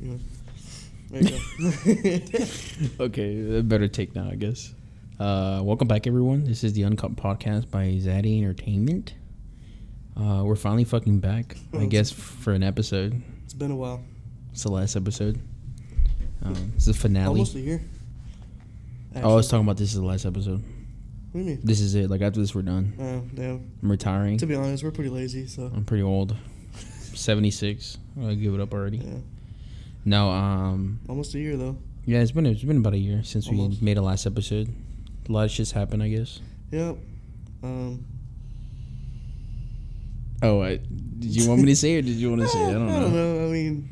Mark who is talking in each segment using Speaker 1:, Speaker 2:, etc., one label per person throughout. Speaker 1: you know. There you go.
Speaker 2: Okay, a better take now, I guess. Uh, welcome back, everyone. This is the Uncut Podcast by Zaddy Entertainment. Uh, we're finally fucking back, I
Speaker 1: Thanks.
Speaker 2: guess, for an episode.
Speaker 1: it's been a while.
Speaker 2: It's the last episode. Um, it's the finale.
Speaker 1: Almost a year.
Speaker 2: Oh, I was
Speaker 1: Actually.
Speaker 2: talking about this is the last episode.
Speaker 1: What do you mean?
Speaker 2: This is it. Like after this, we're done.
Speaker 1: Oh, damn.
Speaker 2: I'm retiring.
Speaker 1: To be honest, we're pretty lazy, so.
Speaker 2: I'm pretty old. 76. I give it up already.
Speaker 1: Yeah.
Speaker 2: No, um,
Speaker 1: Almost a year, though.
Speaker 2: yeah, it's been it's been about a year since
Speaker 1: Almost.
Speaker 2: we made a last episode. A lot of shit's happened, I guess.
Speaker 1: Yep. Um,
Speaker 2: Oh, I, did you want me to say it? or Did you want to say? it? I don't know.
Speaker 1: I don't know. I mean,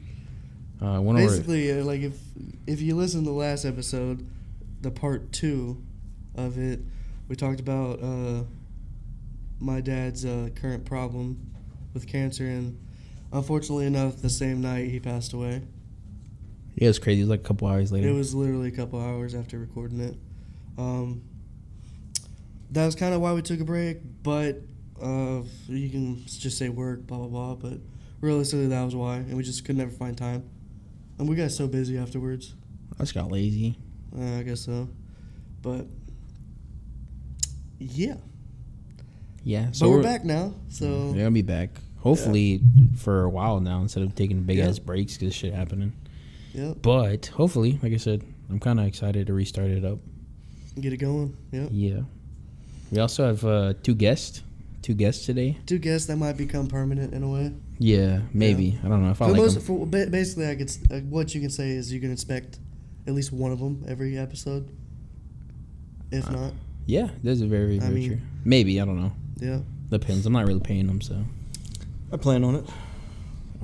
Speaker 2: Uh, one over.
Speaker 1: basically, uh, like if if you listen to the last episode, the part two of it, we talked about uh, my dad's uh, current problem with cancer, and unfortunately enough, the same night he passed away.
Speaker 2: Yeah, it was crazy. It was like a couple hours later.
Speaker 1: It was literally a couple hours after recording it. Um, that was kind of why we took a break, but uh, you can just say work, blah blah blah. But realistically, that was why, and we just could never find time. And we got so busy afterwards.
Speaker 2: I just got lazy.
Speaker 1: Uh, I guess so, but yeah.
Speaker 2: Yeah.
Speaker 1: So we're, back now. So
Speaker 2: They're gonna be back. Hopefully for a while now, instead of taking big ass breaks because shit happening.
Speaker 1: yep,
Speaker 2: But hopefully, like I said, I'm kind of excited to restart it up.
Speaker 1: get it going. Yep.
Speaker 2: Yeah. We also have uh, two guests. Two guests today.
Speaker 1: Two guests that might become permanent in a way.
Speaker 2: Yeah, maybe. I don't know if I
Speaker 1: For
Speaker 2: like
Speaker 1: most,
Speaker 2: them.
Speaker 1: for, ba- basically, I could s- uh, what you can say is you can expect at least one of them every episode. If not,
Speaker 2: Yeah, that's a very,
Speaker 1: I
Speaker 2: very
Speaker 1: mean-
Speaker 2: true. Maybe I don't know.
Speaker 1: yeah,
Speaker 2: Depends. I'm not really paying them, so.
Speaker 3: I plan on it.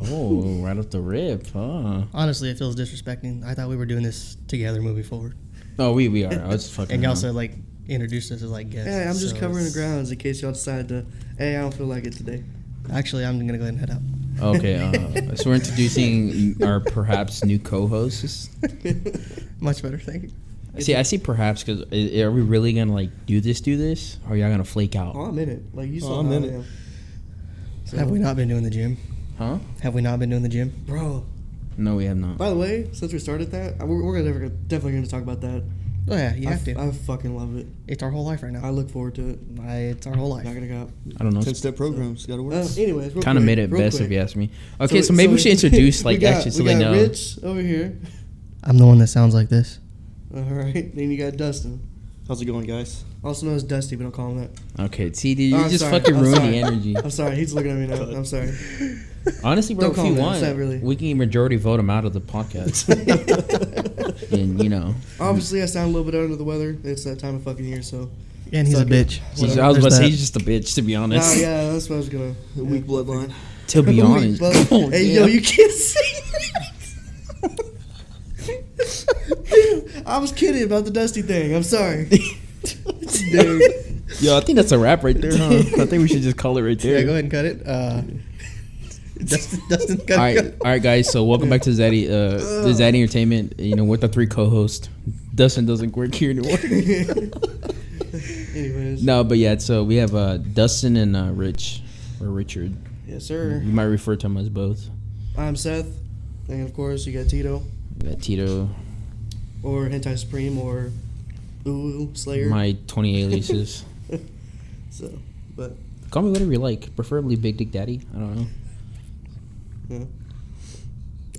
Speaker 2: Oh, right off the rip, huh?
Speaker 4: Honestly, it feels disrespecting. I thought we were doing this together moving forward.
Speaker 2: Oh, we we are. I was fucking.
Speaker 4: And y'all
Speaker 2: around.
Speaker 4: said, like, introduced us as, like, guests.
Speaker 1: hey, I'm just
Speaker 4: so
Speaker 1: covering the
Speaker 4: it's-
Speaker 1: grounds in case y'all decide to. Hey, I don't feel like it today.
Speaker 4: Actually, I'm going to go ahead and head out.
Speaker 2: Okay, uh, so we're introducing our perhaps new co-hosts.
Speaker 4: Much better, thank you.
Speaker 2: See, I see perhaps because are we really gonna like do this? Do this? Or are y'all gonna flake
Speaker 1: Oh,
Speaker 2: out?
Speaker 1: I'm in it. Like you saw,
Speaker 3: I'm
Speaker 1: how
Speaker 3: in
Speaker 1: I
Speaker 3: it.
Speaker 1: am. So-
Speaker 4: Have we not been doing the gym?
Speaker 2: Huh?
Speaker 4: Have we not been doing the gym?
Speaker 1: bro?
Speaker 2: No, we have not.
Speaker 1: By the way, since we started that, I- we're, we're gonna never- definitely gonna talk about that.
Speaker 4: Oh, yeah, you
Speaker 1: I
Speaker 4: have
Speaker 1: f-
Speaker 4: to.
Speaker 1: I fucking love it.
Speaker 4: It's our whole life right
Speaker 1: I
Speaker 4: now.
Speaker 1: look forward to it.
Speaker 4: I, it's our whole life.
Speaker 1: Not gonna go.
Speaker 2: I don't know.
Speaker 3: Ten step programs gotta work.
Speaker 1: Uh, anyways, real
Speaker 2: Kind of
Speaker 1: quick,
Speaker 2: made it
Speaker 1: real
Speaker 2: best
Speaker 1: quick.
Speaker 2: if you ask me. Okay, so,
Speaker 1: we-
Speaker 2: maybe we
Speaker 1: we-
Speaker 2: should introduce
Speaker 1: we
Speaker 2: like
Speaker 1: got-
Speaker 2: actually so
Speaker 1: we
Speaker 2: they
Speaker 1: got
Speaker 2: know.
Speaker 1: Rich over here.
Speaker 4: I'm the one that sounds like this.
Speaker 1: All right, then you got Dustin.
Speaker 3: How's it going, guys?
Speaker 1: Also known as Dusty, but don't call him that.
Speaker 2: Okay, see, dude, you
Speaker 1: Oh, I'm
Speaker 2: just
Speaker 1: sorry.
Speaker 2: fucking
Speaker 1: I'm
Speaker 2: ruined
Speaker 1: sorry.
Speaker 2: the energy.
Speaker 1: I'm sorry, he's looking at me now. I'm sorry.
Speaker 2: Honestly, bro,
Speaker 1: Don't
Speaker 2: if
Speaker 1: call
Speaker 2: you
Speaker 1: me, it's
Speaker 2: want,
Speaker 1: not really-
Speaker 2: we can majority vote him out of the podcast, and you know.
Speaker 1: Obviously, I sound a little bit under the weather. It's that time of fucking year, so.
Speaker 4: And he's
Speaker 1: Suck
Speaker 4: a
Speaker 1: it.
Speaker 4: bitch.
Speaker 2: He's-
Speaker 4: So
Speaker 2: I was about
Speaker 4: there's
Speaker 2: to say
Speaker 4: that.
Speaker 2: he's just a bitch, to be
Speaker 1: Nah,
Speaker 2: honest.
Speaker 1: yeah, that's what I was gonna.
Speaker 3: A weak bloodline.
Speaker 2: To be
Speaker 1: Weak
Speaker 2: honest,
Speaker 1: blood-
Speaker 2: Oh,
Speaker 1: hey,
Speaker 2: yeah.
Speaker 1: yo, you can't say that. I was kidding about the Dusty thing. I'm sorry. Dude.
Speaker 2: Yo, I think that's a wrap right there. Huh? I think we should just call it right there.
Speaker 4: Yeah, go ahead and cut it. Uh, Dustin, Dustin, cut
Speaker 2: All right,
Speaker 4: it.
Speaker 2: all right, guys. So welcome back to Zaddy, uh, the Zaddy Entertainment. You know, with the three co-hosts, Dustin doesn't work here anymore.
Speaker 1: Anyways.
Speaker 2: no, but yeah. So we have uh, Dustin and uh, Rich, or Richard.
Speaker 1: Yes,
Speaker 2: You
Speaker 1: sir.
Speaker 2: might refer to them as both.
Speaker 1: I'm Seth. And of course, you got Tito,
Speaker 2: We got Tito,
Speaker 1: or Hentai Supreme, or Ooh Slayer.
Speaker 2: my twenty aliases.
Speaker 1: So, but.
Speaker 2: Call me whatever you like, preferably Big Dick Daddy. I don't know.
Speaker 1: Yeah.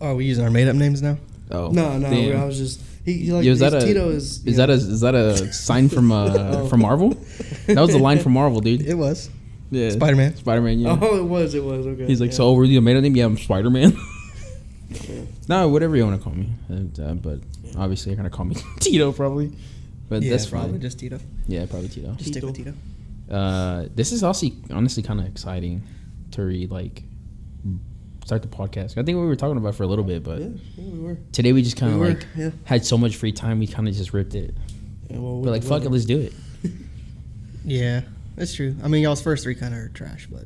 Speaker 4: Oh, are we using our made up names now?
Speaker 2: Oh
Speaker 1: No, no,
Speaker 2: damn.
Speaker 1: I was just he, he like
Speaker 2: Yo, is that
Speaker 1: his
Speaker 2: a
Speaker 1: Tito is
Speaker 2: is that a is that a sign from uh
Speaker 1: Oh.
Speaker 2: from Marvel? That was the line from Marvel, dude.
Speaker 4: It was.
Speaker 2: Yeah,
Speaker 4: Spider Man.
Speaker 2: Spider Man. Yeah.
Speaker 1: oh it was it was okay
Speaker 2: He's like,
Speaker 1: yeah.
Speaker 2: so were you a man of name? Yeah, I'm Spider Man. no, whatever you want to call me. Uh, uh, but obviously, you're gonna call me Tito probably. But
Speaker 4: yeah,
Speaker 2: that's
Speaker 4: probably
Speaker 2: fine.
Speaker 4: just Tito.
Speaker 2: Yeah, probably Tito.
Speaker 4: Just stick with
Speaker 1: Tito.
Speaker 4: Tito.
Speaker 2: Uh, this is also honestly kind of exciting to read. Like, start the podcast. I think we were talking about it for a little bit, but
Speaker 1: yeah, yeah we were
Speaker 2: today we just kind of
Speaker 1: we were
Speaker 2: like
Speaker 1: yeah,
Speaker 2: had so much free time, we kind of just ripped it.
Speaker 1: yeah well,
Speaker 2: We're like, fuck it, let's do it.
Speaker 4: Yeah, that's true. I mean, y'all's first three kind of are trash, but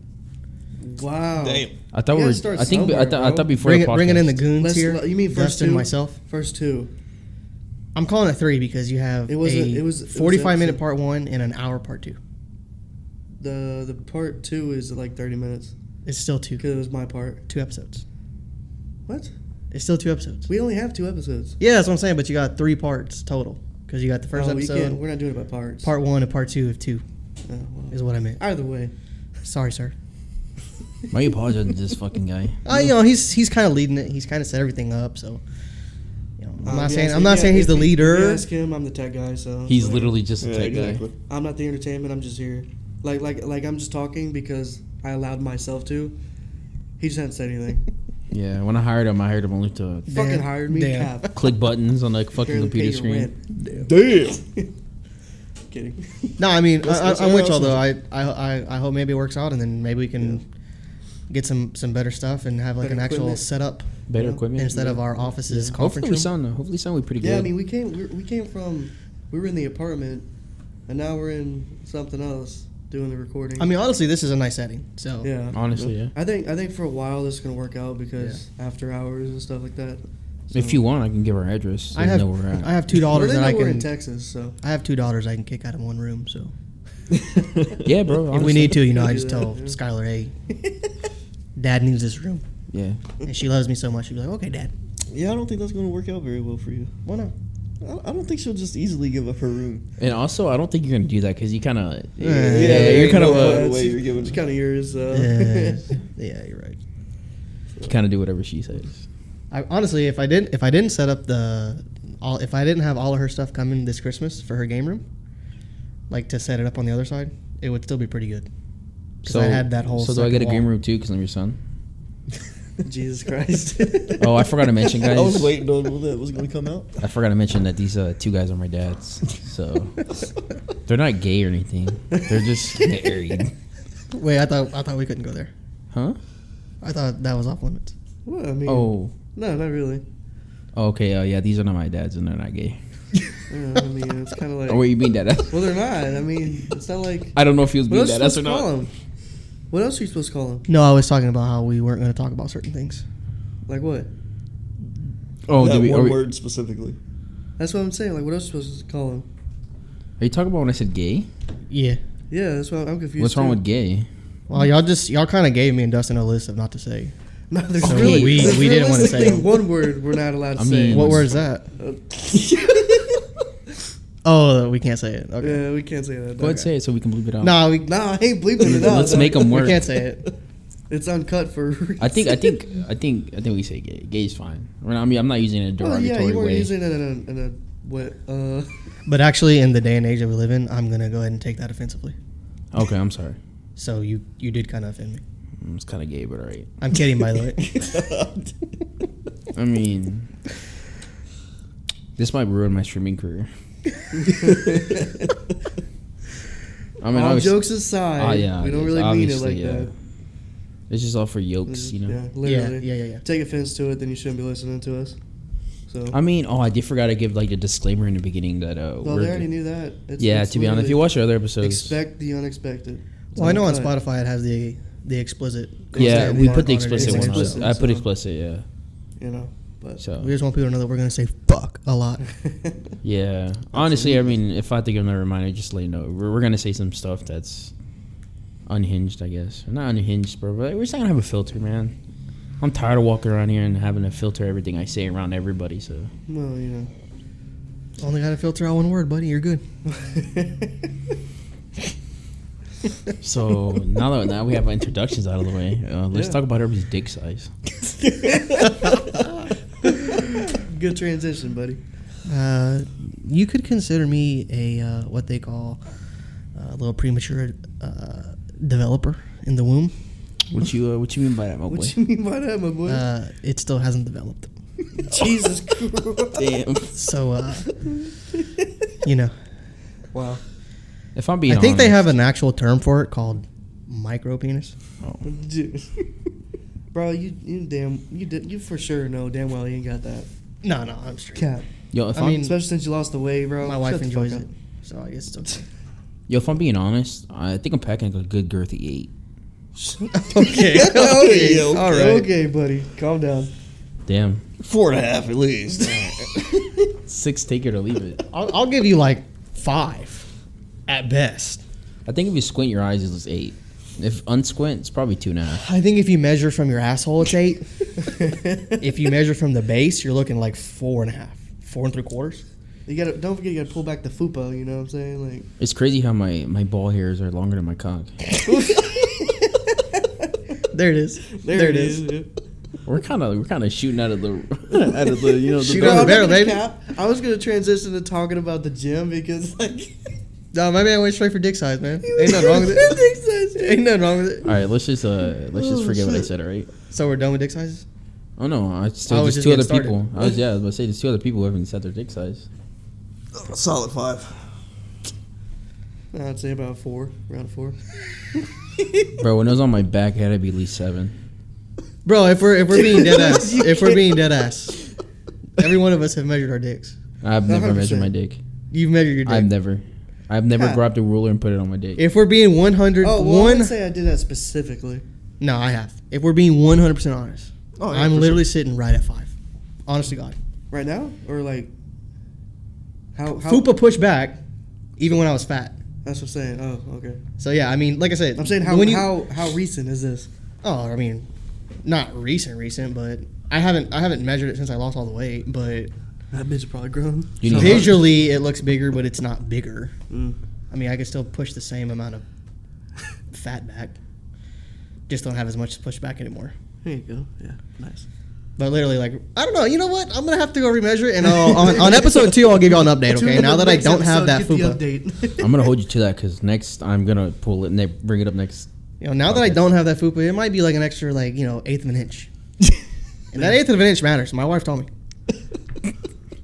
Speaker 1: wow
Speaker 2: I thought
Speaker 1: You
Speaker 2: we
Speaker 1: gotta
Speaker 2: were.
Speaker 1: start
Speaker 2: I think. I,
Speaker 1: somewhere,
Speaker 2: th- I
Speaker 1: bro.
Speaker 2: thought before
Speaker 4: bring
Speaker 2: the
Speaker 4: it,
Speaker 2: podcast.
Speaker 4: bringing in the goons
Speaker 1: Let's-
Speaker 4: here.
Speaker 1: you mean first
Speaker 4: Dustin,
Speaker 1: two?
Speaker 4: myself.
Speaker 1: first two
Speaker 4: I'm calling it three because you have
Speaker 1: It was
Speaker 4: a,
Speaker 1: a- it was- it was
Speaker 4: 45 minute
Speaker 1: episode-
Speaker 4: part one and an hour part two.
Speaker 1: the the part two is like thirty minutes
Speaker 4: It's still two
Speaker 1: because it was my part
Speaker 4: two episodes.
Speaker 1: what
Speaker 4: It's still two episodes.
Speaker 1: We only have two episodes.
Speaker 4: Yeah, that's what I'm saying. But you got three parts total because you got the first
Speaker 1: Oh, you can't-
Speaker 4: episode,
Speaker 1: We're not doing it by parts.
Speaker 4: part one, and part two of two
Speaker 1: Oh, well.
Speaker 4: is what I meant.
Speaker 1: Either way.
Speaker 4: Sorry, sir.
Speaker 2: Why you apologizing to this fucking guy?
Speaker 4: Uh, you know, he's he's kind of leading it. He's kind of set everything up. So, you know, I'm
Speaker 1: Um,
Speaker 4: not
Speaker 1: yeah,
Speaker 4: saying
Speaker 1: so
Speaker 4: I'm not
Speaker 1: yeah,
Speaker 4: saying he's
Speaker 1: if
Speaker 4: the
Speaker 1: you- if You
Speaker 4: leader.
Speaker 1: ask him. I'm the tech guy, so
Speaker 2: He's
Speaker 1: whatever.
Speaker 2: literally just a
Speaker 3: Yeah,
Speaker 2: tech guy.
Speaker 3: exactly.
Speaker 1: I'm not the entertainment. I'm just here. Like like like I'm just talking because I allowed myself to. He just hadn't said anything.
Speaker 2: Yeah, when I hired him, I hired him only to
Speaker 1: Fucking
Speaker 4: Damn.
Speaker 1: hired me.
Speaker 4: Damn.
Speaker 1: Cap.
Speaker 2: click buttons on the fucking
Speaker 1: Barely pay
Speaker 2: computer
Speaker 1: your
Speaker 2: screen.
Speaker 1: rent.
Speaker 3: Damn.
Speaker 1: Kidding.
Speaker 4: No, I mean,
Speaker 3: Let's-
Speaker 4: I,
Speaker 3: let's
Speaker 4: I, I'm
Speaker 3: hear
Speaker 4: with
Speaker 3: how
Speaker 4: y'all
Speaker 3: it
Speaker 4: though. I, I I I hope maybe it works out, and then maybe we can get some some better stuff and have like
Speaker 1: Better
Speaker 4: an actual
Speaker 1: equipment.
Speaker 4: setup
Speaker 2: Better
Speaker 1: Yeah.
Speaker 2: equipment.
Speaker 4: instead of our
Speaker 2: Yeah.
Speaker 4: offices
Speaker 2: Hopefully
Speaker 4: conference
Speaker 2: we
Speaker 4: room.
Speaker 2: sound hopefully sound we pretty good.
Speaker 1: Yeah, I mean we came we, we came from we were in the apartment, and now we're in something else doing the recording.
Speaker 4: I mean, honestly, this is a nice setting. So
Speaker 1: yeah.
Speaker 2: honestly, yeah.
Speaker 1: I think I think for a while this is gonna work out because after hours and stuff like that.
Speaker 2: If you want, I can give our address. So
Speaker 4: I have
Speaker 2: know where we're at.
Speaker 4: I have two
Speaker 1: well,
Speaker 4: daughters
Speaker 1: they
Speaker 4: that
Speaker 1: know
Speaker 4: I
Speaker 1: we're in
Speaker 4: can
Speaker 1: Texas, so
Speaker 4: I have two daughters I can kick out of one room. So
Speaker 2: yeah, bro.
Speaker 4: if
Speaker 2: honestly.
Speaker 4: we need to, you know, I
Speaker 1: Yeah,
Speaker 4: just
Speaker 1: do that,
Speaker 4: tell
Speaker 1: yeah.
Speaker 4: Skylar, hey, Dad needs this room,
Speaker 2: Yeah.
Speaker 4: and she loves me so much, she'd be like, okay, Dad.
Speaker 3: Yeah, I don't think that's going to work out very well for you.
Speaker 4: Why not?
Speaker 3: I, I don't think she'll just easily give up her room.
Speaker 2: And also, I don't think you're gonna do that because you kind of. Yeah,
Speaker 3: yeah,
Speaker 2: you're
Speaker 3: ain't
Speaker 2: kind of.
Speaker 3: no
Speaker 2: Uh,
Speaker 3: way. way you're giving-
Speaker 1: It's kind of yours. uh, So.
Speaker 4: Yeah, yeah, you're right.
Speaker 2: you kind of do whatever she says.
Speaker 4: I, honestly, if I didn't, if I didn't set up the, all, if I didn't have all of her stuff coming this Christmas for her game room, like to set it up on the other side, it would still be pretty good. 'Cause
Speaker 2: So
Speaker 4: I had that whole
Speaker 2: So do I get a
Speaker 4: second
Speaker 2: green
Speaker 4: wall.
Speaker 2: room too? Because I'm your son.
Speaker 1: Jesus Christ.
Speaker 2: Oh, I forgot to mention, guys.
Speaker 3: I was waiting on when that was going to come out.
Speaker 2: I forgot to mention that these uh, two guys are my dads. So they're not gay or anything. They're just married.
Speaker 4: Wait, I thought I thought we couldn't go there.
Speaker 2: Huh?
Speaker 4: I thought that was off limits.
Speaker 1: Well, I mean,
Speaker 2: Oh.
Speaker 1: no, not really.
Speaker 2: Okay. Uh, yeah, these are not my dads, and they're not gay.
Speaker 1: I, don't know, I mean, it's kind of like.
Speaker 2: Oh, wait, you mean that?
Speaker 1: Well, they're not. I mean, it's not like.
Speaker 2: I don't know if he was
Speaker 1: What
Speaker 2: being
Speaker 1: else are you supposed
Speaker 2: badass or
Speaker 1: to call
Speaker 2: not.
Speaker 1: him? What else are you supposed to call him?
Speaker 4: No, I was talking about how we weren't going to talk about certain things.
Speaker 1: Like what?
Speaker 2: Oh,
Speaker 3: that
Speaker 2: did we, are,
Speaker 3: one
Speaker 2: we, are
Speaker 3: word specifically.
Speaker 1: That's what I'm saying. Like, what else are you supposed to call him?
Speaker 2: you talking about when I said gay?
Speaker 4: Yeah.
Speaker 1: Yeah, that's what I'm confused.
Speaker 2: What's wrong
Speaker 1: too.
Speaker 2: with gay?
Speaker 4: Well, y'all just y'all kind of gave me and Dustin a list of not to say.
Speaker 1: No, there's
Speaker 2: Okay,
Speaker 1: really.
Speaker 2: we-
Speaker 1: there's
Speaker 4: we didn't wanna
Speaker 1: realistically
Speaker 4: say.
Speaker 1: one word we're not allowed to
Speaker 2: I
Speaker 1: say.
Speaker 2: mean-
Speaker 4: What word is that? Oh, we can't say it. Okay.
Speaker 1: yeah, we can't say that.
Speaker 2: Go ahead, say it so we can bleep it out.
Speaker 4: No, we,
Speaker 1: No, I ain't bleeping it out.
Speaker 2: Let's make 'em
Speaker 4: we
Speaker 2: work.
Speaker 4: can't say it.
Speaker 1: It's uncut for. a reason.
Speaker 2: I think I think I think I think we say gay. Gay's fine. I mean, I mean I'm not using it in a
Speaker 1: Well,
Speaker 2: derogatory
Speaker 1: Oh, yeah, you weren't
Speaker 2: way.
Speaker 1: using it in a, in a what? Uh,
Speaker 4: But actually, in the day and age that we live in, I'm gonna go ahead and take that offensively.
Speaker 2: okay, I'm sorry.
Speaker 4: So you you did kind of offend me.
Speaker 2: Mm, It's kind of gay, but alright.
Speaker 4: I'm kidding, by the way.
Speaker 2: I mean, this might ruin my streaming career. I mean,
Speaker 1: all
Speaker 2: obvious-
Speaker 1: jokes aside,
Speaker 2: Ah, yeah,
Speaker 1: we
Speaker 2: yes,
Speaker 1: don't really mean it
Speaker 2: obviously,
Speaker 1: like
Speaker 2: yeah.
Speaker 1: that.
Speaker 2: It's just all for yokes,
Speaker 1: Just-
Speaker 2: you know.
Speaker 1: Mm, Mm-hmm. Yeah,
Speaker 4: yeah,
Speaker 1: literally.
Speaker 4: yeah, yeah, yeah.
Speaker 1: Take offense to it, then you shouldn't be listening to us. So,
Speaker 2: I mean, oh, I did forgot to give like the disclaimer in the beginning that uh,
Speaker 1: well,
Speaker 2: we're
Speaker 1: they already knew that. It's,
Speaker 2: yeah.
Speaker 1: it's
Speaker 2: To be honest, if you
Speaker 1: literally
Speaker 2: watch our other episodes,
Speaker 1: expect the unexpected.
Speaker 4: Well, I know on
Speaker 1: But-
Speaker 4: Spotify it has the the explicit.
Speaker 2: yeah,
Speaker 4: content
Speaker 2: we
Speaker 4: part
Speaker 2: put the
Speaker 4: on it. It's
Speaker 2: explicit one. up.
Speaker 1: explicit,
Speaker 2: I put
Speaker 1: so-
Speaker 2: explicit, yeah.
Speaker 1: You know, but
Speaker 2: So
Speaker 4: We just want people to know that we're gonna say fuck a lot.
Speaker 2: Yeah. Honestly, I mean, if I think of another reminder, just let you know. We're, we're going to say some stuff that's unhinged, I guess. Not unhinged, bro, but we're just not going to have a filter, man. I'm tired of walking around here and having to filter everything I say around everybody, so.
Speaker 1: well, you know,
Speaker 4: Only gotta filter out one word, buddy. You're good.
Speaker 2: So now that now we have our introductions out of the way, uh, let's
Speaker 1: Yeah.
Speaker 2: talk about everybody's dick size.
Speaker 1: good transition, buddy.
Speaker 4: Uh, you could consider me a uh, what they call a little premature uh, developer in the womb.
Speaker 2: What you uh, what you mean by that, my boy?
Speaker 1: What you mean by that, my boy?
Speaker 4: Uh, it still hasn't developed.
Speaker 1: Jesus Christ!
Speaker 2: Damn.
Speaker 4: So, uh, you know,
Speaker 1: Wow.
Speaker 2: If I'm being
Speaker 4: I think they
Speaker 2: honest-
Speaker 4: have an actual term for it called micro penis.
Speaker 1: Dude. Bro, you, you damn you did you for sure know damn well you ain't got that
Speaker 4: No, no, I'm straight.
Speaker 1: cap.
Speaker 2: Yo, if
Speaker 4: I
Speaker 2: I am
Speaker 4: mean-
Speaker 1: Especially since you lost the weight, bro.
Speaker 4: My
Speaker 1: Shut
Speaker 4: wife
Speaker 1: the
Speaker 4: enjoys
Speaker 1: fuck
Speaker 4: it,
Speaker 1: up.
Speaker 4: so I guess it's okay.
Speaker 2: yo, if I'm being honest, I think I'm packing a good girthy eight.
Speaker 4: okay.
Speaker 1: okay,
Speaker 3: okay.
Speaker 1: all right, okay, buddy, calm down.
Speaker 2: Damn,
Speaker 3: Four and a half at least.
Speaker 2: six, take it or leave it.
Speaker 4: I'll, I'll give you like five at best.
Speaker 2: I think if you squint your eyes, it's eight. If unsquint, it's probably two and a half.
Speaker 4: I think if you measure from your asshole, it's eight. if you measure from the base, you're looking like four and a half, four and three quarters.
Speaker 1: You gotta don't forget you gotta pull back the fupa. You know what I'm saying? Like
Speaker 2: It's crazy how my, my ball hairs are longer than my cock.
Speaker 4: There it is.
Speaker 1: there, it is.
Speaker 2: We're kind of we're kind of shooting out of the out of the you know the
Speaker 4: Shoot
Speaker 1: No,
Speaker 4: out
Speaker 1: I'm
Speaker 4: the
Speaker 2: door.
Speaker 1: not gonna
Speaker 4: barrel, baby.
Speaker 1: cap. I was gonna transition to talking about the gym because like
Speaker 4: No, my man went straight for dick size, man. Ain't nothing wrong with it.
Speaker 1: Dick size, dude.
Speaker 4: Ain't nothing wrong with it.
Speaker 2: All right, let's just uh let's just
Speaker 1: Oh,
Speaker 2: forget what I
Speaker 1: shit.
Speaker 2: said. All right.
Speaker 4: So we're done with dick sizes.
Speaker 2: Oh no, I still
Speaker 4: I
Speaker 2: there's
Speaker 4: was just
Speaker 2: two other
Speaker 4: getting
Speaker 2: people. I was yeah, I was about to say there's two other people who haven't set their dick size.
Speaker 3: Solid five.
Speaker 1: I'd say about four, round four.
Speaker 2: Bro, when it was on my back, it had to be at least seven.
Speaker 4: Bro, if we're if we're being dead ass, if we're being dead ass, every one of us have measured our dicks.
Speaker 2: I've never
Speaker 1: 100%.
Speaker 2: measured my dick.
Speaker 4: You've measured your dick.
Speaker 2: I've never, I've never
Speaker 1: God.
Speaker 2: grabbed a ruler and put it on my dick.
Speaker 4: if we're being 100
Speaker 1: Oh, well, I
Speaker 4: one,
Speaker 1: would say I did that specifically.
Speaker 4: no, I have. If we're being 100% honest,
Speaker 3: Oh, yeah,
Speaker 4: I'm
Speaker 3: for
Speaker 4: literally sitting right at 5. Honest to God.
Speaker 1: Right now, or like how? how
Speaker 4: Fupa pushed back even when I was fat.
Speaker 1: That's what I'm saying. Oh, okay.
Speaker 4: So yeah, I mean, like I said,
Speaker 1: I'm saying how
Speaker 4: when you-
Speaker 1: how how recent is this?
Speaker 4: Oh, I mean, not recent, recent, but I haven't I haven't measured it since I lost all the weight. But
Speaker 1: That bitch probably grown.
Speaker 2: You need-
Speaker 4: visually, it looks bigger, but it's not bigger.
Speaker 1: Mm.
Speaker 4: I mean, I can still push the same amount of fat back. Just don't have as much to push back anymore.
Speaker 1: There you go. Yeah, nice.
Speaker 4: But literally, like I don't know. You know what? I'm gonna have to go remeasure it, and I'll, on, on episode two, I'll give y'all an update. Okay, now that I don't have that fupa,
Speaker 1: fupa.
Speaker 2: I'm gonna hold you to that because next I'm gonna pull it and they bring it up next.
Speaker 4: you know, now that I don't have that fupa, it might be like an extra, like you know, eighth of an inch. And that eighth of an inch matters. My wife told me.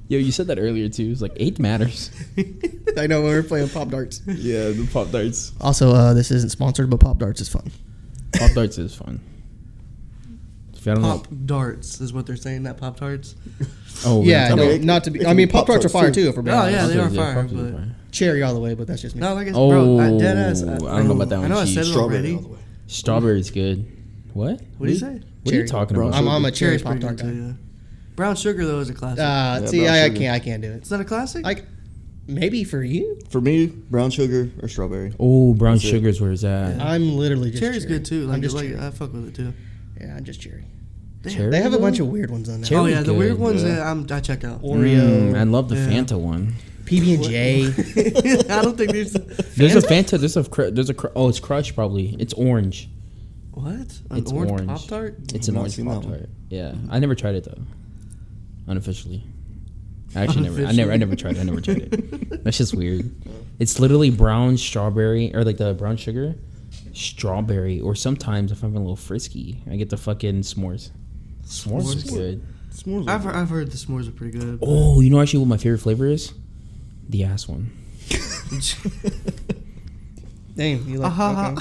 Speaker 2: Yo, you said that earlier too. It's like eight matters.
Speaker 4: I know when we were playing pop darts.
Speaker 2: yeah, the pop darts.
Speaker 4: Also, uh, this isn't sponsored, but Pop Darts is fun.
Speaker 2: Pop darts is fun. If you don't
Speaker 1: Pop darts is what they're saying. That pop tarts.
Speaker 2: know, oh
Speaker 4: yeah,
Speaker 2: we're
Speaker 4: no,
Speaker 2: gonna
Speaker 3: it-
Speaker 4: not to
Speaker 3: it
Speaker 4: be. I
Speaker 3: can
Speaker 4: mean,
Speaker 3: be
Speaker 4: Pop Darts are
Speaker 3: Pop-Tarts,
Speaker 4: fire
Speaker 3: too.
Speaker 4: too, if we're being
Speaker 1: Oh,
Speaker 4: honest.
Speaker 1: yeah,
Speaker 2: talk
Speaker 1: they
Speaker 2: about-
Speaker 1: are
Speaker 2: yeah,
Speaker 1: fire,
Speaker 2: Pop-Tarts are
Speaker 1: but-
Speaker 2: fire.
Speaker 4: Cherry all the way, but that's just me.
Speaker 1: No, like I said,
Speaker 2: Oh,
Speaker 1: bro, I dead ass.
Speaker 2: I don't know about that
Speaker 1: I
Speaker 2: one,
Speaker 1: know I
Speaker 2: G.
Speaker 1: said it
Speaker 3: Strawberry
Speaker 1: already.
Speaker 3: all the way.
Speaker 2: Strawberry's good. What?
Speaker 1: What do you say?
Speaker 2: What are
Speaker 4: Cherry.
Speaker 2: you talking
Speaker 3: Brown
Speaker 2: about?
Speaker 4: I'm,
Speaker 3: sugar.
Speaker 4: I'm a cherry
Speaker 1: Cherry's
Speaker 4: Pop
Speaker 1: pretty
Speaker 4: Tart
Speaker 1: good,
Speaker 4: guy.
Speaker 1: too, yeah. Brown sugar though is a classic.
Speaker 4: Uh,
Speaker 3: Yeah,
Speaker 4: see,
Speaker 3: brown
Speaker 4: I, I
Speaker 3: sugar.
Speaker 4: can't. I can't do it.
Speaker 1: Is that a classic?
Speaker 4: Like, maybe for you.
Speaker 3: For me, brown sugar or strawberry.
Speaker 2: Oh, brown
Speaker 3: That's it.
Speaker 2: sugar's where it's at.
Speaker 4: I'm literally just
Speaker 1: Cherry's
Speaker 4: cherry.
Speaker 1: good too. Like,
Speaker 4: I'm just
Speaker 1: like uh,
Speaker 4: cherry.
Speaker 1: I fuck with it too.
Speaker 4: yeah, I'm just cherry.
Speaker 2: Cherry
Speaker 4: They have a
Speaker 2: though?
Speaker 4: bunch of weird ones on there.
Speaker 2: Cherry-
Speaker 1: oh yeah, the
Speaker 2: good,
Speaker 1: weird ones
Speaker 3: yeah.
Speaker 1: that I'm, I check out.
Speaker 4: Oreo,
Speaker 2: Mm, I love the
Speaker 1: Yeah.
Speaker 2: Fanta one.
Speaker 4: PB and J.
Speaker 1: I don't think there's
Speaker 2: There's a Fanta. There's a cr- there's a cr- oh, it's Crush probably. It's orange.
Speaker 1: what an
Speaker 2: It's
Speaker 1: orange,
Speaker 2: orange.
Speaker 1: pop tart.
Speaker 2: It's an
Speaker 3: Not
Speaker 2: orange
Speaker 3: seen that
Speaker 2: pop
Speaker 3: one.
Speaker 2: tart. Yeah, I never tried it though. Unofficially, I actually never. I never. I never tried. it. I never tried it. That's just weird. It's literally brown strawberry or like the brown sugar, strawberry, or sometimes if I'm a little frisky, I get the fucking s'mores. S'mores, is
Speaker 1: S'mores?
Speaker 2: good.
Speaker 3: S'mores.
Speaker 1: I've heard, I've heard the s'mores are pretty good.
Speaker 2: Oh, you know actually what my favorite flavor is? The ass one.
Speaker 4: Damn, you like?
Speaker 1: Aha.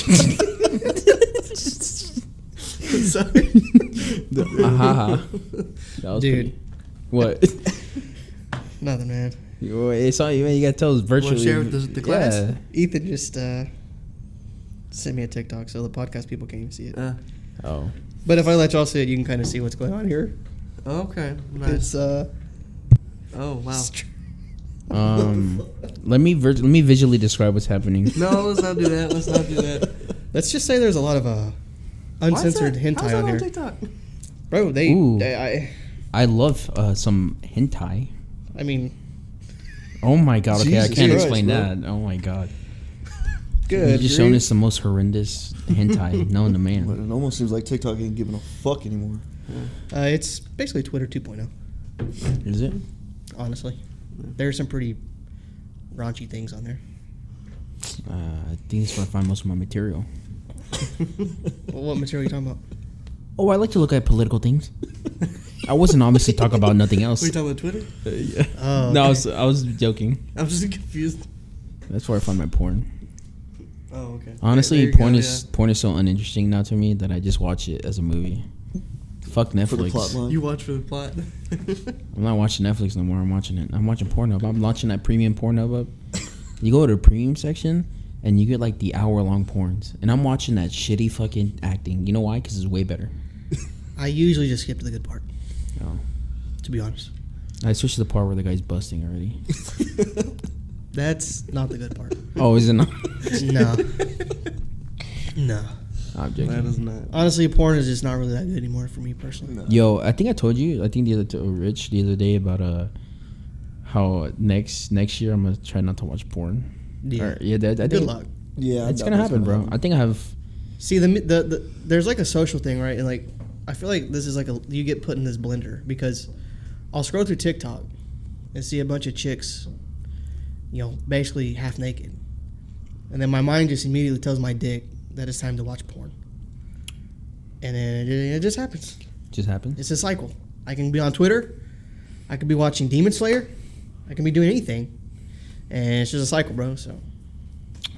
Speaker 4: okay.
Speaker 1: Sorry.
Speaker 2: Aha. That was
Speaker 4: Dude.
Speaker 2: pretty- What?
Speaker 4: Nothing, man.
Speaker 2: You- It's all you, you gotta tell us virtually.
Speaker 1: share with the- the class?
Speaker 2: Yeah.
Speaker 4: Ethan just uh, sent me a TikTok, so the podcast people can't even see it.
Speaker 1: Uh,
Speaker 2: Oh.
Speaker 4: But if I let y'all see it, you can kind of see what's going on here.
Speaker 1: Uh, okay. Nice.
Speaker 4: It's uh,
Speaker 1: Oh wow.
Speaker 2: Um, let me vir- let me visually describe what's happening.
Speaker 1: No, let's not do that. Let's not do that.
Speaker 4: Let's just say there's a lot of uh,
Speaker 1: Why is
Speaker 4: uncensored
Speaker 1: that-
Speaker 4: hentai
Speaker 1: how's that
Speaker 4: on here,
Speaker 1: TikTok?
Speaker 4: bro. They,
Speaker 2: Ooh.
Speaker 4: they- I,
Speaker 2: I love uh, some hentai.
Speaker 4: I mean,
Speaker 2: Oh my god! Okay, I
Speaker 3: Jesus
Speaker 2: can't
Speaker 3: Christ,
Speaker 2: explain
Speaker 3: bro.
Speaker 2: that. Oh my god!
Speaker 4: good.
Speaker 2: you just shown
Speaker 4: grief.
Speaker 2: us the most horrendous hentai known to
Speaker 3: But
Speaker 2: man.
Speaker 3: it almost seems like TikTok ain't giving a fuck anymore.
Speaker 4: Uh, it's basically Twitter 2.0.
Speaker 2: Is it?
Speaker 4: Honestly, there's some pretty raunchy things on there.
Speaker 2: Uh, I think that's where I find most of my material.
Speaker 4: Well, what material are you talking about?
Speaker 2: Oh, I like to look at political things. I wasn't obviously talking about nothing else.
Speaker 1: Are you talking about Twitter?
Speaker 2: Uh, yeah.
Speaker 4: Oh,
Speaker 2: No, I
Speaker 4: okay.
Speaker 2: was, I was joking.
Speaker 1: I'm just confused.
Speaker 2: That's where I find my porn.
Speaker 1: Oh okay.
Speaker 2: Honestly,
Speaker 1: There you
Speaker 2: porn
Speaker 1: go,
Speaker 2: is porn is so uninteresting now to me that I just watch it as a movie. Fuck Netflix.
Speaker 3: For the plot
Speaker 1: yeah.
Speaker 3: line.
Speaker 1: You watch for the plot.
Speaker 2: I'm not watching Netflix no more. I'm watching it. I'm watching Pornhub. I'm launching that premium Pornhub up. You go to the premium section and you get like the hour long porns, and I'm watching that shitty fucking acting. You know why? Because it's way better.
Speaker 4: I usually just skip to the good part.
Speaker 2: Oh.
Speaker 4: To be honest,
Speaker 2: I switched to the part where the guy's busting already.
Speaker 4: that's not the good part.
Speaker 2: Oh, is it not?
Speaker 4: no, No.
Speaker 2: I'm
Speaker 1: That
Speaker 2: joking.
Speaker 1: is not.
Speaker 4: Honestly, porn is just not really that good anymore for me personally.
Speaker 3: No.
Speaker 2: Yo, I think I told you. I think the other t- uh, Rich the other day about uh how next next year I'm gonna try not to watch porn.
Speaker 4: Yeah.
Speaker 2: Or- yeah, that, I
Speaker 4: Good
Speaker 2: think
Speaker 4: luck.
Speaker 3: Yeah, I
Speaker 2: It's
Speaker 3: doubt
Speaker 2: gonna
Speaker 3: that's
Speaker 2: happen, bro. I
Speaker 3: happen.
Speaker 2: think I have.
Speaker 4: See the, the the there's like a social thing, right? And like I feel like this is like a you get put in this blender because I'll scroll through TikTok and see a bunch of chicks, you know, basically half naked, and then my mind just immediately tells my dick that it's time to watch porn, and then it, it just happens.
Speaker 2: Just happened.
Speaker 4: It's a cycle. I can be on Twitter, I could be watching Demon Slayer, I can be doing anything, and it's just a cycle, bro. So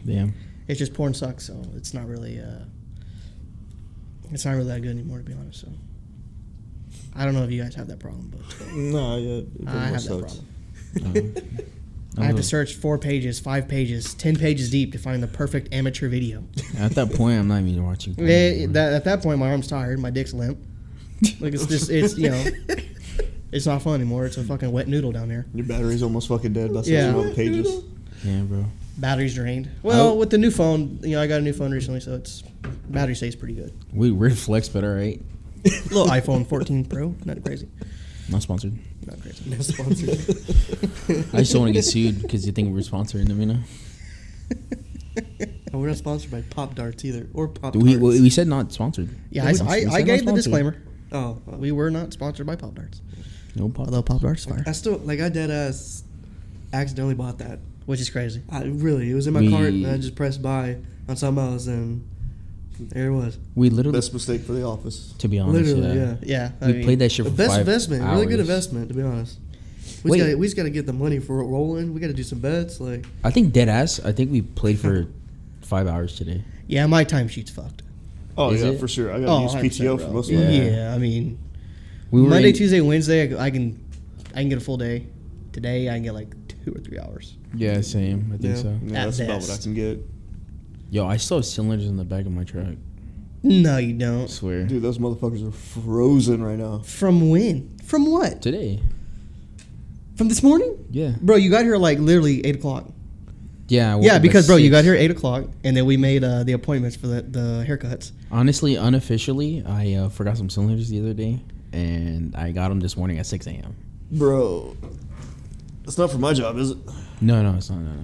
Speaker 2: Damn.
Speaker 4: it's just porn sucks, so it's not really uh it's not really that good anymore to be honest, so I don't know if you guys have that problem, but
Speaker 3: No, yeah, it pretty
Speaker 4: I
Speaker 3: much
Speaker 4: have that
Speaker 3: sucks.
Speaker 4: problem.
Speaker 2: I'm
Speaker 4: I have
Speaker 2: a-
Speaker 4: to search four pages, five pages, ten pages deep to find the perfect amateur video.
Speaker 2: At that point, I'm not even watching. porn
Speaker 4: Eh,
Speaker 2: anymore.
Speaker 4: that- at that point, my arm's tired, my dick's limp. Like it's just, it's you know, it's not fun anymore. It's a fucking wet noodle down there.
Speaker 3: Your battery's almost fucking dead by
Speaker 4: Yeah.
Speaker 3: searching all the pages.
Speaker 2: yeah, bro.
Speaker 4: Battery's drained. Well,
Speaker 2: Oh.
Speaker 4: with the new phone, you know, I got a new phone recently, so it's battery stays pretty good.
Speaker 2: We weird flex, but all right.
Speaker 4: Little iPhone 14 Pro, not crazy,
Speaker 2: Not sponsored.
Speaker 4: not crazy.
Speaker 1: No sponsor.
Speaker 2: I just don't want to get sued because you think we're sponsoring them. You know.
Speaker 1: And we're not sponsored by Pop Darts either, or Pop Tarts.
Speaker 2: We, we we said not sponsored.
Speaker 4: Yeah, I, I,
Speaker 2: We
Speaker 4: I
Speaker 2: said
Speaker 4: gave the
Speaker 2: not sponsored.
Speaker 4: disclaimer.
Speaker 1: oh, uh,
Speaker 4: We were not sponsored by Pop Darts.
Speaker 2: No problem.
Speaker 4: Although Pop Darts fire.
Speaker 1: I still like I dead ass accidentally bought that.
Speaker 4: Which is crazy.
Speaker 1: I really, it was in my cart, and I
Speaker 2: We-
Speaker 1: just pressed buy on something else, and there it was.
Speaker 2: We literally,
Speaker 3: Best mistake for the office.
Speaker 2: to be honest,
Speaker 1: literally,
Speaker 2: yeah.
Speaker 1: yeah.
Speaker 4: Yeah. I
Speaker 2: We
Speaker 4: mean,
Speaker 2: played that shit
Speaker 1: The
Speaker 2: for
Speaker 1: best
Speaker 2: five
Speaker 1: investment, really good
Speaker 2: hours.
Speaker 1: investment, to be honest. We
Speaker 2: Wait.
Speaker 1: just, gotta, we just gotta get the money for it rolling. We gotta do some bets, like
Speaker 2: I think dead ass. I think we played for five hours today.
Speaker 4: Yeah, my timesheet's fucked.
Speaker 3: Oh
Speaker 2: Is
Speaker 3: yeah,
Speaker 2: it?
Speaker 3: for sure. I
Speaker 4: Oh,
Speaker 3: gotta
Speaker 4: I'm
Speaker 3: use PTO
Speaker 4: sorry,
Speaker 3: for
Speaker 4: bro.
Speaker 3: most of
Speaker 4: yeah.
Speaker 3: that.
Speaker 2: Yeah.
Speaker 4: I mean,
Speaker 2: We were
Speaker 4: Monday,
Speaker 2: in-
Speaker 4: Tuesday, Wednesday, I c- I can, I can get a full day. Today, I can get like two or three hours.
Speaker 2: Yeah, same. I
Speaker 1: Yeah.
Speaker 2: think so.
Speaker 3: Yeah,
Speaker 4: At
Speaker 3: that's about what I
Speaker 4: best.
Speaker 3: can get.
Speaker 2: Yo, I still have cylinders in the back of my truck.
Speaker 4: No, you
Speaker 2: I
Speaker 4: don't.
Speaker 2: swear.
Speaker 3: Dude, those motherfuckers are frozen right now.
Speaker 4: From when? From what?
Speaker 2: Today.
Speaker 4: From this morning?
Speaker 2: Yeah.
Speaker 4: Bro, you got here like literally eight o'clock.
Speaker 2: Yeah. I woke up
Speaker 4: Yeah,
Speaker 2: at
Speaker 4: because bro, you got
Speaker 2: six.
Speaker 4: here eight o'clock, and then we made uh, the appointments for the, the haircuts.
Speaker 2: Honestly, unofficially, I uh, forgot some cylinders the other day, and I got them this morning at 6 a.m.
Speaker 3: Bro, it's not for my job, is it?
Speaker 2: No, no, it's not. No, no.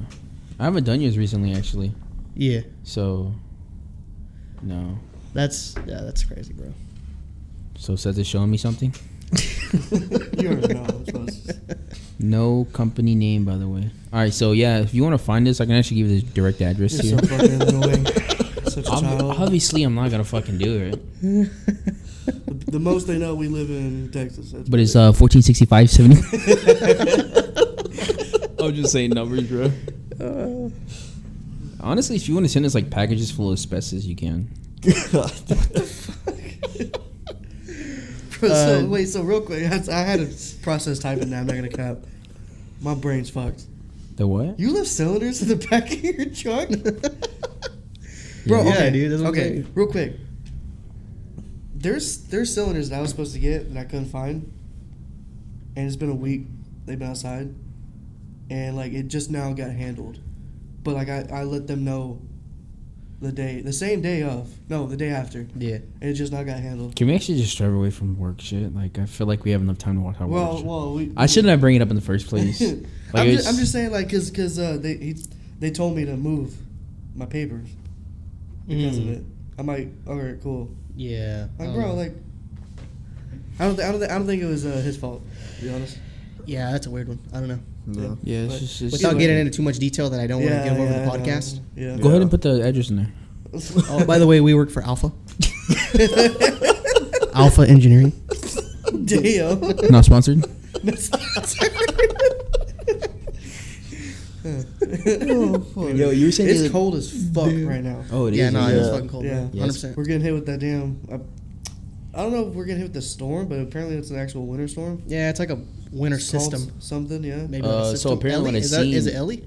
Speaker 2: I haven't done yours recently, actually.
Speaker 4: Yeah,
Speaker 2: So, no.
Speaker 4: that's yeah, that's crazy, bro.
Speaker 2: So, Seth is showing me something.
Speaker 1: you already know. So it's just,
Speaker 2: No company name, by the way. All right, so yeah, if you want to find this, I can actually give you the direct address to
Speaker 1: you're
Speaker 2: you.
Speaker 1: so fucking annoying. Such a
Speaker 2: Ob-
Speaker 1: child.
Speaker 2: obviously, I'm not gonna fucking do it,
Speaker 1: The, the most they know, we live in Texas. That's
Speaker 2: but
Speaker 1: what
Speaker 2: it's
Speaker 1: it-
Speaker 2: uh 1465 70. I'm just saying numbers, bro. Uh. Honestly, if you want to send us like packages full of asbestos, you can.
Speaker 1: Bro, so
Speaker 4: Uh,
Speaker 1: wait, so real quick, I, I had a process typing now. I'm not gonna cap. My brain's fucked.
Speaker 2: The what?
Speaker 1: You left cylinders in the back of your truck, bro.
Speaker 4: Yeah,
Speaker 1: okay,
Speaker 4: dude, that's what I'm
Speaker 1: okay,
Speaker 4: saying.
Speaker 1: real quick. There's there's cylinders that I was supposed to get that I couldn't find, and it's been a week. They've been outside, and like it just now got handled, but like I, I let them know. The day, the same day of, no, the day after, and
Speaker 4: Yeah.
Speaker 1: it just now got handled.
Speaker 2: Can we actually just drive away from work shit? Like, I feel like we have enough time to watch how work.
Speaker 1: Well,
Speaker 2: shit.
Speaker 1: well, we,
Speaker 2: I shouldn't have bring it up in the first place. Like,
Speaker 1: I'm,
Speaker 2: it's-
Speaker 1: just, I'm just saying, like, cause, 'cause, uh, they he, they told me to move my papers because of
Speaker 4: Mm.
Speaker 1: it. I'm like, all right, cool.
Speaker 4: Yeah.
Speaker 1: Like,
Speaker 4: um,
Speaker 1: bro, like, I don't, thi- I don't, thi- I don't think it was uh, his fault. To be honest,
Speaker 4: Yeah, that's a weird one. I don't know.
Speaker 3: No.
Speaker 2: yeah, it's
Speaker 1: but-
Speaker 2: just, it's
Speaker 4: Without
Speaker 1: Either
Speaker 4: getting
Speaker 1: way.
Speaker 4: into too much detail that I don't want to give over
Speaker 1: I know.
Speaker 4: the podcast.
Speaker 1: Yeah.
Speaker 2: Go ahead and put the address in there.
Speaker 4: Oh, by the way, we work for Alpha. Alpha Engineering.
Speaker 1: Damn.
Speaker 2: Not sponsored. Yo, you were saying
Speaker 1: Oh,
Speaker 2: the
Speaker 1: it's
Speaker 2: other-
Speaker 1: cold as fuck
Speaker 4: Dude.
Speaker 1: right now.
Speaker 2: Oh, it is.
Speaker 4: yeah, no, it was
Speaker 3: yeah.
Speaker 4: fucking cold.
Speaker 1: Yeah.
Speaker 4: Yeah,
Speaker 2: Yes.
Speaker 4: hundred percent.
Speaker 1: We're getting hit with that damn. I, I don't know if we're getting hit with the storm, but apparently it's an actual winter storm.
Speaker 4: Yeah, it's like a winter
Speaker 1: It's called
Speaker 4: system.
Speaker 1: Something, yeah.
Speaker 4: Maybe
Speaker 2: Uh,
Speaker 4: like a
Speaker 2: so
Speaker 4: system.
Speaker 2: apparently
Speaker 4: Ellie?
Speaker 2: when I
Speaker 4: is, that, is
Speaker 2: seen-
Speaker 4: it Ellie?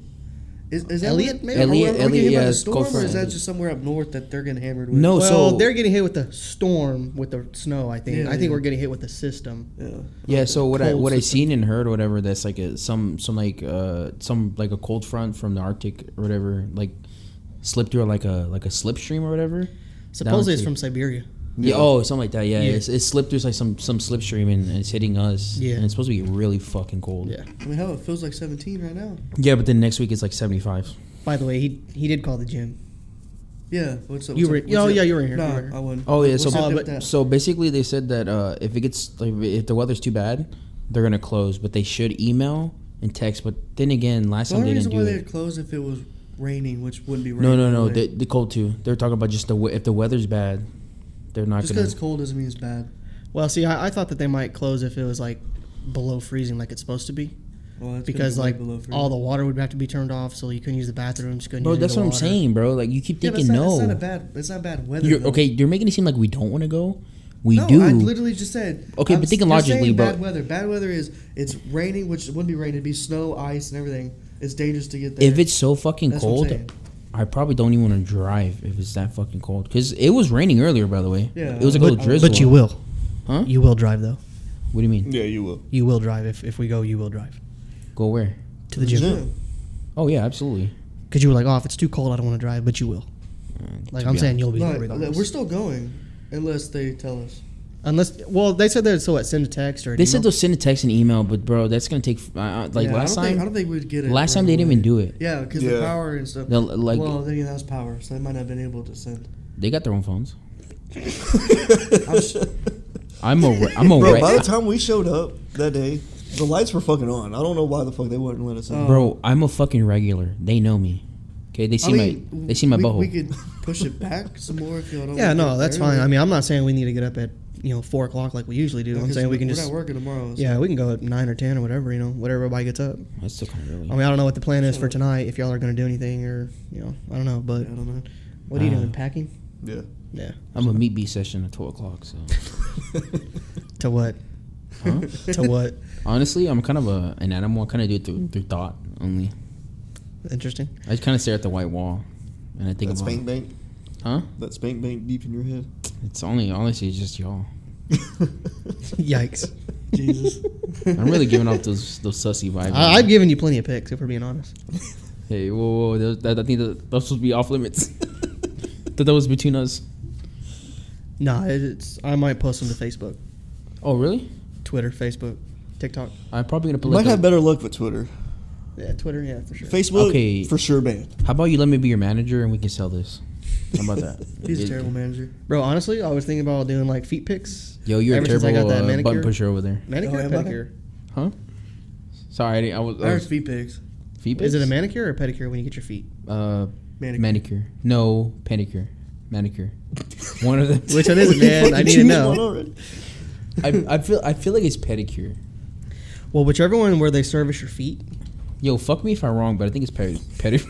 Speaker 1: Is, is that
Speaker 4: Elliot,
Speaker 1: what-
Speaker 4: maybe?
Speaker 1: Are we-
Speaker 2: Elliot-
Speaker 1: are we getting hit
Speaker 2: Elliot,
Speaker 1: by
Speaker 2: yeah,
Speaker 1: the
Speaker 2: it's
Speaker 1: storm,
Speaker 2: called
Speaker 1: or is
Speaker 2: Frank.
Speaker 1: that just somewhere up north that they're getting hammered with?
Speaker 2: No,
Speaker 4: well,
Speaker 2: Oh, so
Speaker 4: they're getting hit with the storm with the snow. I think.
Speaker 1: Yeah,
Speaker 4: I think
Speaker 1: yeah.
Speaker 4: we're getting hit with the system.
Speaker 1: Yeah.
Speaker 2: yeah. So what I
Speaker 4: cold
Speaker 2: what I
Speaker 4: system.
Speaker 2: seen and heard or whatever that's like a, some some like uh some like a cold front from the Arctic or whatever like slip through like a like a slipstream or whatever.
Speaker 4: Supposedly it's
Speaker 2: to-
Speaker 4: from Siberia.
Speaker 2: Yeah. Oh, something like that. Yeah,
Speaker 4: Yeah.
Speaker 2: It's, it slipped through like some some slipstream and, and it's hitting us.
Speaker 4: Yeah.
Speaker 2: and it's supposed to be really fucking cold.
Speaker 4: Yeah.
Speaker 1: I mean, hell, it feels like 17 right now.
Speaker 2: yeah, but then next week it's like seventy five.
Speaker 4: By the way, he he did call the gym.
Speaker 1: Yeah. What's up?
Speaker 4: You
Speaker 1: what's
Speaker 4: were-
Speaker 1: up,
Speaker 4: oh,
Speaker 1: what's up?
Speaker 4: yeah, you were in here, you
Speaker 1: Nah,
Speaker 4: were in here.
Speaker 1: I wasn't.
Speaker 2: Oh yeah,
Speaker 1: What's
Speaker 2: so
Speaker 1: up
Speaker 4: Oh,
Speaker 1: with
Speaker 4: but-
Speaker 1: that?
Speaker 2: so basically they said that uh, if it gets like if the weather's too bad, they're gonna close. But they should email and text. But then again, last
Speaker 1: the
Speaker 2: time
Speaker 1: only
Speaker 2: they
Speaker 1: reason
Speaker 2: didn't
Speaker 1: why
Speaker 2: do
Speaker 1: they'd
Speaker 2: it.
Speaker 1: close if it was raining, which wouldn't be
Speaker 2: No,
Speaker 1: raining.
Speaker 2: no, no.
Speaker 1: anyway.
Speaker 2: The, the cold too. They're talking about just the we- if the weather's bad, they're not
Speaker 1: Just
Speaker 2: gonna.
Speaker 1: because it's cold doesn't mean it's bad.
Speaker 4: Well, see, I, I thought that they might close if it was like below freezing, like it's supposed to be,
Speaker 1: Well, that's gonna
Speaker 4: because
Speaker 1: be way
Speaker 4: like
Speaker 1: below
Speaker 4: all
Speaker 1: freezing.
Speaker 4: the water would have to be turned off, so you couldn't use the bathrooms. Couldn't
Speaker 2: Bro,
Speaker 4: use any of
Speaker 2: that's
Speaker 4: the
Speaker 2: what I'm
Speaker 4: water.
Speaker 2: saying, bro. Like you keep
Speaker 1: Yeah, but
Speaker 2: thinking
Speaker 1: it's not,
Speaker 2: no.
Speaker 1: It's not a bad. It's not bad weather.
Speaker 2: You're,
Speaker 1: though.
Speaker 2: okay, you're making it seem like we don't want to go. We
Speaker 1: no,
Speaker 2: do.
Speaker 1: I literally just said.
Speaker 2: Okay, but think
Speaker 1: s- you're
Speaker 2: logically,
Speaker 1: saying
Speaker 2: bro.
Speaker 1: Bad weather. Bad weather is it's raining, which wouldn't be rain. It'd be snow, ice, and everything. It's dangerous to get there.
Speaker 2: if it's so fucking
Speaker 1: That's what I'm saying.
Speaker 2: cold, I probably don't even want to drive if it's that fucking cold. Because it was raining earlier, by the way.
Speaker 1: Yeah,
Speaker 2: it was like a
Speaker 1: But-
Speaker 2: little drizzle.
Speaker 4: But you will,
Speaker 2: Huh?
Speaker 4: You will drive though.
Speaker 2: What do you mean?
Speaker 3: Yeah, you will.
Speaker 4: You will drive if, if we go. You will drive
Speaker 2: Go where?
Speaker 4: to the gym
Speaker 1: Gym.
Speaker 2: Oh yeah, absolutely.
Speaker 4: because you were like, "Oh, if it's too cold, I don't want to drive," but you will.
Speaker 2: Uh,
Speaker 4: Like
Speaker 2: to
Speaker 4: I'm
Speaker 2: be
Speaker 4: saying, you'll be
Speaker 1: No,
Speaker 4: there regardless.
Speaker 1: we're still going, unless they tell us.
Speaker 4: Unless, well, they said they'd so what send a text or an
Speaker 2: They said
Speaker 4: email?
Speaker 2: they'll send a text and email, but bro, that's gonna take uh, uh, like
Speaker 1: Yeah, I
Speaker 2: last
Speaker 1: don't Think, I
Speaker 2: time.
Speaker 1: don't think we'd get it.
Speaker 2: last time
Speaker 1: right
Speaker 2: they didn't even
Speaker 1: away.
Speaker 2: do it.
Speaker 1: Yeah, because the
Speaker 3: Yeah.
Speaker 1: power and stuff.
Speaker 2: They'll, like
Speaker 1: well, they didn't have power, so they might not have been able to send.
Speaker 2: they got their own phones.
Speaker 1: I'm s-
Speaker 2: I'm a re- I'm a
Speaker 3: Bro,
Speaker 2: re-
Speaker 3: by the time we showed up that day, the lights were fuking on. I don't know why the fuck they wouldn't let us in.
Speaker 1: Oh.
Speaker 2: bro. I'm a fucking regular. They know me. Okay, they see my they see my
Speaker 1: we,
Speaker 2: butthole.
Speaker 1: We could push it back some more if you don't.
Speaker 4: Yeah,
Speaker 1: wanna
Speaker 4: no,
Speaker 1: get
Speaker 4: that's
Speaker 1: there,
Speaker 4: fine.
Speaker 1: but-
Speaker 4: I mean, I'm not saying we need to get up at you know four o'clock like we usually do. I'm
Speaker 1: 'cause
Speaker 4: saying we can
Speaker 1: we're
Speaker 4: just
Speaker 1: not working tomorrow. so-
Speaker 4: yeah, we can go at nine or ten or whatever. You know, whatever everybody gets up.
Speaker 2: That's still kind of early.
Speaker 4: I mean, I don't know what the plan is
Speaker 1: So-
Speaker 4: for tonight. If y'all are going to do anything or you know, I don't know.
Speaker 1: I
Speaker 4: But
Speaker 1: don't know.
Speaker 4: what are you
Speaker 2: Uh,
Speaker 4: doing? Packing?
Speaker 3: Yeah.
Speaker 4: Yeah.
Speaker 2: I'm a meat bee session at 12 o'clock. So
Speaker 4: To what?
Speaker 2: Huh?
Speaker 4: To what?
Speaker 2: honestly, I'm kind of a an animal. I kind of do it through, through thought only.
Speaker 4: Interesting.
Speaker 2: I just kind of stare at the white wall, and I think
Speaker 3: That
Speaker 2: about
Speaker 3: spank bank.
Speaker 2: huh.
Speaker 3: That spank bank deep in your head.
Speaker 2: It's only honestly it's just y'all.
Speaker 4: Yikes.
Speaker 1: Jesus.
Speaker 2: I'm really giving off those those sussy vibes.
Speaker 4: I, I've given you plenty of picks if we're being honest.
Speaker 2: Hey, whoa, whoa, those, that, I think that, those would be off limits. that that was between us.
Speaker 4: Nah, it, it's I might post them to Facebook,
Speaker 2: Oh, really?
Speaker 4: Twitter, Facebook, TikTok.
Speaker 2: I'm probably gonna put
Speaker 3: Might
Speaker 2: like.
Speaker 3: have
Speaker 2: A,
Speaker 3: better luck with Twitter.
Speaker 4: Yeah, Twitter. Yeah, for sure.
Speaker 3: Facebook,
Speaker 2: Okay.
Speaker 3: for sure, man.
Speaker 2: how about you let me be your manager and we can sell this? How about that?
Speaker 1: He's a
Speaker 2: It-
Speaker 1: terrible manager.
Speaker 4: Bro, honestly, I was thinking about doing like feet pics,
Speaker 2: Yo, you're
Speaker 4: Ever
Speaker 2: a
Speaker 4: since I
Speaker 2: terrible
Speaker 4: got that
Speaker 2: uh,
Speaker 4: manicure.
Speaker 2: button pusher over there.
Speaker 4: manicure,
Speaker 1: Oh,
Speaker 4: or
Speaker 1: am I?
Speaker 4: pedicure.
Speaker 2: Sorry, I, didn't- I was. I
Speaker 1: I heard
Speaker 2: was
Speaker 1: feet pigs.
Speaker 2: feet
Speaker 4: Is it a
Speaker 2: pics?
Speaker 4: manicure or a pedicure when you get your feet?
Speaker 2: Uh,
Speaker 1: Manicure.
Speaker 2: manicure. No, pedicure. Manicure. One of them.
Speaker 4: Which one is it, man? I
Speaker 3: You
Speaker 4: need to
Speaker 3: choose one
Speaker 4: know.
Speaker 3: already.
Speaker 2: I, I feel. I feel like it's pedicure.
Speaker 4: Well, whichever one where they service your feet.
Speaker 2: Yo, fuck me if I'm wrong, but I think it's pedi-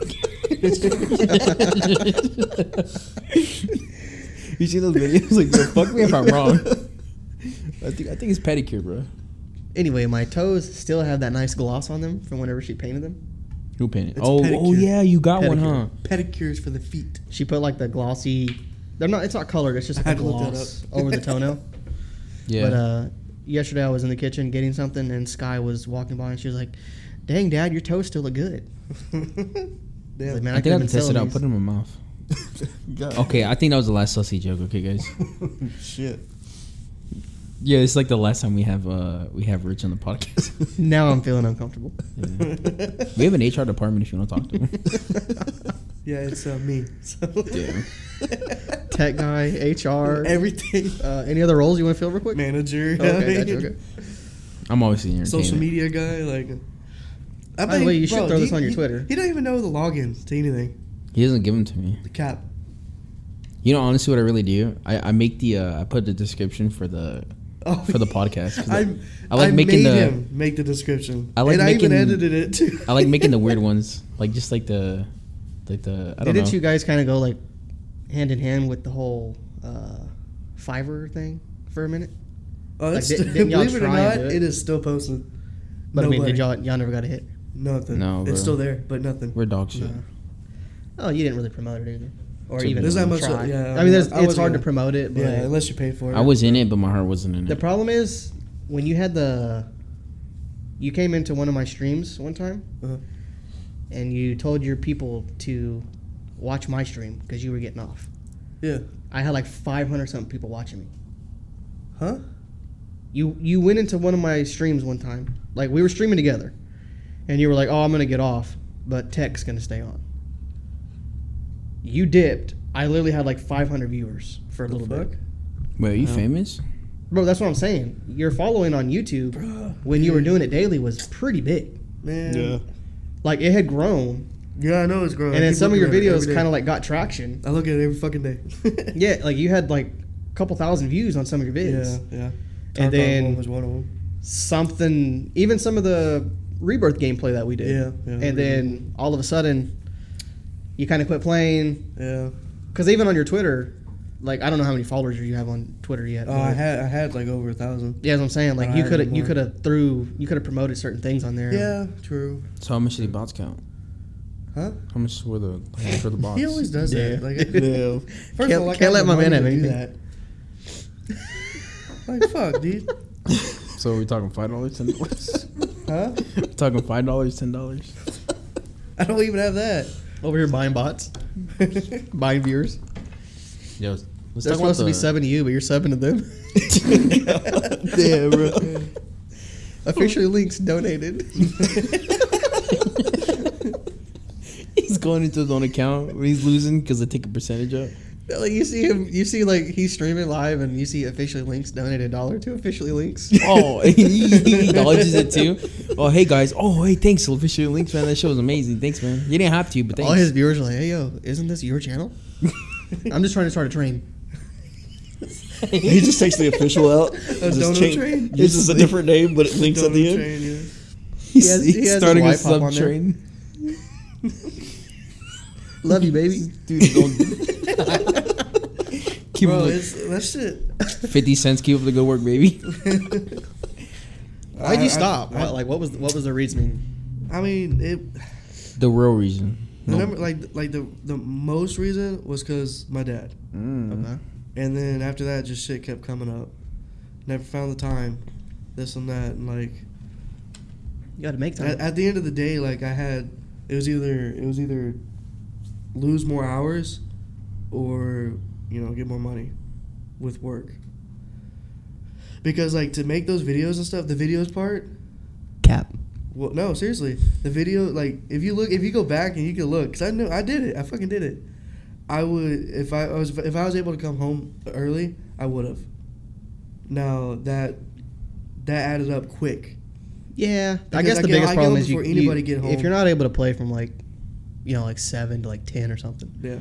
Speaker 2: pedicure. you see those videos? Like, yo, fuck me if I'm wrong. I think I think it's pedicure, bro.
Speaker 4: Anyway, my toes still have that nice gloss on them from whenever she painted them.
Speaker 2: Who painted?
Speaker 1: It's
Speaker 2: Oh, oh
Speaker 1: pedicure.
Speaker 2: yeah, you got one, huh?
Speaker 4: Pedicure.
Speaker 1: Pedicures for the feet.
Speaker 4: She put like the glossy. They're not. It's not colored. It's just
Speaker 1: I
Speaker 4: like a
Speaker 1: had to look that
Speaker 4: gloss
Speaker 1: up.
Speaker 4: over the toenail.
Speaker 2: Yeah.
Speaker 4: But uh, yesterday I was in the kitchen getting something, and Sky was walking by, and she was like, "Dang, Dad, your toes still look good." I was
Speaker 1: Damn.
Speaker 4: like, Man,
Speaker 2: I
Speaker 4: could've
Speaker 2: think I have
Speaker 4: been
Speaker 2: to test it
Speaker 4: selling
Speaker 2: out. Put
Speaker 4: these."
Speaker 2: it in my mouth.
Speaker 3: God.
Speaker 2: Okay, I think that was the last sussy joke. Okay, guys.
Speaker 3: Shit.
Speaker 2: Yeah, it's like the last time we have uh we have Rich on the podcast.
Speaker 4: Now I'm feeling uncomfortable.
Speaker 2: we have an HR department if you want to talk to him.
Speaker 1: yeah, it's uh, me. So.
Speaker 2: Damn.
Speaker 4: Tech guy, HR,
Speaker 1: Everything.
Speaker 4: uh, any other roles you want to fill real quick?
Speaker 1: Manager. you know what I
Speaker 4: Oh, Okay,
Speaker 1: mean?
Speaker 4: gotcha, okay.
Speaker 2: I'm always senior.
Speaker 1: Social media guy. Like. I
Speaker 4: By the way, you should
Speaker 1: bro,
Speaker 4: throw
Speaker 1: he-
Speaker 4: this on your
Speaker 1: he-
Speaker 4: Twitter.
Speaker 1: He don't even know the logins to anything.
Speaker 2: He doesn't give them to me.
Speaker 1: The cap.
Speaker 2: You know, honestly, what I really do, I, I make the uh, I put the description for the
Speaker 1: Oh,
Speaker 2: for the podcast. 'Cause
Speaker 1: I'm,
Speaker 2: I like
Speaker 1: I
Speaker 2: making
Speaker 1: made
Speaker 2: the-
Speaker 1: him make the description.
Speaker 2: I like
Speaker 1: and I even
Speaker 2: making-
Speaker 1: edited it too.
Speaker 2: I like making the weird ones, like just like the like the I don't
Speaker 4: Didn't
Speaker 2: know.
Speaker 4: you guys kind of go like hand in hand with the whole uh, Fiverr thing for a minute?
Speaker 1: Oh,
Speaker 4: Like,
Speaker 1: it's
Speaker 4: didn't-
Speaker 1: still-
Speaker 4: didn't y'all
Speaker 1: believe it or
Speaker 4: try
Speaker 1: not,
Speaker 4: and do it?
Speaker 1: it is still posted.
Speaker 4: But I mean,
Speaker 1: Nobody.
Speaker 4: did y'all y'all never got a hit?
Speaker 1: Nothing.
Speaker 2: No, bro.
Speaker 1: it's still there, but nothing.
Speaker 2: We're dog shit.
Speaker 4: No. Oh, you didn't really promote it either, or
Speaker 2: To
Speaker 4: even
Speaker 2: There's
Speaker 1: not much- uh,
Speaker 4: try.
Speaker 1: yeah,
Speaker 4: I mean, there's,
Speaker 1: I
Speaker 4: it's
Speaker 1: wasn't
Speaker 4: hard to
Speaker 1: gonna-
Speaker 4: promote it, but
Speaker 1: yeah, unless you pay for it.
Speaker 2: I was in it, but my heart wasn't in
Speaker 4: the
Speaker 2: it.
Speaker 4: problem is when you had the you came into one of my streams one time
Speaker 1: Uh-huh.
Speaker 4: and you told your people to watch my stream because you were getting off.
Speaker 1: Yeah.
Speaker 4: I had like 500 something people watching me.
Speaker 1: Huh?
Speaker 4: You you went into one of my streams one time. Like we were streaming together, and you were like, "Oh, I'm gonna get off, but Tech's gonna stay on." You dipped. I literally had like 500 viewers for a
Speaker 1: The
Speaker 4: little
Speaker 1: fuck?
Speaker 4: bit.
Speaker 2: Wait, are you famous?
Speaker 4: Bro, that's what I'm saying. Your following on YouTube
Speaker 1: Bruh.
Speaker 4: when you were doing it daily was pretty big.
Speaker 1: Man.
Speaker 3: Yeah.
Speaker 1: Yeah.
Speaker 4: Like it had grown,
Speaker 1: I know it's growing.
Speaker 4: and then some of your videos kind of like got traction.
Speaker 1: I look at it every fucking day.
Speaker 4: Yeah, like you had like a couple thousand views on some of your videos.
Speaker 1: Yeah. Yeah.
Speaker 4: And
Speaker 1: Tarkov
Speaker 4: then-
Speaker 1: one was one of them.
Speaker 4: something even some of the rebirth gameplay that we did
Speaker 1: Yeah, yeah,
Speaker 4: and
Speaker 1: Rebirth.
Speaker 4: then all of a sudden you kind of quit playing
Speaker 1: Yeah.
Speaker 4: because even on your twitter like i don't know how many followers you have on twitter yet
Speaker 1: Oh, I had I had like over a thousand.
Speaker 4: yeah that's what i'm saying like
Speaker 1: I
Speaker 4: you
Speaker 1: had
Speaker 4: could have
Speaker 1: no
Speaker 4: you
Speaker 1: more.
Speaker 4: could have threw you could have promoted certain things on there
Speaker 1: Yeah. True.
Speaker 2: So how much did the bots count?
Speaker 1: Huh?
Speaker 2: How much were the for the bots?
Speaker 1: He always does
Speaker 4: Yeah.
Speaker 1: that. Like,
Speaker 3: Yeah.
Speaker 1: first
Speaker 4: Can't-
Speaker 1: of all, I
Speaker 4: can't
Speaker 1: got
Speaker 4: let
Speaker 1: the
Speaker 4: my man
Speaker 1: money
Speaker 4: have
Speaker 1: to do
Speaker 4: anything.
Speaker 1: that. like fuck, dude.
Speaker 2: So are we talking five dollars, ten dollars?
Speaker 1: Huh?
Speaker 2: talking five dollars, ten dollars.
Speaker 1: I don't even have that.
Speaker 4: over here buying bots buying viewers
Speaker 2: Yo, let's
Speaker 4: they're
Speaker 2: talk about
Speaker 4: supposed to be
Speaker 2: the-
Speaker 4: subbing to you but you're subbing to them
Speaker 3: Damn, bro.
Speaker 4: official links donated
Speaker 2: He's going into his own account. When he's losing because they take a percentage up.
Speaker 4: like you see him you see like he's streaming live and you see officially links donate a dollar to officially links
Speaker 2: Oh, he acknowledges it too. Oh, hey guys. Oh, hey, thanks, official links, man. That show was amazing. Thanks, man. You didn't have to, but thanks.
Speaker 4: All his viewers are like, "Hey, yo, isn't this your channel?" I'm just trying to start a train.
Speaker 3: He just takes the official out. just
Speaker 1: donut
Speaker 3: change-
Speaker 1: train?
Speaker 3: Uses a different name, but it links at the end.
Speaker 1: Train, yeah.
Speaker 2: he's,
Speaker 4: he has- he
Speaker 2: he's
Speaker 4: has
Speaker 2: starting a
Speaker 4: his wife up on
Speaker 2: sub train.
Speaker 4: Love you, baby.
Speaker 2: Dude, don't. keep
Speaker 1: Bro,
Speaker 2: up
Speaker 1: it's, that shit.
Speaker 2: the- fifty cents. Keep up the good work, baby.
Speaker 4: Why'd
Speaker 1: I-
Speaker 4: you stop?
Speaker 1: I,
Speaker 4: Why- like, what was what was the reasoning?
Speaker 1: I mean, it.
Speaker 2: The real reason.
Speaker 1: The
Speaker 2: No.
Speaker 1: number, like, like the the most reason was because my dad,
Speaker 3: Mm-hmm.
Speaker 4: Okay.
Speaker 1: and then after that, just shit kept coming up. Never found the time, this and that, and like
Speaker 4: You got to make time.
Speaker 1: at, at the end of the day, like I had, it was either it was either lose more hours, or you know get more money, with work. Because like to make those videos and stuff, the videos part,
Speaker 4: Cap.
Speaker 1: Well, no, seriously, the video like if you look if you go back and you can look, cause I knew I did it, I fucking did it. I would if I was if I was able to come home early, I would have. Now that that added up quick.
Speaker 4: Yeah, I
Speaker 1: Because
Speaker 4: guess
Speaker 1: I
Speaker 4: the
Speaker 1: get- I
Speaker 4: biggest
Speaker 1: get
Speaker 4: problem
Speaker 1: home
Speaker 4: is you,
Speaker 1: before anybody
Speaker 4: you-
Speaker 1: get
Speaker 4: if
Speaker 1: home.
Speaker 4: you're not able to play from like, you know, like seven to like ten or something.
Speaker 1: Yeah,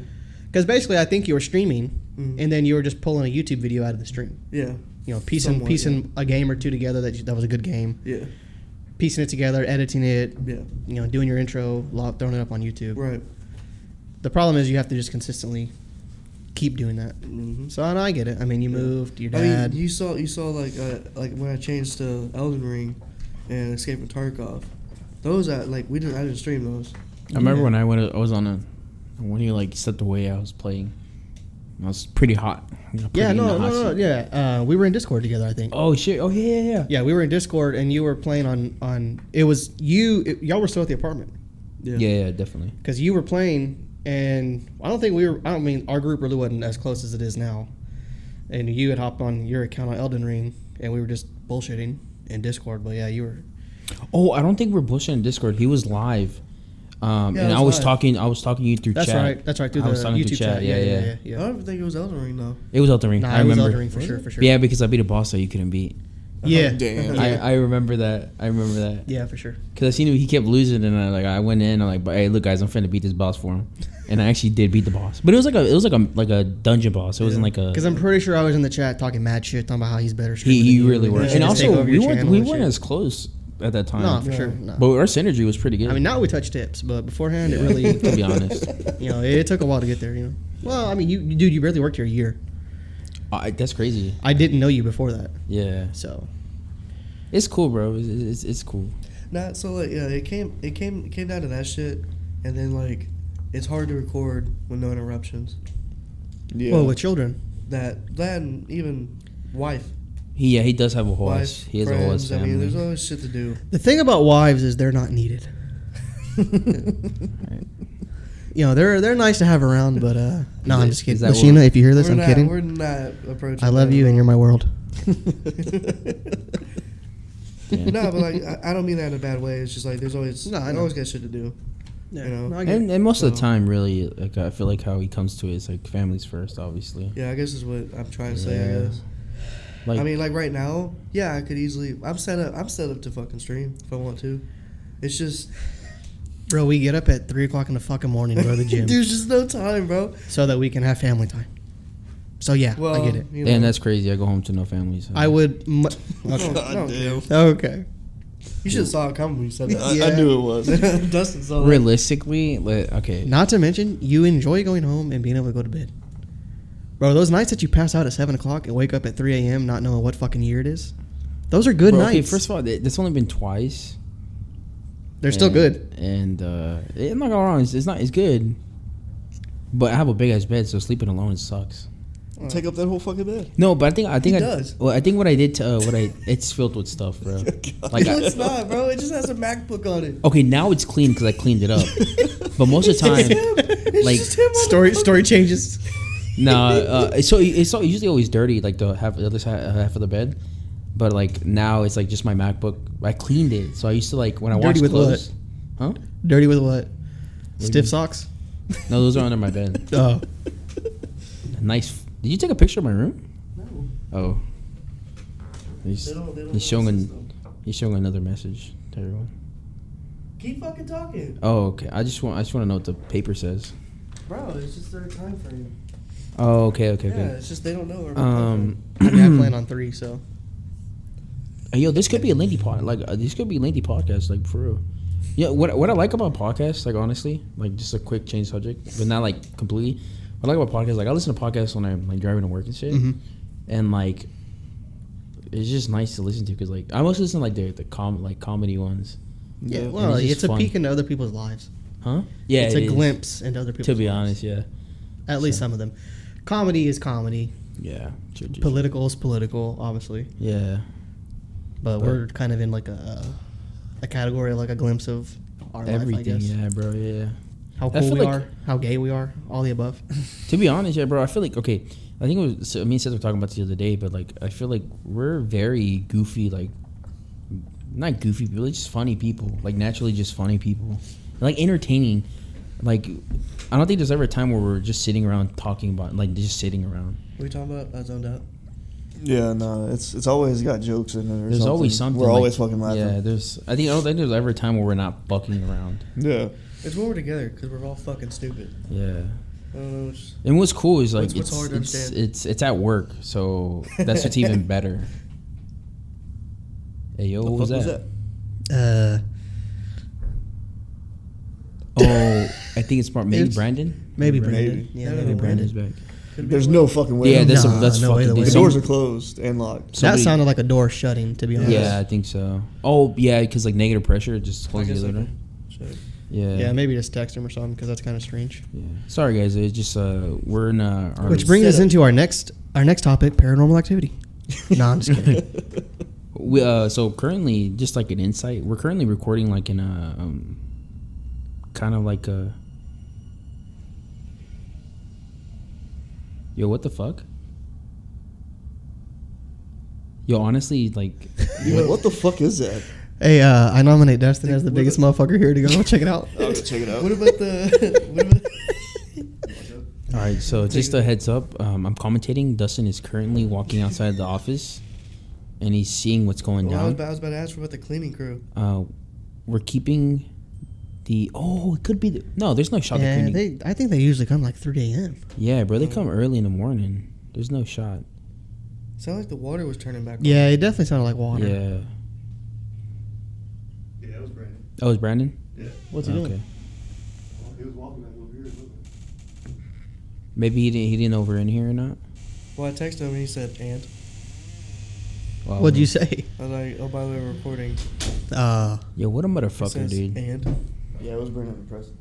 Speaker 4: Because basically, I think you were streaming,
Speaker 1: Mhm.
Speaker 4: and then you were just pulling a YouTube video out of the stream.
Speaker 1: yeah,
Speaker 4: You know, piecing
Speaker 1: Somewhat,
Speaker 4: piecing a game or two together that you, that was a good game,
Speaker 1: yeah,
Speaker 4: piecing it together, editing it,
Speaker 1: yeah.
Speaker 4: you know, doing your intro, lo- throwing it up on YouTube.
Speaker 1: Right.
Speaker 4: The problem is you have to just consistently keep doing that.
Speaker 1: hmm
Speaker 4: So and I get it. I mean, you
Speaker 1: Yeah.
Speaker 4: moved, your
Speaker 1: I mean,
Speaker 4: dad.
Speaker 1: you saw you saw like uh, like when I changed to Elden Ring, and Escape from Tarkov. Those I like we didn't I didn't stream those.
Speaker 2: I remember when I went. I was on a when you like stepped away. I was playing. I was pretty hot. I was
Speaker 4: yeah,
Speaker 2: pretty in
Speaker 4: no,
Speaker 2: the
Speaker 4: no,
Speaker 2: hot
Speaker 4: no,
Speaker 2: seat.
Speaker 4: yeah. Uh, we were in Discord together, I think.
Speaker 2: Oh shit! Oh yeah, yeah, yeah.
Speaker 4: Yeah, we were in Discord, and you were playing on on. It was you. It, y'all were still at the apartment
Speaker 1: Yeah.
Speaker 2: Yeah, yeah, definitely.
Speaker 4: because you were playing, and I don't think we were. I don't mean our group really wasn't as close as it is now. And you had hopped on your account on Elden Ring, and we were just bullshitting in Discord. But yeah, you were.
Speaker 2: Oh, I don't think we're bullshitting in Discord. He was live, um,
Speaker 1: Yeah,
Speaker 2: and
Speaker 1: I
Speaker 2: I
Speaker 1: was
Speaker 2: was
Speaker 1: live.
Speaker 2: talking. I was talking to you through
Speaker 4: That's
Speaker 2: chat.
Speaker 4: right. That's right. Through
Speaker 2: I
Speaker 4: the
Speaker 2: was talking
Speaker 4: YouTube
Speaker 2: through
Speaker 4: chat.
Speaker 2: chat,
Speaker 4: Yeah,
Speaker 2: yeah,
Speaker 4: yeah,
Speaker 2: yeah.
Speaker 4: yeah.
Speaker 1: I
Speaker 4: yeah.
Speaker 1: don't think it was Elden Ring though.
Speaker 2: It was Elden Ring.
Speaker 4: Nah,
Speaker 2: I
Speaker 4: it was
Speaker 2: remember.
Speaker 4: Elden Ring for sure. For sure.
Speaker 2: Yeah, because I beat a boss that you couldn't beat.
Speaker 4: Yeah.
Speaker 3: Damn.
Speaker 2: I, I remember that. I remember that.
Speaker 4: Yeah, for sure.
Speaker 2: Cause I seen him. He kept losing, and I like I went in. I'm like, but hey, look, guys, I'm finna beat this boss for him, and I actually did beat the boss. But it was like a it was like a like a dungeon boss. It wasn't like a
Speaker 4: Because I'm pretty sure I was in the chat talking mad shit, talking about how he's better.
Speaker 2: he,
Speaker 4: streamer
Speaker 2: he
Speaker 4: than you,
Speaker 2: really
Speaker 4: you
Speaker 2: was.
Speaker 4: should
Speaker 2: And
Speaker 4: just take
Speaker 2: also,
Speaker 4: over
Speaker 2: we
Speaker 4: your
Speaker 2: weren't
Speaker 4: channel
Speaker 2: we
Speaker 4: and
Speaker 2: weren't
Speaker 4: shit.
Speaker 2: as close at that time.
Speaker 4: No, for
Speaker 1: Yeah.
Speaker 4: sure. No.
Speaker 2: But our synergy was pretty good.
Speaker 4: I mean, now we touch tips, but beforehand, it really,
Speaker 2: to be honest,
Speaker 4: you know, it, took a while to get there. You know. Well, I mean, you, you- dude, you barely worked here a year.
Speaker 2: I, that's crazy.
Speaker 4: I didn't know you before that,
Speaker 2: Yeah,
Speaker 4: so
Speaker 2: it's cool, bro. It's, it's, it's cool.
Speaker 1: Not so like yeah, it came it came it came down to that shit, and then like it's hard to record with no interruptions.
Speaker 3: Yeah.
Speaker 4: well, with children,
Speaker 1: That that and even wife,
Speaker 2: He yeah, he does have a horse.
Speaker 1: wife,
Speaker 2: he has a horse
Speaker 1: friends. I
Speaker 2: family.
Speaker 1: mean, there's always shit to do.
Speaker 4: the thing about wives is they're not needed. you know they're they're nice to have around, but uh, no, I'm just
Speaker 2: Is
Speaker 4: kidding.
Speaker 2: that what-
Speaker 4: Lashina, if you hear this,
Speaker 1: we're
Speaker 4: I'm
Speaker 1: not, We're
Speaker 4: kidding.
Speaker 1: not approaching.
Speaker 4: I love
Speaker 1: that
Speaker 4: you,
Speaker 1: at
Speaker 4: and
Speaker 1: all.
Speaker 4: you're my world.
Speaker 2: Yeah.
Speaker 1: no, but like I, I don't mean that in a bad way. It's just like there's always
Speaker 4: No,
Speaker 1: no,
Speaker 4: I
Speaker 1: I
Speaker 4: know.
Speaker 1: always got shit to do.
Speaker 4: Yeah,
Speaker 1: You know?
Speaker 4: no, I get it.
Speaker 2: and, and most of the
Speaker 1: So-
Speaker 2: time, really, like I feel like how he comes to it is like families first, obviously.
Speaker 1: Yeah, I guess is what I'm trying to say. I
Speaker 2: Yeah.
Speaker 1: guess.
Speaker 2: Like,
Speaker 1: I mean, like right now, yeah, I could easily. I'm set up. I'm set up to fucking stream if I want to. It's just
Speaker 4: bro, we get up at three o'clock in the fucking morning, go to the gym,
Speaker 1: There's just no time, bro.
Speaker 4: so that we can have family time. So yeah,
Speaker 1: Well,
Speaker 4: I get it.
Speaker 1: You
Speaker 2: damn, that's crazy. I go home to no families.
Speaker 4: I would. Mu- okay.
Speaker 1: I don't
Speaker 3: damn.
Speaker 4: okay.
Speaker 1: You should have saw it coming when you said
Speaker 3: I,
Speaker 1: that.
Speaker 4: Yeah.
Speaker 3: I knew it was.
Speaker 1: Dustin saw that.
Speaker 2: realistically, like, okay,
Speaker 4: Not to mention, you enjoy going home and being able to go to bed. Bro, those nights that you pass out at 7 o'clock and wake up at 3 a.m. not knowing what fucking year it is, those are good
Speaker 2: Bro,
Speaker 4: nights.
Speaker 2: Okay, first of all, th- that's only been twice.
Speaker 4: They're still
Speaker 2: And-
Speaker 4: good.
Speaker 2: And uh, it- I'm not gonna lie, it's, it's not. It's good. But I have a big ass bed, so sleeping alone sucks.
Speaker 3: Take up that whole fucking bed.
Speaker 2: No, but I think I think
Speaker 1: It
Speaker 2: I,
Speaker 1: does.
Speaker 2: Well, I think what I did to uh, what I it's filled with stuff, bro. Like,
Speaker 1: No,
Speaker 2: I,
Speaker 1: it's not, bro. It just has a MacBook on it.
Speaker 2: okay, now it's clean because I cleaned it up. but most of
Speaker 1: It's
Speaker 2: the time,
Speaker 1: him. It's
Speaker 2: like,
Speaker 1: just him on
Speaker 4: Story
Speaker 1: the
Speaker 4: story changes.
Speaker 2: No, uh, it's so it's so usually always dirty, like the half the other side, half of the bed. But like now, it's like just my MacBook. I cleaned it, so I used to like when I
Speaker 4: Dirty
Speaker 2: washed
Speaker 4: with
Speaker 2: clothes. Huh?
Speaker 4: Dirty with what? Stiff
Speaker 2: mean?
Speaker 4: socks?
Speaker 2: No, those are under my bed.
Speaker 4: Oh.
Speaker 2: Nice. Did you take a picture of my room?
Speaker 1: No,
Speaker 2: Oh. He's,
Speaker 1: they don't- they don't
Speaker 2: he's
Speaker 1: know
Speaker 2: showing
Speaker 1: the
Speaker 2: an,
Speaker 1: system.
Speaker 2: he's showing another message to everyone.
Speaker 1: Keep fucking talking,
Speaker 2: Oh, okay. I just want I just want to know what the paper says.
Speaker 1: bro. It's just their time frame.
Speaker 2: Oh, okay, okay,
Speaker 1: Yeah,
Speaker 2: okay.
Speaker 1: it's just they don't know. our time
Speaker 2: Um,
Speaker 4: I mean, I plan on three, so.
Speaker 2: Hey, Yo, this could be a lengthy pod. Like uh, this could be a lengthy podcast. Like for real. Yeah. What What I like about podcasts, like honestly, like just a quick change subject, but not like completely. What I like about podcasts, like I listen to podcasts when I'm like driving to work and shit,
Speaker 4: Mhm.
Speaker 2: and like it's just nice to listen to because like I mostly listen to, like the the com like comedy ones,
Speaker 4: Yeah,
Speaker 2: Yeah,
Speaker 4: well,
Speaker 2: and it's
Speaker 4: it's,
Speaker 2: just
Speaker 4: a
Speaker 2: fun.
Speaker 4: peek into other people's lives.
Speaker 2: huh? Yeah,
Speaker 4: it's
Speaker 2: it
Speaker 4: a
Speaker 2: is,
Speaker 4: glimpse into other people's
Speaker 2: To be
Speaker 4: lives.
Speaker 2: honest, yeah,
Speaker 4: At least some of them. Comedy is comedy.
Speaker 2: yeah, Ju- ju-
Speaker 4: Political is political, obviously.
Speaker 2: yeah.
Speaker 4: But,
Speaker 2: But-
Speaker 4: we're kind of in like a a category, like a glimpse of our life, I
Speaker 2: Everything,
Speaker 4: guess.
Speaker 2: yeah, bro, yeah.
Speaker 4: How
Speaker 2: I
Speaker 4: cool
Speaker 2: feel
Speaker 4: we
Speaker 2: like-
Speaker 4: are, how gay we are, all the above.
Speaker 2: To be honest, yeah, bro, I feel like okay. I think it was so me and Seth were talking about this the other day, but like I feel like we're very goofy, like not goofy, but really just funny people, like naturally just funny people, like entertaining. Like I don't think there's ever a time where we're just sitting around talking about like just sitting around.
Speaker 1: frame. What are you talking about? I zoned out.
Speaker 3: Yeah, no, it's it's always got jokes in it. Or
Speaker 2: There's
Speaker 3: something.
Speaker 2: always something.
Speaker 3: We're
Speaker 2: like-
Speaker 3: always fucking
Speaker 2: Yeah,
Speaker 3: laughing.
Speaker 2: there's. I think I don't think there's ever a time where we're not fucking around.
Speaker 3: Yeah.
Speaker 1: It's when we're together because we're all fucking stupid.
Speaker 2: Yeah.
Speaker 1: I don't know. It's,
Speaker 2: And what's cool is like
Speaker 1: What's- what's
Speaker 2: it's,
Speaker 1: hard to
Speaker 2: it's, it's
Speaker 1: understand?
Speaker 2: it's at work, so that's what's even better. Hey yo, what was
Speaker 3: fuck
Speaker 2: that?
Speaker 3: was
Speaker 4: Uh,
Speaker 2: Oh, I think it's smart. Maybe
Speaker 4: It's- Oh,
Speaker 2: Brandon.
Speaker 4: maybe
Speaker 2: Brandon.
Speaker 4: Brandon.
Speaker 3: Maybe.
Speaker 4: Yeah,
Speaker 1: No,
Speaker 4: maybe
Speaker 1: no,
Speaker 4: Brandon.
Speaker 2: Brandon's back.
Speaker 1: could be
Speaker 3: There's
Speaker 1: one.
Speaker 3: no fucking way.
Speaker 2: Yeah,
Speaker 3: to-
Speaker 2: that's
Speaker 4: Nah,
Speaker 2: that's
Speaker 4: no way
Speaker 2: fucking.
Speaker 4: the
Speaker 3: the
Speaker 4: way.
Speaker 2: big.
Speaker 3: doors are closed and locked.
Speaker 4: That
Speaker 2: Somebody-
Speaker 4: sounded like a door shutting, to be honest.
Speaker 2: Yeah, I think so. Oh, yeah, because like negative pressure just
Speaker 1: I guess
Speaker 2: closes the
Speaker 1: I
Speaker 2: other.
Speaker 1: could- shit.
Speaker 2: Yeah.
Speaker 4: Yeah,
Speaker 2: Yeah.
Speaker 4: maybe just text him or something because that's kind of strange.
Speaker 2: Sorry guys, it's just uh we're in uh our
Speaker 4: Which brings
Speaker 1: Set
Speaker 4: us
Speaker 1: up.
Speaker 4: into our next our next topic: paranormal activity. no, I'm just kidding.
Speaker 2: we, uh so currently just like an insight we're currently recording like in a um, kind of like a yo what the fuck yo honestly like
Speaker 3: You're like, what the fuck is that?
Speaker 4: hey, uh, I nominate Dustin as the
Speaker 1: What
Speaker 4: biggest
Speaker 1: the-
Speaker 4: motherfucker here to go check it out.
Speaker 3: I'll go check it out.
Speaker 1: What about the? what about
Speaker 2: All right, so just a heads up, um, I'm commentating. Dustin is currently walking outside the office, and he's seeing what's going
Speaker 1: Well, I, was
Speaker 2: down.
Speaker 1: about, I was about to ask for about the cleaning crew.
Speaker 2: Uh, we're keeping the. Oh, it could be. The, no, there's no shot.
Speaker 4: Yeah,
Speaker 2: Yeah,
Speaker 4: they, I think they usually come like 3 a.m.
Speaker 2: yeah, bro, they come early in the morning. There's no shot.
Speaker 1: Sounded like the water was turning back.
Speaker 4: Yeah, it definitely sounded like water.
Speaker 2: Yeah.
Speaker 5: Yeah, that was Brandon.
Speaker 2: Oh, it's Brandon.
Speaker 5: Yeah.
Speaker 4: What's he
Speaker 2: Okay.
Speaker 4: doing?
Speaker 5: He was walking back over here. wasn't
Speaker 2: Maybe he didn't. He didn't over in here or not.
Speaker 1: On. Well, I texted him and he said, "And."
Speaker 2: Wow.
Speaker 4: What'd you say?
Speaker 1: I was like, "Oh, by the way, we're recording."
Speaker 4: Uh,
Speaker 2: Yo, what a
Speaker 1: He
Speaker 2: motherfucker,
Speaker 1: says,
Speaker 2: dude.
Speaker 1: And.
Speaker 3: Yeah, it was Brandon and Preston.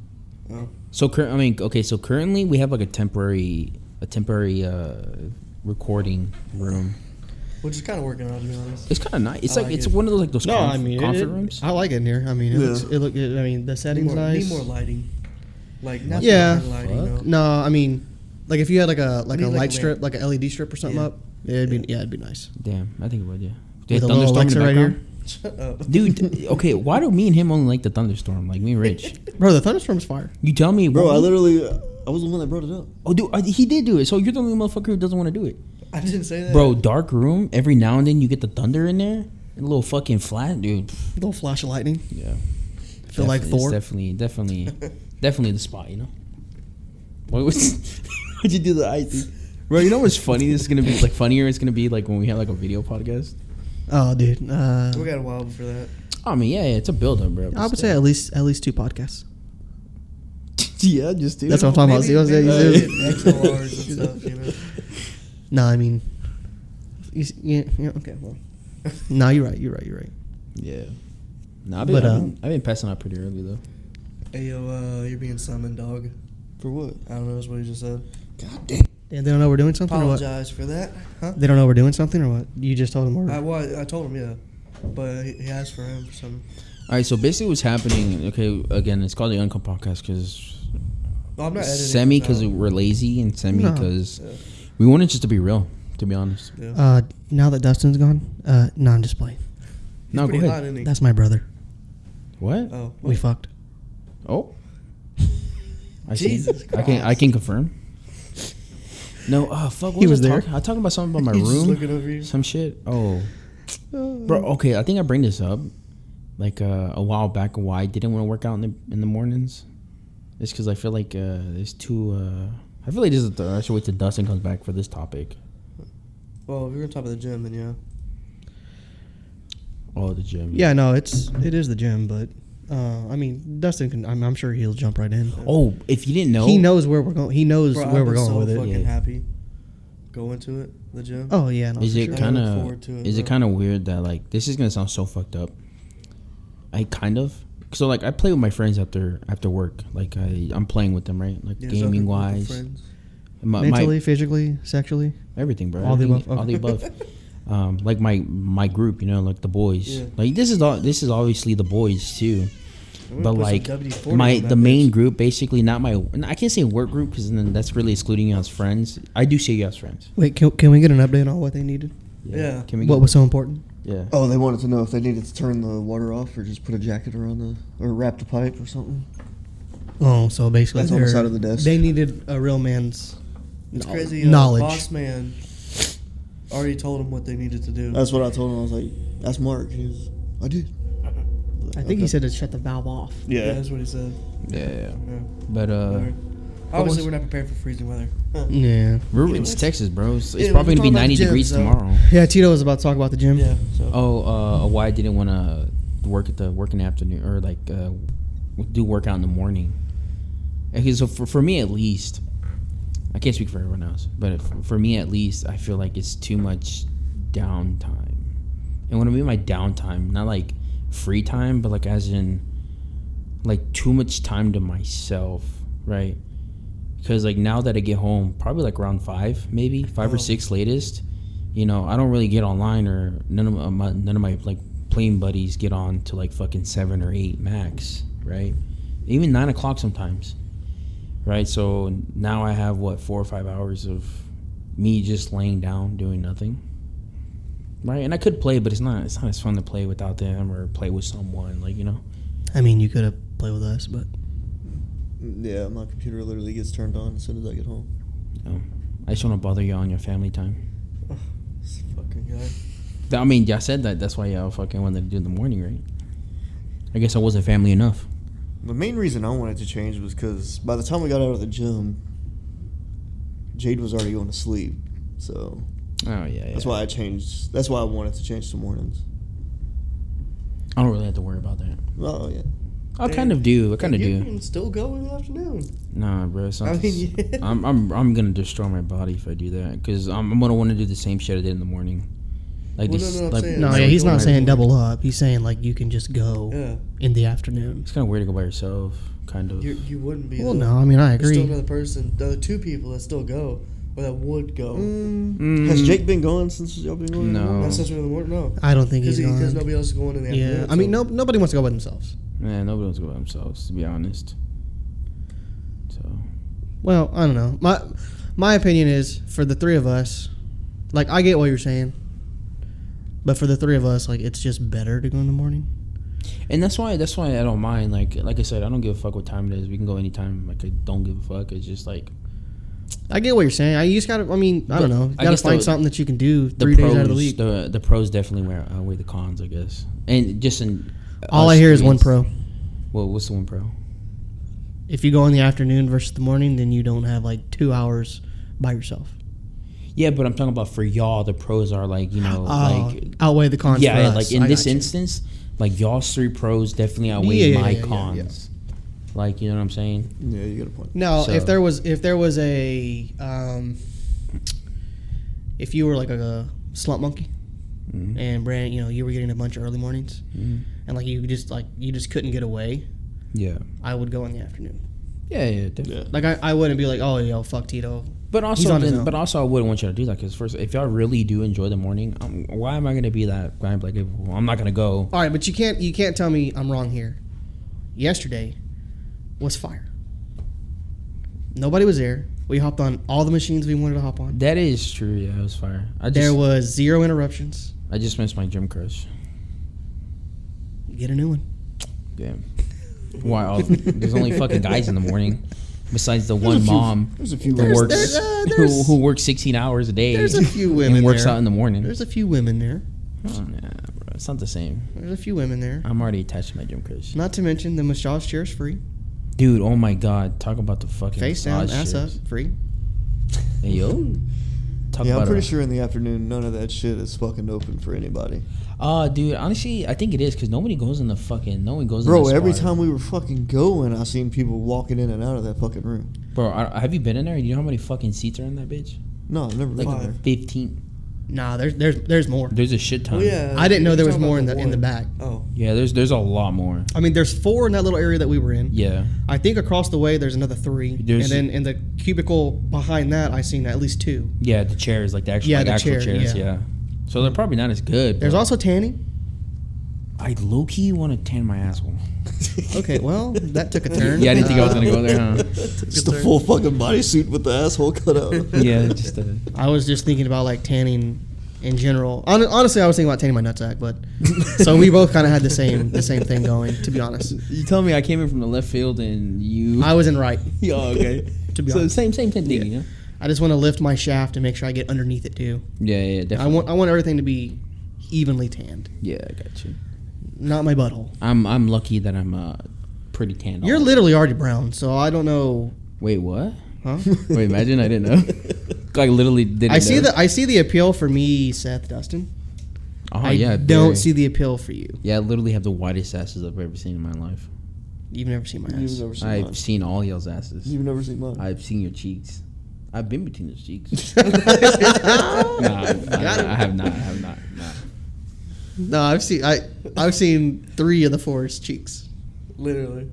Speaker 5: Oh.
Speaker 2: So cur- I mean, okay. So currently we have like a temporary, a temporary uh, recording room.
Speaker 1: Which is kind of working out, to be honest.
Speaker 2: It's kind of nice. It's
Speaker 1: I
Speaker 2: like,
Speaker 1: like
Speaker 2: it's
Speaker 1: it.
Speaker 2: one of those like those
Speaker 4: no,
Speaker 2: conf-
Speaker 4: I mean, it,
Speaker 2: conference
Speaker 4: it-
Speaker 2: rooms.
Speaker 4: I like it in here. I mean, it
Speaker 3: Yeah.
Speaker 4: looks, it look, it, I mean, the
Speaker 1: Need
Speaker 4: setting's
Speaker 1: more,
Speaker 4: nice.
Speaker 1: need more lighting. Like not the
Speaker 4: Yeah.
Speaker 1: light, you know?
Speaker 4: No, I mean, like if you had like a like
Speaker 1: need,
Speaker 4: a
Speaker 1: like,
Speaker 4: light
Speaker 1: a
Speaker 4: strip, like a LED strip or something
Speaker 1: Yeah.
Speaker 4: up, it'd be yeah, it'd be nice.
Speaker 2: Damn, I think it would. Yeah. Do they
Speaker 4: With
Speaker 2: have
Speaker 4: a little
Speaker 2: thunderstorm in the
Speaker 4: Alexa right
Speaker 2: background?
Speaker 4: here,
Speaker 1: Shut up.
Speaker 2: Dude, okay, why do me and him only like the thunderstorm? Like me and Rich.
Speaker 4: bro. The thunderstorm's fire.
Speaker 2: You tell me,
Speaker 3: Bro,
Speaker 2: why-
Speaker 3: I literally, I was the one that brought it up.
Speaker 2: Oh, dude, I, he did do it. So you're the only motherfucker who doesn't want to do it,
Speaker 1: I didn't say that.
Speaker 2: bro. Dark room. Every now and then you get the thunder in there, a little fucking flat, dude.
Speaker 4: A little flash of lightning.
Speaker 2: Yeah,
Speaker 4: Feel like
Speaker 2: Definitely- it's
Speaker 4: Thor.
Speaker 2: Definitely, definitely, definitely the spot. You know. What was? Why'd you do the eye thing? Bro, you know what's funny? This is gonna be like funnier. It's gonna be like when we have like a video podcast.
Speaker 4: Oh, dude. Uh,
Speaker 1: we got a while before that.
Speaker 2: I mean, yeah, yeah it's a build up, bro. but
Speaker 4: I would say
Speaker 2: still.
Speaker 4: at least at least two podcasts.
Speaker 2: yeah, just do.
Speaker 4: That's what I'm talking about. See what I'm saying?
Speaker 1: maybe
Speaker 4: You
Speaker 1: we
Speaker 4: see-
Speaker 1: get XLRs and stuff, you know.
Speaker 4: No, I mean, you, s- yeah, yeah, okay, well, no, you're right, you're right, you're right.
Speaker 2: Yeah. No, I've been,
Speaker 4: But,
Speaker 2: I've,
Speaker 4: um,
Speaker 2: been, I've been passing out pretty early though.
Speaker 1: Hey yo, uh, you're being summoned, dog.
Speaker 3: For what?
Speaker 1: I don't know. That's what he just said.
Speaker 4: They, they don't know we're doing something or what?
Speaker 1: Apologize for that, huh?
Speaker 4: They don't know we're doing something or what? You just told them
Speaker 1: I,
Speaker 4: we're.
Speaker 1: well, I told him, yeah, but he he asked for him for some.
Speaker 2: All right, so basically what's happening? Okay, again, it's called the Uncle Podcast because
Speaker 1: Well, I'm not editing
Speaker 2: semi
Speaker 1: this out.
Speaker 2: because we're lazy and semi
Speaker 4: No.
Speaker 2: because
Speaker 1: Yeah.
Speaker 2: we wanted just to be real. To be honest,
Speaker 1: Yeah.
Speaker 4: Uh, now that Dustin's gone, uh, non-display.
Speaker 1: He's
Speaker 2: no, go
Speaker 1: pretty
Speaker 2: ahead.
Speaker 1: hot, isn't he?
Speaker 4: That's my brother.
Speaker 2: What?
Speaker 1: oh,
Speaker 4: We
Speaker 1: well,
Speaker 4: fucked.
Speaker 2: Oh, I see.
Speaker 1: Jesus
Speaker 2: I can I
Speaker 1: Christ.
Speaker 2: can confirm. No, oh fuck. What
Speaker 4: He
Speaker 2: was,
Speaker 4: was
Speaker 2: I
Speaker 4: there.
Speaker 2: talking? I was talking about something about my
Speaker 1: He's just
Speaker 2: room,
Speaker 1: looking over you.
Speaker 2: some shit. Oh, bro. Okay, I think I bring this up like uh, a while back. Why I didn't want to work out in the in the mornings? It's because I feel like uh, there's too. Uh, I feel like this is. The, I should wait till Dustin comes back for this topic.
Speaker 1: well, if you're on top of the gym, then yeah.
Speaker 2: Oh, the gym.
Speaker 4: Yeah, no, it's it is the gym, but uh, I mean, Dustin can. I'm, I'm sure he'll jump right in.
Speaker 2: Oh, if you didn't know,
Speaker 4: He knows where we're going. He knows
Speaker 1: Bro,
Speaker 4: where
Speaker 1: I've
Speaker 4: we're
Speaker 1: been
Speaker 4: going
Speaker 1: so
Speaker 4: with it.
Speaker 1: fucking
Speaker 2: yeah.
Speaker 1: happy going to it, the gym.
Speaker 4: Oh yeah, no,
Speaker 2: Is
Speaker 4: for
Speaker 2: it
Speaker 4: sure.
Speaker 1: kinda-
Speaker 2: kind
Speaker 1: I look forward
Speaker 2: of
Speaker 1: to it,
Speaker 2: is it
Speaker 1: bro.
Speaker 2: kind of weird that like this is gonna sound so fucked up? I kind of so like I play with my friends after after work. Like I I'm playing with them right, like
Speaker 1: Yeah, so I
Speaker 2: gaming
Speaker 1: can go with
Speaker 2: wise,
Speaker 1: friends.
Speaker 2: my,
Speaker 4: mentally,
Speaker 2: my
Speaker 4: physically, sexually?
Speaker 2: everything, bro.
Speaker 4: All the
Speaker 2: everything-
Speaker 4: above,
Speaker 2: All the
Speaker 4: okay.
Speaker 2: above. Um, like my my group, you know, like the boys.
Speaker 1: Yeah.
Speaker 2: Like this is all this is obviously the boys too,
Speaker 1: I'm gonna
Speaker 2: but
Speaker 1: put some
Speaker 2: like
Speaker 1: WD-40
Speaker 2: my
Speaker 1: on that
Speaker 2: the main
Speaker 1: bitch.
Speaker 2: group, basically not my. I can't say work group because then that's really excluding you as friends. I do say you as friends.
Speaker 4: Wait, can, can we get an update on what they needed?
Speaker 1: Yeah.
Speaker 2: Can we?
Speaker 4: What
Speaker 2: get-
Speaker 4: was so important?
Speaker 2: Yeah.
Speaker 3: Oh, they wanted to know if they needed to turn the water off or just put a jacket around the, or wrap the pipe or something.
Speaker 4: Oh, so basically,
Speaker 3: That's on the
Speaker 4: they're-
Speaker 3: side of the desk.
Speaker 4: They needed a real man's
Speaker 1: It's
Speaker 4: knowl-
Speaker 1: crazy. uh,
Speaker 4: knowledge.
Speaker 1: boss man already told him what they needed to do.
Speaker 3: That's what I told him. I was like, that's Mark. He was, I did.
Speaker 4: I think he said to shut the valve off.
Speaker 1: yeah. that's what he said.
Speaker 2: Yeah. yeah.
Speaker 1: Yeah.
Speaker 2: But uh.
Speaker 1: Alright. Obviously,
Speaker 2: was-
Speaker 1: we're not prepared for freezing weather.
Speaker 4: Yeah.
Speaker 2: We're,
Speaker 1: Anyways.
Speaker 2: It's Texas, bro. It's, it's
Speaker 1: Yeah,
Speaker 2: probably
Speaker 1: we're
Speaker 2: gonna
Speaker 1: talking
Speaker 2: be
Speaker 1: about
Speaker 2: 90
Speaker 1: gyms,
Speaker 2: degrees
Speaker 1: though.
Speaker 2: tomorrow.
Speaker 4: Yeah, Tito was about to talk about the gym.
Speaker 1: yeah. So
Speaker 2: Oh, uh, why I didn't want to work at the work in the afternoon or like uh, do workout in the morning. Okay, so for, for me at least, I can't speak for everyone else, but if, for me at least, I feel like it's too much downtime. And when I mean my downtime, not like free time, but like as in like too much time to myself, right? Because like now that I get home, probably like around five, maybe five
Speaker 1: Oh.
Speaker 2: or six latest. You know, I don't really get online or none of my none of my like playing buddies get on to like fucking seven or eight max, right? Even nine o'clock sometimes, right? So now I have what four or five hours of me just laying down doing nothing, right? And I could play, but it's not it's not as fun to play without them or play with someone, like you know.
Speaker 4: I mean, you could have played with us, but
Speaker 3: Yeah, my computer literally gets turned on as soon as I get home.
Speaker 2: No. I just want to bother you on your family time.
Speaker 1: this fucking guy.
Speaker 2: Th- I mean, I said that. That's why y'all fucking wanted to do it in the morning, right? I guess I wasn't family enough.
Speaker 3: The main reason I wanted to change was because by the time we got out of the gym, Jade was already going to sleep. So
Speaker 2: Oh yeah, yeah.
Speaker 3: that's why I changed. That's why I wanted to change to mornings.
Speaker 2: I don't really have to worry about that.
Speaker 3: Oh yeah,
Speaker 2: I
Speaker 1: Dude,
Speaker 2: kind of do. I kind of
Speaker 1: you
Speaker 2: do.
Speaker 1: can still go in the afternoon.
Speaker 2: Nah, bro. It's not
Speaker 1: I
Speaker 2: I
Speaker 1: mean, yeah.
Speaker 2: I'm, I'm, I'm gonna destroy my body if I do that because I'm, I'm gonna want to do the same shit I did in the morning. Like
Speaker 1: Well, no,
Speaker 2: this.
Speaker 1: no, I'm
Speaker 2: like,
Speaker 1: saying-
Speaker 4: no,
Speaker 1: so
Speaker 4: yeah,
Speaker 1: we
Speaker 4: he's
Speaker 1: go
Speaker 4: not
Speaker 1: right
Speaker 4: saying
Speaker 1: away.
Speaker 4: double up. He's saying like you can just go
Speaker 1: Yeah,
Speaker 4: in the afternoon.
Speaker 2: It's kind of weird to go by yourself, kind of.
Speaker 1: you you wouldn't be.
Speaker 4: Well,
Speaker 1: though.
Speaker 4: no, I mean I
Speaker 1: There's still
Speaker 4: agree.
Speaker 1: another person. The other two people that still go, or that would go.
Speaker 2: Mm,
Speaker 3: Oh. has Jake been gone since y'all been going?
Speaker 2: No.
Speaker 1: Not since we're in the morning. No,
Speaker 4: Oh. I don't think he's
Speaker 1: because
Speaker 4: gone.
Speaker 1: nobody else is going in the afternoon.
Speaker 4: yeah, I mean,
Speaker 1: so-
Speaker 4: no, nobody wants to go by themselves.
Speaker 2: Man, nobody wants to go by themselves. To be honest, So
Speaker 4: Well, I don't know. My my opinion is for the three of us, like I get what you're saying, but for the three of us, like it's just better to go in the morning.
Speaker 2: And that's why that's why I don't mind. Like like I said, I don't give a fuck what time it is. We can go anytime. Like I don't give a fuck. It's just like
Speaker 4: I get what you're saying. I you just gotta. I mean,
Speaker 2: But
Speaker 4: I don't know. You
Speaker 2: I
Speaker 4: gotta
Speaker 2: guess
Speaker 4: find
Speaker 2: the-
Speaker 4: something that you can do
Speaker 2: the
Speaker 4: three
Speaker 2: pros.
Speaker 4: days out of the week.
Speaker 2: The the pros definitely wear outweigh the cons, I guess. And just in
Speaker 4: All
Speaker 2: us
Speaker 4: I hear is one
Speaker 2: being-
Speaker 4: pro.
Speaker 2: Well, what's the one pro?
Speaker 4: If you go in the afternoon versus the morning, then you don't have like two hours by yourself.
Speaker 2: Yeah, but I'm talking about for y'all. The pros are like you know
Speaker 4: Oh,
Speaker 2: like
Speaker 4: outweigh the cons.
Speaker 2: yeah,
Speaker 4: for us.
Speaker 2: like in
Speaker 4: I
Speaker 2: this
Speaker 4: gotcha.
Speaker 2: instance, like y'all's three pros definitely outweigh
Speaker 4: Yeah, yeah,
Speaker 2: my
Speaker 4: yeah, yeah,
Speaker 2: cons. Like you know what I'm saying?
Speaker 3: Yeah, you got a point.
Speaker 4: No,
Speaker 2: So-
Speaker 4: if there was if there was a um, if you were like a slump monkey
Speaker 2: Mhm.
Speaker 4: and Brand, you know, you were getting a bunch of early mornings
Speaker 2: Mhm.
Speaker 4: and like you just like you just couldn't get away,
Speaker 2: Yeah.
Speaker 4: I would go in the afternoon.
Speaker 2: Yeah, yeah, definitely.
Speaker 4: Like I, I wouldn't be like, oh yo, fuck Tito.
Speaker 2: But
Speaker 4: He's
Speaker 2: also,
Speaker 4: on his
Speaker 2: then,
Speaker 4: own.
Speaker 2: but also, I wouldn't want you to do that because first, if y'all really do enjoy the morning, um, why am I gonna be that guy? Like, well, I'm not gonna go.
Speaker 4: All right, but you can't you can't tell me I'm wrong here. Yesterday was fire. Nobody was there. We hopped on all the machines we wanted to hop on.
Speaker 2: That is true. Yeah, it was fire. I just,
Speaker 4: There was zero interruptions.
Speaker 2: I just missed my gym crush.
Speaker 4: Get a new one.
Speaker 2: Damn. Why? All, there's only fucking guys in the morning, besides the one mom
Speaker 3: There's a few.
Speaker 2: who
Speaker 4: There's-
Speaker 2: works
Speaker 4: there's, uh,
Speaker 2: who,
Speaker 4: there's-
Speaker 2: who works 16 hours a day
Speaker 4: There's a few women.
Speaker 2: and works
Speaker 4: there.
Speaker 2: out in the morning.
Speaker 4: There's a few women there.
Speaker 2: Oh, nah, bro, it's not the same.
Speaker 4: There's a few women there.
Speaker 2: I'm already attached to my gym crush,
Speaker 4: Not to mention the massage chair is free.
Speaker 2: dude. Oh my god, talk about the fucking
Speaker 4: Face down,
Speaker 2: massage
Speaker 4: ass up,
Speaker 2: chairs.
Speaker 4: free.
Speaker 2: Hey, yo, talk
Speaker 3: Yeah,
Speaker 2: about
Speaker 3: I'm
Speaker 2: a-
Speaker 3: pretty sure in the afternoon none of that shit is fucking open for anybody.
Speaker 2: Uh, dude, honestly, I think it is because nobody goes in the fucking. No one goes. in
Speaker 3: Bro,
Speaker 2: the
Speaker 3: every
Speaker 2: spa.
Speaker 3: time we were fucking going, I seen people walking in and out of that fucking room.
Speaker 2: Bro, I, have you been in there? You know how many fucking seats are in that bitch?
Speaker 3: No, I've never
Speaker 2: Like
Speaker 3: been there.
Speaker 2: fifteen.
Speaker 4: Nah, there's there's there's more.
Speaker 2: There's a shit ton.
Speaker 3: Oh,
Speaker 1: Well, Oh, yeah.
Speaker 4: I didn't know
Speaker 1: you're
Speaker 4: there was
Speaker 1: talking
Speaker 4: more in
Speaker 1: about
Speaker 4: the in the
Speaker 1: one.
Speaker 4: back.
Speaker 1: Oh,
Speaker 2: Yeah, there's there's a lot more.
Speaker 4: I mean, there's four in that little area that we were in.
Speaker 2: Yeah.
Speaker 4: I think across the way there's another three,
Speaker 2: There's-
Speaker 4: and then in the cubicle behind that I seen at least two.
Speaker 2: Yeah, the chairs, like the actual,
Speaker 4: Yeah,
Speaker 2: like
Speaker 4: the
Speaker 2: actual
Speaker 4: chair,
Speaker 2: chairs. Yeah.
Speaker 4: yeah.
Speaker 2: So they're probably not as good.
Speaker 4: There's
Speaker 2: but
Speaker 4: also tanning.
Speaker 2: I low key want to tan my asshole.
Speaker 4: Okay, well that took a turn.
Speaker 2: Yeah, I didn't think I was
Speaker 4: Uh,
Speaker 2: gonna go there. Huh?
Speaker 3: Just a full fucking bodysuit with the asshole cut out.
Speaker 2: yeah, just uh, a,
Speaker 4: I was just thinking about like tanning in general. Hon- honestly, I was thinking about tanning my nutsack, but so we both kind of had the same the same thing going. To be honest,
Speaker 2: you tell me I came in from the left field and you.
Speaker 4: I was in right.
Speaker 2: yeah, okay.
Speaker 4: To be
Speaker 2: so
Speaker 4: honest.
Speaker 2: same same thing. Yeah. yeah.
Speaker 4: I just want to lift my shaft and make sure I get underneath it too.
Speaker 2: Yeah, yeah,
Speaker 4: I
Speaker 2: definitely.
Speaker 4: want I want everything to be evenly tanned,
Speaker 2: yeah, I got you.
Speaker 4: not my butthole.
Speaker 2: I'm I'm lucky that I'm uh pretty tan.
Speaker 4: You're
Speaker 2: all-
Speaker 4: literally already brown, so I don't know.
Speaker 2: Wait, what?
Speaker 4: Huh?
Speaker 2: Wait, imagine I didn't know. like literally didn't.
Speaker 4: I see
Speaker 2: know.
Speaker 4: the I see the appeal for me, Seth Dustin.
Speaker 2: Oh
Speaker 4: I
Speaker 2: yeah, very-
Speaker 4: don't see the appeal for you.
Speaker 2: Yeah, I literally have the whitest asses I've ever seen in my life.
Speaker 4: You've never seen my
Speaker 3: You've
Speaker 4: ass.
Speaker 3: never seen
Speaker 2: I've
Speaker 3: mine.
Speaker 2: seen all y'all's asses.
Speaker 3: You've never seen mine.
Speaker 2: I've seen your cheeks. I've been between those cheeks. nah, I, I have not. I have not. Nah.
Speaker 4: No, I've seen I I've seen three of the four's cheeks.
Speaker 1: literally.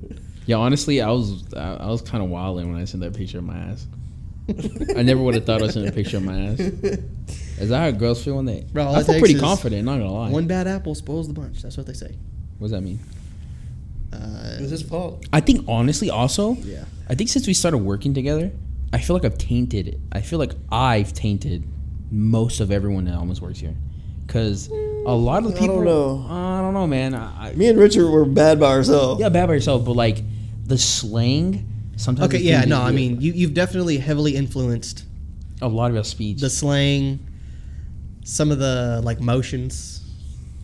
Speaker 2: Yeah, honestly, I was I, I was kind of wilding when I sent that picture of my ass. I never would have thought I sent a picture of my ass. Is that how girls feel when they?
Speaker 4: Bro, all
Speaker 2: I
Speaker 4: it
Speaker 2: feel
Speaker 4: takes
Speaker 2: pretty
Speaker 4: is
Speaker 2: confident. Not gonna lie.
Speaker 4: One bad apple spoils the bunch. That's what they say.
Speaker 2: what does that mean?
Speaker 4: Uh,
Speaker 1: It was his fault.
Speaker 2: I think honestly, also,
Speaker 4: Yeah.
Speaker 2: I think since we started working together, I feel like I've tainted it. I feel like I've tainted most of everyone that almost works here, because a lot of
Speaker 3: I
Speaker 2: the people.
Speaker 3: don't know. Oh.
Speaker 2: I don't know, man. I, I,
Speaker 3: Me and Richard were bad by ourselves.
Speaker 2: yeah, bad by yourself, but like the slang. Sometimes.
Speaker 4: okay,
Speaker 2: it
Speaker 4: yeah,
Speaker 2: can
Speaker 4: no,
Speaker 2: be-
Speaker 4: I mean you you've definitely heavily influenced
Speaker 2: a lot of our speech.
Speaker 4: the slang, some of the like motions.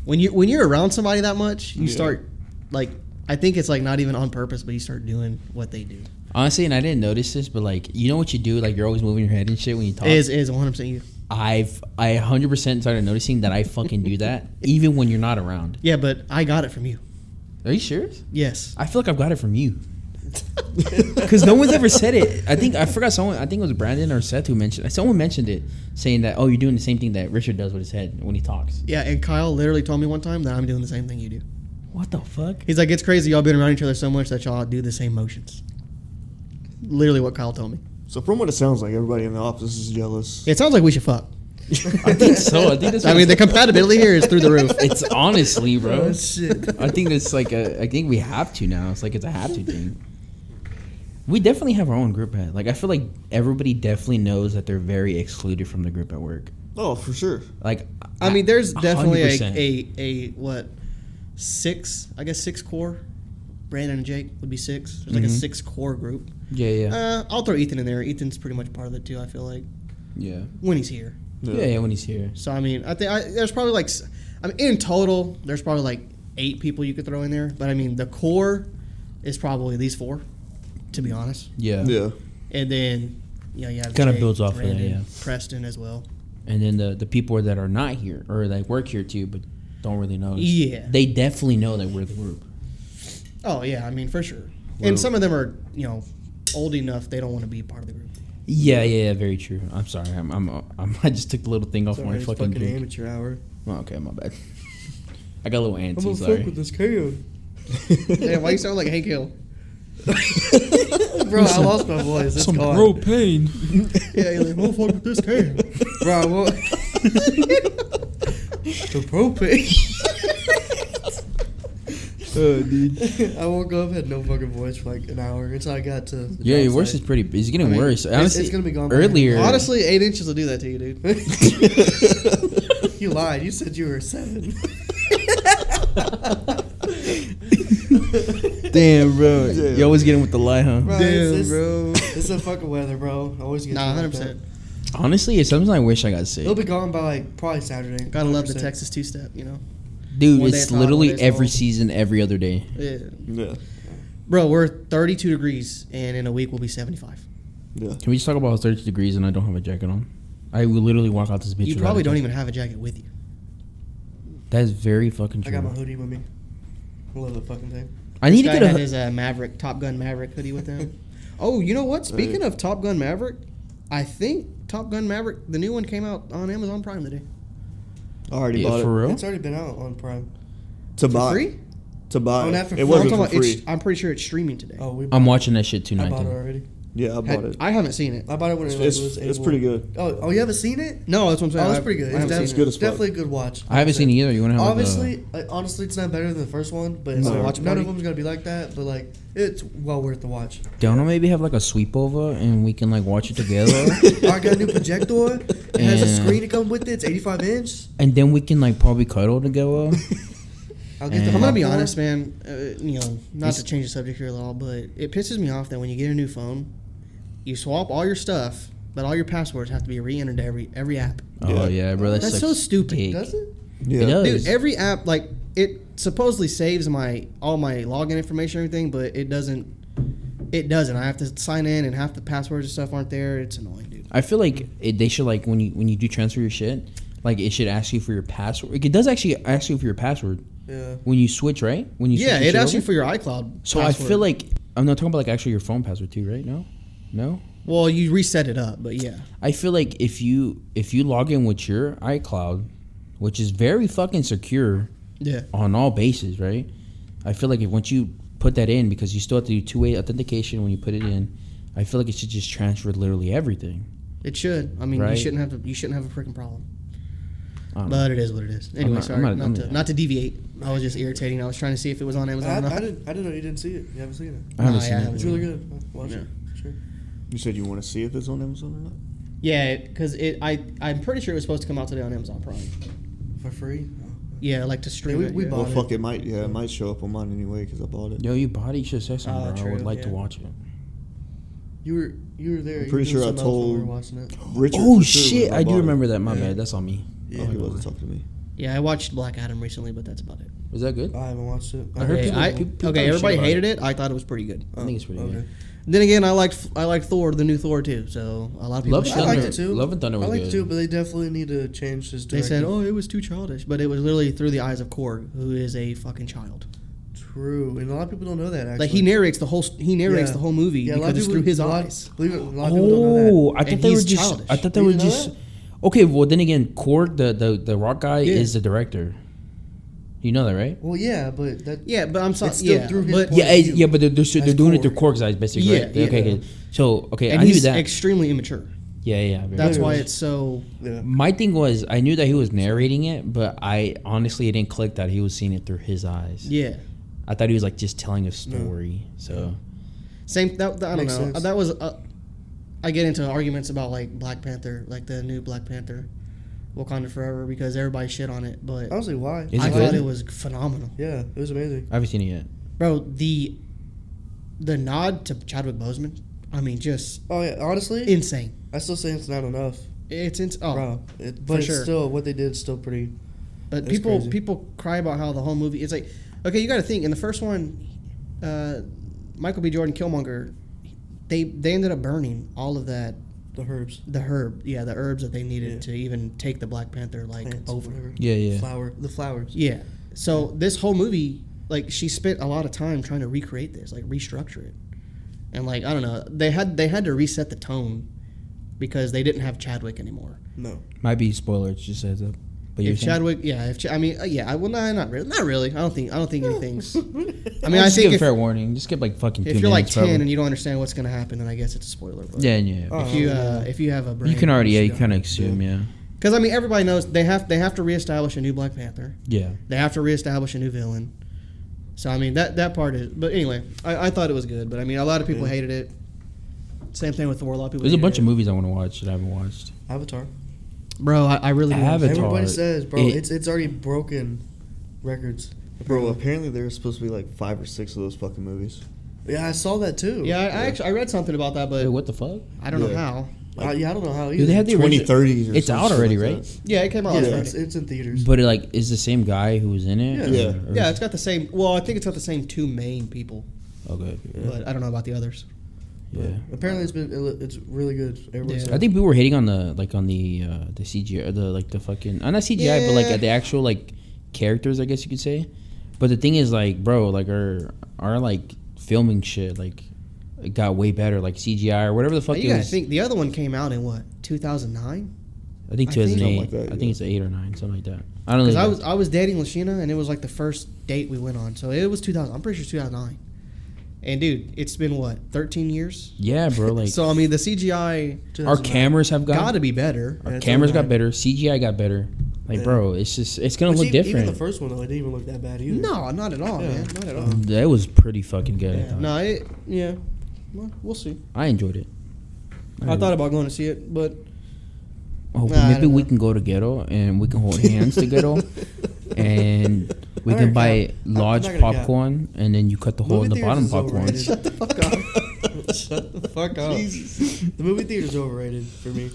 Speaker 4: When you when you're around somebody that much, you
Speaker 3: Yeah.
Speaker 4: start like I think it's like not even on purpose, but you start doing what they do.
Speaker 2: Honestly, and I didn't notice this, but like you know what you do, like you're always moving your head and shit when you talk.
Speaker 4: Is is 100 percent you?
Speaker 2: I've I 100 percent started noticing that I fucking do that even when you're not around.
Speaker 4: Yeah, but I got it from you.
Speaker 2: Are you serious?
Speaker 4: Yes.
Speaker 2: I feel like I've got it from you. Because no one's ever said it. I think I forgot someone. I think it was Brandon or Seth who mentioned. Someone mentioned it, saying that oh, you're doing the same thing that Richard does with his head when he talks.
Speaker 4: Yeah, and Kyle literally told me one time that I'm doing the same thing you do.
Speaker 2: What the fuck?
Speaker 4: He's like, it's crazy y'all been around each other so much that y'all do the same motions. Literally what Kyle told me.
Speaker 3: So from what it sounds like, everybody in the office is jealous.
Speaker 4: It sounds like we should fuck.
Speaker 2: I think so. I think that's.
Speaker 4: I mean, the compatibility here is through the roof.
Speaker 2: it's honestly, bro.
Speaker 1: Oh shit.
Speaker 2: I think it's like a. I think we have to now. It's like it's a have to thing. we definitely have our own group head. Like I feel like everybody definitely knows that they're very excluded from the group at work.
Speaker 3: Oh, for sure.
Speaker 2: Like
Speaker 4: I mean, there's
Speaker 2: a
Speaker 4: definitely
Speaker 2: hundred
Speaker 4: a,
Speaker 2: percent.
Speaker 4: a a what six? I guess six core. Brandon and Jake would be six. There's like a
Speaker 2: Mhm.
Speaker 4: six core group.
Speaker 2: yeah, yeah,
Speaker 4: Uh, I'll throw Ethan in there. Ethan's pretty much part of it too. I feel like
Speaker 2: yeah,
Speaker 4: when he's here.
Speaker 2: yeah, yeah. When he's here,
Speaker 4: So I mean, I think I, there's probably like, s- I mean, in total, there's probably like eight people you could throw in there. But I mean, the core is probably these four, to be honest.
Speaker 2: yeah,
Speaker 3: Yeah.
Speaker 4: And then, you know, you have
Speaker 2: Kinda
Speaker 4: Jake,
Speaker 2: builds off of that,
Speaker 4: Brandon,
Speaker 2: yeah.
Speaker 4: Preston as well.
Speaker 2: And then the the people that are not here or that work here too, but don't really know.
Speaker 4: Yeah.
Speaker 2: they definitely know that we're the group.
Speaker 4: Oh yeah, I mean for sure.
Speaker 2: Well-
Speaker 4: and some of them are you know old enough they don't want to be part of the group.
Speaker 2: Yeah, yeah, yeah, very true. I'm sorry. I'm, I'm, I'm I just took the little thing off
Speaker 1: Sorry,
Speaker 2: my
Speaker 1: it's
Speaker 2: fucking,
Speaker 1: fucking,
Speaker 2: drink.
Speaker 1: amateur hour.
Speaker 2: Oh, okay, my bad. I got a little antsy.
Speaker 1: I'm gonna
Speaker 2: sorry.
Speaker 1: fuck with this can.
Speaker 4: Yeah, why you sound like Hank Hill?
Speaker 1: Bro, I lost my voice. It's gone.
Speaker 2: pain.
Speaker 4: Yeah, you're like, "Well, fuck with this can."
Speaker 1: Bro, I won't. the propane.
Speaker 2: Oh, dude.
Speaker 1: I woke up, had no fucking voice for like an hour until I got to. The
Speaker 2: Yeah,
Speaker 1: job
Speaker 2: your voice is
Speaker 1: site.
Speaker 2: pretty. It's getting
Speaker 1: I mean,
Speaker 2: worse.
Speaker 1: it's-
Speaker 2: Honestly,
Speaker 1: it's gonna be gone by
Speaker 2: earlier.
Speaker 4: Honestly, eight inches will do that to you, dude.
Speaker 1: You lied. You said you were seven.
Speaker 2: damn, bro.
Speaker 3: Damn.
Speaker 2: You always getting with the lie, huh?
Speaker 1: Bro,
Speaker 4: Damn,
Speaker 1: it's,
Speaker 4: bro.
Speaker 1: It's the fucking weather, bro. I always get
Speaker 4: Nah,
Speaker 1: fucked
Speaker 4: hundred
Speaker 1: up.
Speaker 4: percent.
Speaker 2: Honestly, it's something I wish I got sick.
Speaker 1: It'll be gone by like probably Saturday.
Speaker 4: Gotta love the
Speaker 1: 100%.
Speaker 4: Texas two-step, you know.
Speaker 2: Dude,
Speaker 4: One day
Speaker 2: it's
Speaker 4: it's hot, one day
Speaker 2: literally
Speaker 4: it's
Speaker 2: every
Speaker 4: cold.
Speaker 2: season, every other day.
Speaker 4: Yeah.
Speaker 3: Yeah.
Speaker 4: Bro, we're 32 degrees, and in a week we'll be 75.
Speaker 3: Yeah.
Speaker 2: Can we just talk about how it's 32 degrees and I don't have a jacket on? I will literally walk out this bitch.
Speaker 4: you
Speaker 2: without
Speaker 4: probably
Speaker 2: a
Speaker 4: don't
Speaker 2: jacket.
Speaker 4: even have a jacket with you.
Speaker 2: That is very fucking
Speaker 1: I
Speaker 2: true.
Speaker 1: got my hoodie with me. I love the fucking thing.
Speaker 2: I need to
Speaker 4: This guy
Speaker 2: get a.
Speaker 4: had
Speaker 2: hoo-
Speaker 4: his uh, Maverick Top Gun Maverick hoodie with him. oh, you know what? Speaking of Top Gun Maverick, I think Top Gun Maverick, the new one came out on Amazon Prime today.
Speaker 3: I already
Speaker 2: Yeah,
Speaker 3: bought
Speaker 2: for
Speaker 3: it.
Speaker 2: real?
Speaker 1: It's already been out on Prime.
Speaker 3: To
Speaker 4: For
Speaker 3: buy.
Speaker 4: free?
Speaker 3: To buy.
Speaker 1: Oh, not for free.
Speaker 3: it
Speaker 1: I'm
Speaker 3: wasn't
Speaker 4: I'm,
Speaker 3: for
Speaker 4: talking about
Speaker 3: free.
Speaker 4: it's, I'm pretty sure it's streaming today.
Speaker 1: Oh, we.
Speaker 2: I'm watching that shit tonight.
Speaker 1: I bought it
Speaker 2: dude.
Speaker 1: already.
Speaker 3: Yeah, I
Speaker 4: Had-
Speaker 3: bought it.
Speaker 4: I haven't seen it.
Speaker 1: I bought it when it
Speaker 3: It's,
Speaker 1: was.
Speaker 3: it's,
Speaker 1: able.
Speaker 3: pretty good.
Speaker 1: Oh, oh, you haven't seen it?
Speaker 4: No, that's what I'm saying.
Speaker 1: Oh,
Speaker 4: I-
Speaker 1: it's pretty good.
Speaker 4: I
Speaker 1: It's,
Speaker 4: haven't
Speaker 1: definitely,
Speaker 4: seen
Speaker 3: It's good as fuck.
Speaker 1: definitely a good watch.
Speaker 2: I haven't seen it either. You want to have Like
Speaker 1: Obviously, uh, honestly, it's not better than the first one, but it's
Speaker 3: No.
Speaker 1: not-
Speaker 4: Watch
Speaker 1: none
Speaker 4: party?
Speaker 1: of them's gonna be like that. But like, it's well worth the watch.
Speaker 2: a, don't know, maybe have like a sweepover and we can like watch it together,
Speaker 1: Oh, I got a new projector. It has a
Speaker 2: Yeah.
Speaker 1: screen to come with it. It's 85 inch.
Speaker 2: and then we can like probably cuddle together.
Speaker 1: I'll get the.
Speaker 2: And-
Speaker 4: I'm gonna be
Speaker 1: popcorn.
Speaker 4: honest, man. Uh, you know, not
Speaker 2: It's-
Speaker 4: to change the subject here at all, but it pisses me off that when you get a new phone, you swap all your stuff, but all your passwords have to be re-entered to every every app.
Speaker 2: Oh
Speaker 3: Yeah.
Speaker 2: yeah, bro, that
Speaker 4: That's
Speaker 2: sucks
Speaker 4: so stupid.
Speaker 2: dick.
Speaker 1: Does it?
Speaker 3: Yeah.
Speaker 2: It does.
Speaker 4: Dude, every app like it supposedly saves my all my login information and everything, but it doesn't. It doesn't. I have to sign in, and half the passwords and stuff aren't there. It's annoying, dude.
Speaker 2: I feel like it, they should like when you when you do transfer your shit, like it should ask you for your password. Like, it does actually ask you for your password
Speaker 1: Yeah.
Speaker 2: when you switch, right? When you
Speaker 4: yeah,
Speaker 2: switch your
Speaker 4: it
Speaker 2: shit
Speaker 4: asks you
Speaker 2: over?
Speaker 4: for your iCloud.
Speaker 2: So I
Speaker 4: password.
Speaker 2: feel like I'm not talking about like actually your phone password too, right? No, no.
Speaker 4: well, you reset it up, but yeah,
Speaker 2: I feel like if you if you log in with your iCloud, which is very fucking secure
Speaker 4: yeah.
Speaker 2: on all bases, right? I feel like if once you put that in, because you still have to do two way authentication when you put it in, I feel like it should just transfer literally everything.
Speaker 4: It should. I mean, you
Speaker 2: Right.
Speaker 4: shouldn't have to, you shouldn't have a freaking problem.
Speaker 2: I don't know.
Speaker 4: But it is what it is. Anyway,
Speaker 2: not- I'm
Speaker 4: sorry,
Speaker 2: not-
Speaker 4: not,
Speaker 2: I'm-
Speaker 4: to, not to deviate. I was just irritating. I was trying to see if it was on
Speaker 1: I,
Speaker 4: Amazon. or
Speaker 1: I
Speaker 4: not.
Speaker 1: didn't. I didn't know you didn't see it. You haven't seen it.
Speaker 2: I haven't
Speaker 4: Nah,
Speaker 2: seen
Speaker 4: yeah, I
Speaker 2: it.
Speaker 4: haven't
Speaker 1: It's really good. Watch it. Sure.
Speaker 3: You said you want to see if it's on Amazon or not?
Speaker 4: Yeah, because it, I I'm pretty sure it was supposed to come out today on Amazon Prime.
Speaker 1: For free.
Speaker 4: Yeah, like to stream.
Speaker 1: we-
Speaker 4: it,
Speaker 1: we
Speaker 4: yeah.
Speaker 1: bought
Speaker 3: Well,
Speaker 1: it.
Speaker 3: Oh, fuck, it might. Yeah, it might show up on mine anyway because I bought it.
Speaker 2: Yo, you body should say something.
Speaker 4: Oh,
Speaker 2: bro. I would
Speaker 4: true,
Speaker 2: like to
Speaker 4: yeah.
Speaker 2: watch it.
Speaker 1: You were. You were there.
Speaker 3: I'm
Speaker 1: You
Speaker 3: pretty
Speaker 1: did
Speaker 3: sure I
Speaker 1: something else while We
Speaker 3: told-
Speaker 1: were watching it.
Speaker 3: Richard.
Speaker 2: oh
Speaker 3: for sure was
Speaker 2: shit!
Speaker 3: when
Speaker 2: I do
Speaker 3: bought it.
Speaker 2: remember that. My
Speaker 1: Yeah.
Speaker 2: bad. That's on me.
Speaker 1: Yeah.
Speaker 3: Oh, he wasn't talking to me.
Speaker 4: Yeah, I watched Black Adam recently, but that's about it.
Speaker 2: Was that good?
Speaker 1: I haven't watched it.
Speaker 2: I heard
Speaker 4: Okay,
Speaker 2: people-
Speaker 4: I,
Speaker 2: people- people
Speaker 4: okay
Speaker 2: talk
Speaker 4: everybody
Speaker 2: shit about
Speaker 4: hated it. I thought it was pretty good.
Speaker 2: I think it's pretty
Speaker 1: okay.
Speaker 2: good.
Speaker 4: Then again, I liked I liked Thor, the new Thor too. So a lot of people.
Speaker 2: Love
Speaker 1: I
Speaker 4: shit-
Speaker 2: Thunder-
Speaker 1: liked it too.
Speaker 2: Love and Thunder was
Speaker 1: I liked it
Speaker 2: good.
Speaker 1: too, but they definitely need to change this.
Speaker 4: They
Speaker 1: Director.
Speaker 4: said, "Oh, it was too childish," but it was literally through the eyes of Korg, who is a fucking child.
Speaker 2: "Oh."
Speaker 1: true," and a lot of people don't know that. Actually,
Speaker 4: Like he narrates the whole he narrates
Speaker 1: Yeah.
Speaker 4: the whole movie
Speaker 1: Yeah, a lot
Speaker 4: because
Speaker 1: of
Speaker 4: it's
Speaker 1: people-
Speaker 4: through his
Speaker 1: a lot-
Speaker 4: eyes.
Speaker 1: Believe it, a lot of people don't know
Speaker 2: Oh, I thought
Speaker 4: And
Speaker 2: they were
Speaker 4: he's
Speaker 2: just.
Speaker 4: childish.
Speaker 2: I thought they
Speaker 1: You
Speaker 2: were
Speaker 1: didn't know
Speaker 2: just. Okay, well then again, Korg, the the, the rock guy,
Speaker 4: Yeah.
Speaker 2: is the director. You know that, right?
Speaker 1: that. Well, yeah, but that
Speaker 4: Yeah, but I'm sorry.
Speaker 1: It's still
Speaker 4: yeah,
Speaker 1: through his
Speaker 4: but,
Speaker 1: point
Speaker 2: Yeah,
Speaker 1: of
Speaker 2: eh,
Speaker 1: view.
Speaker 2: yeah, but they're, they're, so- they're
Speaker 1: That's
Speaker 2: doing it
Speaker 1: Korg.
Speaker 2: through Korg's eyes, basically,
Speaker 4: Yeah,
Speaker 2: right? Okay,
Speaker 4: yeah.
Speaker 2: good. So, okay,
Speaker 4: and
Speaker 2: I knew
Speaker 4: he's
Speaker 2: that.
Speaker 4: extremely immature.
Speaker 2: yeah, yeah. yeah.
Speaker 4: That's why
Speaker 1: Literally.
Speaker 4: it's so.
Speaker 1: yeah.
Speaker 2: My thing was, I knew that he was narrating it, but I honestly it didn't click that he was seeing it through his eyes.
Speaker 4: Yeah,
Speaker 2: I thought he was like just telling a story. So
Speaker 4: Same. That, that- I don't
Speaker 1: Makes
Speaker 4: know.
Speaker 1: sense.
Speaker 4: That was. Uh, I get into arguments about like Black Panther, like the new Black Panther, Wakanda Forever, because everybody shit on it, but
Speaker 1: Honestly, why?
Speaker 2: Is
Speaker 4: I
Speaker 2: it
Speaker 4: thought
Speaker 2: good?
Speaker 4: it was phenomenal,
Speaker 1: yeah, it was amazing.
Speaker 2: I haven't seen it yet.
Speaker 4: bro. The the nod to Chadwick Boseman. I mean, just
Speaker 1: Oh yeah, honestly,
Speaker 4: insane.
Speaker 1: I still say it's not enough,
Speaker 4: It's ins- oh,
Speaker 1: bro. It, but it's
Speaker 4: sure.
Speaker 1: still what they did is still pretty.
Speaker 4: But
Speaker 1: That's
Speaker 4: people
Speaker 1: crazy.
Speaker 4: people cry about how the whole movie. It's like, okay, you got to think. In the first one, uh, Michael B. Jordan, Killmonger, they they ended up burning all of that
Speaker 1: The herbs,
Speaker 4: the herb, yeah, the herbs that they needed
Speaker 1: Yeah.
Speaker 4: to even take the Black Panther like
Speaker 1: plants,
Speaker 4: over.
Speaker 1: whatever.
Speaker 2: Yeah, yeah.
Speaker 1: Flower, the flowers.
Speaker 4: Yeah. So this whole movie, like she spent a lot of time trying to recreate this, like restructure it, and like I don't know, they had they had to reset the tone because they didn't have Chadwick anymore.
Speaker 1: No,
Speaker 2: Might be spoilers. Just a heads up. But you're
Speaker 4: if
Speaker 2: saying-
Speaker 4: Chadwick, yeah, if Ch- I mean, uh, yeah, I well, not not really, not really. I don't think I don't think anything's. I
Speaker 2: I
Speaker 4: mean, I
Speaker 2: just
Speaker 4: think
Speaker 2: give
Speaker 4: if,
Speaker 2: fair warning. Just give like fucking.
Speaker 4: if
Speaker 2: two
Speaker 4: you're like
Speaker 2: minutes,
Speaker 4: ten
Speaker 2: probably.
Speaker 4: and you don't understand what's gonna happen, then I guess it's a spoiler. But
Speaker 2: yeah, yeah.
Speaker 1: Oh,
Speaker 4: If you uh, if you have a brain,
Speaker 2: you can already, yeah, you
Speaker 4: just go.
Speaker 2: kind of assume, yeah,
Speaker 4: Because I mean, everybody knows they have they have to reestablish a new Black Panther.
Speaker 2: yeah.
Speaker 4: They have to reestablish a new villain. So I mean, that that part is. But anyway, I, I thought it was good. But I mean, a lot of people
Speaker 1: Yeah.
Speaker 4: hated it. Same thing with Thor. A lot of people.
Speaker 2: There's a
Speaker 4: hated
Speaker 2: bunch
Speaker 4: it.
Speaker 2: of movies I want to watch that I haven't watched.
Speaker 1: Avatar.
Speaker 4: Bro, I, I really
Speaker 2: I
Speaker 4: do wanna-
Speaker 2: haven't. Avatar,
Speaker 1: Everybody says, bro,
Speaker 2: it-
Speaker 1: it's it's already broken records.
Speaker 3: Bro, apparently there's supposed to be like five or six of those fucking movies.
Speaker 1: Yeah, I saw that too.
Speaker 4: Yeah, I, I actually I read something about that, but
Speaker 2: Wait, what the fuck?
Speaker 4: I don't know
Speaker 3: Yeah.
Speaker 4: how.
Speaker 1: I, yeah, I don't know how. Either.
Speaker 2: Dude, they had the
Speaker 3: Twenty
Speaker 2: original-
Speaker 3: thirties. or
Speaker 2: It's
Speaker 3: some
Speaker 2: out
Speaker 3: shit
Speaker 2: already,
Speaker 3: like
Speaker 2: right?
Speaker 3: that.
Speaker 4: Yeah, it came out.
Speaker 1: Yeah,
Speaker 4: last
Speaker 1: it's,
Speaker 4: night.
Speaker 1: it's in theaters.
Speaker 2: But it, like, is the same guy who was in it?
Speaker 1: Yeah.
Speaker 3: Yeah.
Speaker 4: yeah, it's got the same. Well, I think it's got the same two main people,
Speaker 2: okay. Yeah.
Speaker 4: but I don't know about the others.
Speaker 2: yeah.
Speaker 1: Apparently, it's been it lo- it's really good. Everybody
Speaker 4: Yeah.
Speaker 1: said.
Speaker 2: I think people were hating on the like on the uh, the CGI, or the like the fucking uh, not CGI, but like
Speaker 4: Yeah.
Speaker 2: the actual like characters, I guess you could say. But the thing is, like, bro, like our our like filming shit, like, it got way better, like CGI or whatever the fuck.
Speaker 4: you
Speaker 2: it
Speaker 4: gotta
Speaker 2: was.
Speaker 4: think the other one came out in what 2009?
Speaker 2: I think
Speaker 4: I
Speaker 2: two
Speaker 4: think-
Speaker 2: thousand eight.
Speaker 3: Something like that,
Speaker 2: I think
Speaker 3: yeah.
Speaker 2: it's eight or nine, something like that. I don't
Speaker 4: Because
Speaker 2: know.
Speaker 4: I was I was dating Lashina, and it was like the first date we went on. So it was 2000. I'm pretty sure 2009. And dude, it's been what 13 years.
Speaker 2: yeah, bro. Like,
Speaker 4: so I mean, the CGI
Speaker 2: our cameras have got,
Speaker 4: gotta be better.
Speaker 2: our
Speaker 1: Yeah, it's
Speaker 2: cameras got
Speaker 1: alright.
Speaker 2: better. CGI got better. Like,
Speaker 1: Yeah.
Speaker 2: bro, it's just it's gonna
Speaker 1: Which
Speaker 2: look
Speaker 1: e-
Speaker 2: different.
Speaker 1: Even the first one though, it didn't even look that bad either.
Speaker 4: No, not at all,
Speaker 1: Yeah.
Speaker 4: man. Not at all.
Speaker 1: Um,
Speaker 2: that was pretty fucking good. I
Speaker 4: Yeah.
Speaker 2: thought.
Speaker 4: No, it, yeah. Well, we'll see.
Speaker 2: I enjoyed it.
Speaker 4: I thought about going to see it, but
Speaker 2: Oh,
Speaker 4: Nah, I
Speaker 2: maybe
Speaker 4: don't
Speaker 2: we
Speaker 4: know.
Speaker 2: can go to ghetto and we can hold hands to ghetto, and we
Speaker 1: I'm
Speaker 2: can
Speaker 1: not
Speaker 2: buy
Speaker 1: gonna- I'm
Speaker 2: large
Speaker 1: not gonna cap.
Speaker 2: popcorn, and then you cut the hole in the
Speaker 1: Movie
Speaker 2: bottom
Speaker 1: theaters
Speaker 2: popcorn.
Speaker 1: is
Speaker 4: shut the fuck up.
Speaker 1: overrated. Shut the fuck up. The movie theater's overrated for me.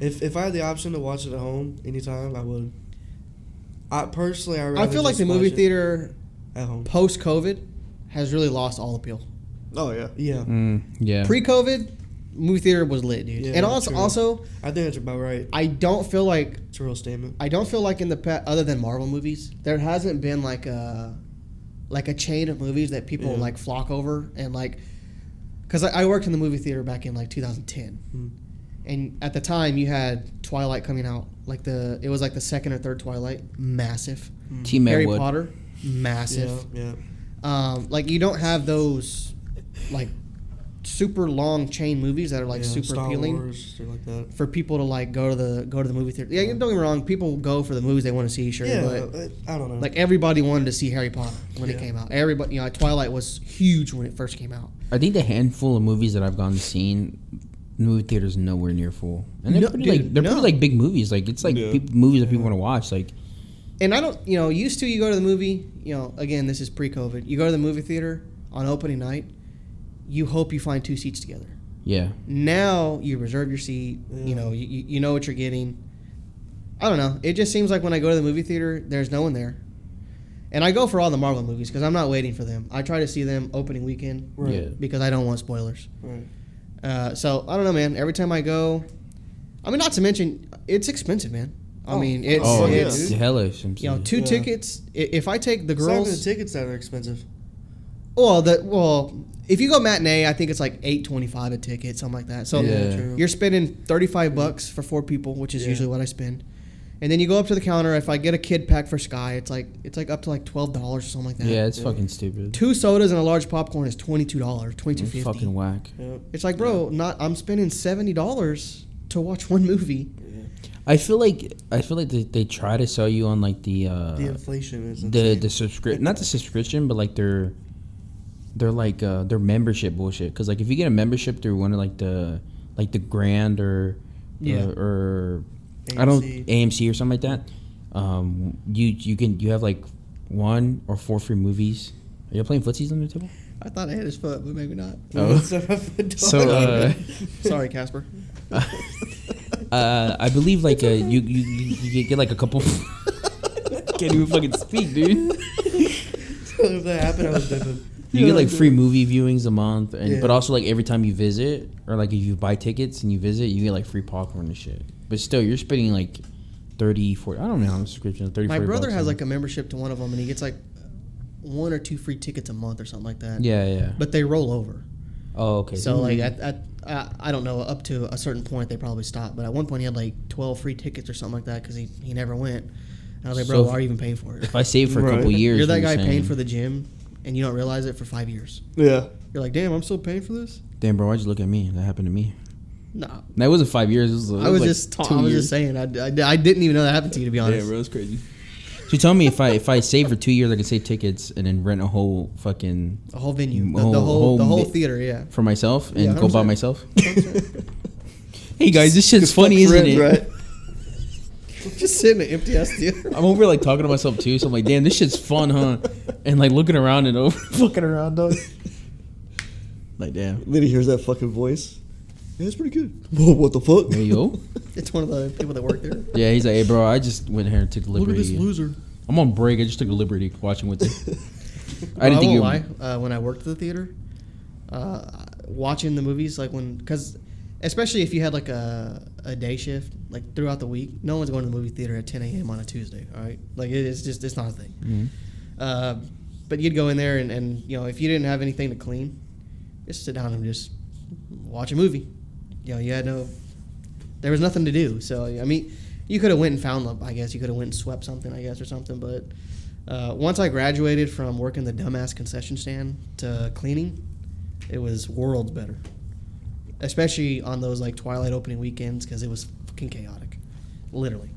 Speaker 1: If if I had the option to watch it at home anytime, I would. I personally, I,
Speaker 4: I feel like the movie theater
Speaker 1: at home.
Speaker 4: post COVID has really lost all appeal.
Speaker 3: Oh yeah.
Speaker 1: Yeah,
Speaker 2: Mm, yeah,
Speaker 4: Pre COVID, movie theater was lit, dude.
Speaker 1: Yeah,
Speaker 4: and also,
Speaker 1: true.
Speaker 4: also,
Speaker 1: I think that's about right.
Speaker 4: I don't feel like
Speaker 1: It's a real statement.
Speaker 4: I don't feel like in the past, other than Marvel movies, there hasn't been like a like a chain of movies that people
Speaker 1: Yeah.
Speaker 4: like flock over and like. Because I, I worked in the movie theater back in like 2010,
Speaker 1: Hmm.
Speaker 4: and at the time you had Twilight coming out, like the it was like the second or third Twilight, massive.
Speaker 2: Team
Speaker 4: Harry
Speaker 2: Edward.
Speaker 4: Potter, massive.
Speaker 1: Yeah, yeah.
Speaker 4: Um, like you don't have those like super long chain movies that are like
Speaker 1: yeah.
Speaker 4: super
Speaker 1: Star
Speaker 4: appealing
Speaker 1: Wars, shit like that.
Speaker 4: for people to like go to the go to the movie theater. Yeah, don't get me wrong, people go for the movies they want to see, sure,
Speaker 1: Yeah,
Speaker 4: but
Speaker 1: I, I don't know.
Speaker 4: like everybody wanted to see Harry Potter when it
Speaker 1: Yeah.
Speaker 4: came out. Everybody, you know, Twilight was huge when it first came out.
Speaker 2: I think the handful of movies that I've gone to seen, movie theaters nowhere near full, and they're
Speaker 4: No,
Speaker 2: pretty
Speaker 4: dude,
Speaker 2: like they're
Speaker 4: no.
Speaker 2: pretty like big movies. Like it's like
Speaker 3: Yeah.
Speaker 2: peop movies that people want to watch. Like
Speaker 4: And I don't, you know, used to you go to the movie, you know, again, this is pre-COVID. You go to the movie theater on opening night, you hope you find two seats together.
Speaker 2: yeah,
Speaker 4: Now you reserve your seat, you
Speaker 1: Yeah.
Speaker 4: know, you, you you know what you're getting. I don't know. It just seems like when I go to the movie theater, there's no one there. And I go for all the Marvel movies because I'm not waiting for them. I try to see them opening weekend
Speaker 1: right,
Speaker 2: yeah.
Speaker 4: because I don't want spoilers.
Speaker 1: right.
Speaker 4: Uh, so I don't know, man. Every time I go, I mean, not to mention it's expensive, man. I
Speaker 1: Oh,
Speaker 4: mean, it's
Speaker 2: oh,
Speaker 3: yeah,
Speaker 4: it's
Speaker 2: it's hellish. I'm
Speaker 4: you know
Speaker 2: serious.
Speaker 4: two
Speaker 1: Yeah.
Speaker 4: tickets. i- If I take the
Speaker 1: It's not even the
Speaker 4: girls,
Speaker 1: tickets that are expensive.
Speaker 4: well, the well, if you go matinee, I think it's like eight twenty five a ticket, something like that. So
Speaker 2: Yeah.
Speaker 1: True.
Speaker 4: you're spending thirty five bucks for four people, which is
Speaker 1: Yeah.
Speaker 4: usually what I spend. And then you go up to the counter. If I get a kid pack for Sky, it's like it's like up to like twelve dollars or something like that.
Speaker 2: yeah, it's
Speaker 1: Yeah.
Speaker 2: fucking stupid.
Speaker 4: Two sodas and a large popcorn is twenty two dollars, twenty two
Speaker 2: It's
Speaker 4: fifty.
Speaker 2: fucking whack.
Speaker 1: Yep.
Speaker 4: It's like, bro, not I'm spending seventy dollars to watch one movie.
Speaker 2: I feel like I feel like they, they try to sell you on like the uh,
Speaker 1: The inflation is
Speaker 2: the
Speaker 1: insane.
Speaker 2: the subscription not the subscription but like their they're like uh, their membership bullshit. Because like if you get a membership through one of like the like the Grand or
Speaker 4: Yeah.
Speaker 2: or, or I don't
Speaker 1: AMC.
Speaker 2: AMC or something like that, um, you you can you have like one or four free movies. Are you playing footsies on the table?
Speaker 4: I thought I had his foot, but maybe not.
Speaker 2: Oh. So, uh,
Speaker 4: Sorry, Casper.
Speaker 2: Uh, I believe like uh, you, you you you get like a couple. Can't even fucking speak, dude.
Speaker 1: if that happened, I was different.
Speaker 2: You get like free movie viewings a month, and but
Speaker 1: Yeah.
Speaker 2: also like every time you visit or like if you buy tickets and you visit, you get like free popcorn and shit. But still, you're spending like 30, 40, I don't know how much subscription. 30,
Speaker 4: My
Speaker 2: 40
Speaker 4: brother
Speaker 2: bucks
Speaker 4: has
Speaker 2: a
Speaker 4: like
Speaker 2: month.
Speaker 4: a membership to one of them, and he gets like one or two free tickets a month or something like that.
Speaker 2: yeah, yeah.
Speaker 4: But they roll over.
Speaker 2: oh, okay.
Speaker 4: So like at, at I, I don't know up to a certain point they probably stopped, but at one point he had like twelve free tickets or something like that because he, he never went. And I was like, bro,
Speaker 2: So if-
Speaker 4: why are you even paying for it?
Speaker 2: if I save for a
Speaker 1: Right.
Speaker 2: couple years,
Speaker 4: You're that
Speaker 2: what
Speaker 4: guy paying
Speaker 2: saying.
Speaker 4: for the gym, and you don't realize it for five years.
Speaker 1: Yeah.
Speaker 4: You're like, damn, I'm still paying for this.
Speaker 2: Damn, bro, why'd you look at me? That happened to me.
Speaker 4: Nah,
Speaker 2: That wasn't five years. It was, it
Speaker 4: I was
Speaker 2: like
Speaker 4: just ta-
Speaker 2: two
Speaker 4: I was
Speaker 2: years.
Speaker 4: just saying I, I, I didn't even know that happened to you to be honest.
Speaker 2: Yeah, bro, it's crazy. So tell me if I if I save for two years, I can save tickets and then rent a whole fucking
Speaker 4: The whole venue, the,
Speaker 2: Whole-
Speaker 4: the whole, the
Speaker 2: whole
Speaker 4: whole
Speaker 2: mi-
Speaker 4: theater, yeah.
Speaker 2: for myself and
Speaker 4: Yeah,
Speaker 2: go by
Speaker 4: 100%.
Speaker 2: myself. hey guys, this shit's funny, isn't it?
Speaker 4: Just sitting in an empty ass theater.
Speaker 2: I'm over like talking to myself too, so I'm like, damn, this shit's fun, huh? And like looking around and over, fucking around, dog. Like, damn.
Speaker 3: Liddy hears that fucking voice. Yeah, it's pretty good. Whoa, what the fuck?
Speaker 2: There you go.
Speaker 4: It's one of the people that work there.
Speaker 2: Yeah, he's like, hey, bro, I just went here and took liberty.
Speaker 4: loser.
Speaker 2: I'm on break. I just took a liberty watching with it.
Speaker 4: I didn't
Speaker 2: you.
Speaker 4: lie. Uh, when I worked at the theater, uh, watching the movies, like when, because especially if you had like a, a day shift, like throughout the week, no one's going to the movie theater at 10 a.m. on a Tuesday, all right? Like it, it's just, it's not a thing.
Speaker 2: Mhm.
Speaker 4: Uh, but you'd go in there and, and, you know, if you didn't have anything to clean, just sit down and just watch a movie. You know, you had no, there was nothing to do. So, I mean, you could have went and found, love, I guess. You could have went and swept something, I guess, or something. But uh, once I graduated from working the dumbass concession stand to cleaning, it was worlds better. Especially on those like twilight opening weekends because it was fucking chaotic, literally.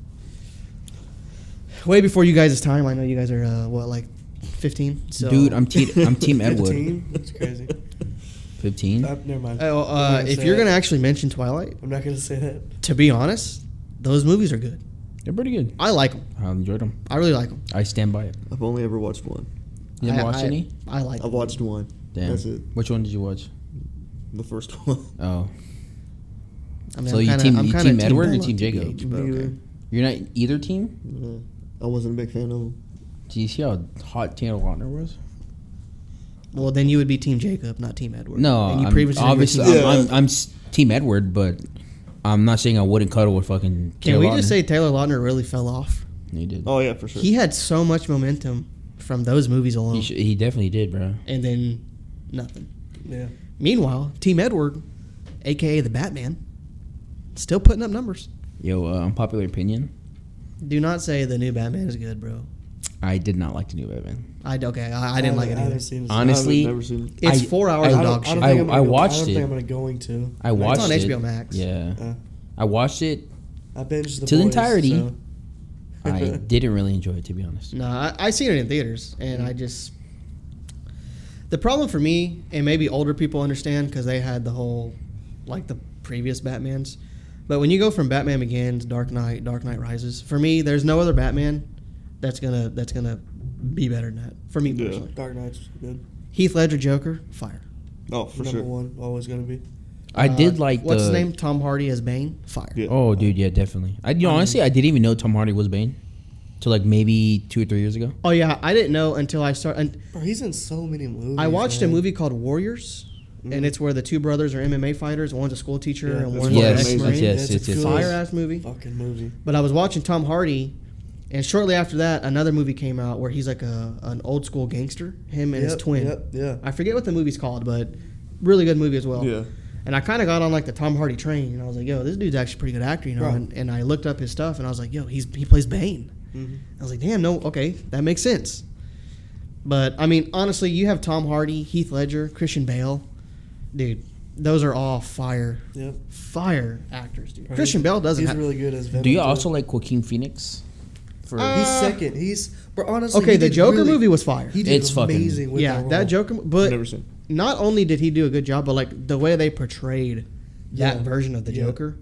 Speaker 4: Way before you guys' time. I know you guys are uh, what like fifteen. So
Speaker 2: Dude, I'm, te- I'm Team Edward.
Speaker 1: 15? That's crazy.
Speaker 2: 15?
Speaker 1: Uh, never mind.
Speaker 4: Oh, uh,
Speaker 1: I'm not
Speaker 4: if
Speaker 1: gonna
Speaker 4: you're
Speaker 1: say
Speaker 4: gonna
Speaker 1: that.
Speaker 4: actually mention Twilight,
Speaker 1: I'm not going to say that.
Speaker 4: to be honest, those movies are good.
Speaker 2: They're pretty good.
Speaker 4: I like them.
Speaker 2: I enjoyed them.
Speaker 4: I really like them.
Speaker 2: I stand by it.
Speaker 3: I've only ever watched one.
Speaker 2: You
Speaker 4: I,
Speaker 2: didn't watch
Speaker 4: I,
Speaker 2: any?
Speaker 4: I like.
Speaker 3: I've
Speaker 4: 'em.
Speaker 3: watched one.
Speaker 2: Damn.
Speaker 3: That's it.
Speaker 2: Which one did you watch?
Speaker 3: The first one.
Speaker 2: Oh.
Speaker 4: I mean,
Speaker 2: So
Speaker 4: I'm
Speaker 2: you
Speaker 4: kinda-
Speaker 2: team-
Speaker 4: I'm
Speaker 2: you
Speaker 4: kinda
Speaker 2: team Edward or
Speaker 4: Bella,
Speaker 2: team
Speaker 4: to be
Speaker 2: Jacob?
Speaker 4: honest, but
Speaker 3: Neither.
Speaker 4: okay.
Speaker 2: You're not either team?
Speaker 3: Uh, I wasn't a big fan of them.
Speaker 2: Do you see how hot Tanner Lautner was?
Speaker 4: Well, then you would be Team Jacob, not Team Edward.
Speaker 2: No,
Speaker 4: and you
Speaker 2: I'm-
Speaker 4: previously were
Speaker 2: obviously,
Speaker 4: Team
Speaker 2: I'm,
Speaker 3: Yeah.
Speaker 2: I'm, I'm s- Team Edward, but I'm not saying I wouldn't cuddle with fucking.
Speaker 4: Can
Speaker 2: Taylor
Speaker 4: we
Speaker 2: Lautner.
Speaker 4: just say Taylor Lautner really fell off?
Speaker 2: he did?
Speaker 3: Oh yeah, for sure.
Speaker 4: He had so much momentum from those movies alone,
Speaker 2: He, sh- he definitely did, bro.
Speaker 4: and then nothing.
Speaker 1: Yeah.
Speaker 4: Meanwhile, Team Edward, aka the Batman, still putting up numbers.
Speaker 2: Yo, uh, unpopular opinion.
Speaker 4: Do not say the new Batman is good, bro.
Speaker 2: I did not like the new Batman.
Speaker 4: I okay, I, I didn't like
Speaker 1: haven't-
Speaker 4: it
Speaker 1: I
Speaker 4: either.
Speaker 1: haven't seen it.
Speaker 2: Honestly,
Speaker 3: I've never seen it.
Speaker 4: It's
Speaker 2: I-
Speaker 4: four hours
Speaker 2: I
Speaker 4: of
Speaker 1: don't-
Speaker 4: dog
Speaker 1: I
Speaker 4: shit.
Speaker 1: don't
Speaker 2: I-
Speaker 1: think I'm gonna
Speaker 2: I
Speaker 1: go-
Speaker 2: watched
Speaker 1: I don't
Speaker 2: it.
Speaker 1: think I'm going to going to.
Speaker 2: I watched
Speaker 4: on
Speaker 2: it.
Speaker 4: HBO Max.
Speaker 2: Yeah,
Speaker 1: Uh,
Speaker 2: I watched it.
Speaker 1: I binged the
Speaker 2: To the
Speaker 1: boys,
Speaker 2: entirety.
Speaker 1: so-
Speaker 2: I didn't really enjoy it, to be honest.
Speaker 4: No, I, I seen it in theaters, and
Speaker 3: Mm.
Speaker 4: I just the problem for me, and maybe older people understand because they had the whole like the previous Batman's. But when you go from Batman Begins, Dark Knight, Dark Knight Rises, for me, there's no other Batman that's gonna that's gonna be better than that for me
Speaker 3: Yeah.
Speaker 4: personally.
Speaker 1: Dark Knight's good.
Speaker 4: Heath Ledger Joker, fire.
Speaker 3: Oh, for
Speaker 1: Number
Speaker 3: sure.
Speaker 1: one, always going to be.
Speaker 2: I
Speaker 4: Uh,
Speaker 2: did like
Speaker 4: what's
Speaker 2: the,
Speaker 4: his name? Tom Hardy as Bane, fire.
Speaker 3: Yeah.
Speaker 2: Oh, dude, yeah, definitely. I you know, honestly, I didn't even know Tom Hardy was Bane, till like maybe two or three years ago.
Speaker 4: Oh yeah, I didn't know until I started.
Speaker 1: Bro, he's in so many movies.
Speaker 4: I watched a
Speaker 1: man.
Speaker 4: movie called Warriors, and it's where the two brothers are MMA fighters. One's a school teacher,
Speaker 1: Yeah,
Speaker 4: and
Speaker 1: that's
Speaker 4: one's
Speaker 1: fucking
Speaker 4: an
Speaker 2: Yes,
Speaker 1: amazing.
Speaker 4: ex-marine.
Speaker 2: yes,
Speaker 1: That's
Speaker 2: yes,
Speaker 1: a
Speaker 2: yes, yes.
Speaker 1: cool
Speaker 4: Fire ass movie.
Speaker 1: Fucking movie.
Speaker 4: But I was watching Tom Hardy, and shortly after that, another movie came out where he's like a an old school gangster. Him and his
Speaker 1: Yep,
Speaker 4: twin.
Speaker 1: Yep, yeah.
Speaker 4: I forget what the movie's called, but really good movie as well.
Speaker 3: Yeah.
Speaker 4: And I kind of got on like the Tom Hardy train, and I was like, "Yo, this dude's actually a pretty good actor," you know.
Speaker 1: Bro.
Speaker 4: And, and I looked up his stuff, and I was like, "Yo, he's he plays Bane."
Speaker 1: Mm-hmm.
Speaker 4: I was like, "Damn, no, okay, that makes sense." But I mean, honestly, you have Tom Hardy, Heath Ledger, Christian Bale, dude. Those are all fire,
Speaker 1: Yep.
Speaker 4: fire actors, dude.
Speaker 1: Bro,
Speaker 4: Christian
Speaker 1: he's-
Speaker 4: Bale doesn't.
Speaker 1: He's
Speaker 4: have,
Speaker 1: really good as Venom.
Speaker 2: Do you
Speaker 1: too.
Speaker 2: also like Joaquin Phoenix? For
Speaker 1: he's second. He's but honestly.
Speaker 4: Okay,
Speaker 1: he
Speaker 4: the
Speaker 1: did
Speaker 4: Joker
Speaker 1: really-
Speaker 4: movie was fire.
Speaker 1: He did
Speaker 2: It's fucking-
Speaker 1: amazing with
Speaker 4: yeah,
Speaker 1: that,
Speaker 4: that
Speaker 1: role.
Speaker 4: Joker, but
Speaker 3: Never seen.
Speaker 4: not only did he do a good job, but like the way they portrayed that
Speaker 1: Yeah.
Speaker 4: version of the
Speaker 1: Yeah.
Speaker 4: Joker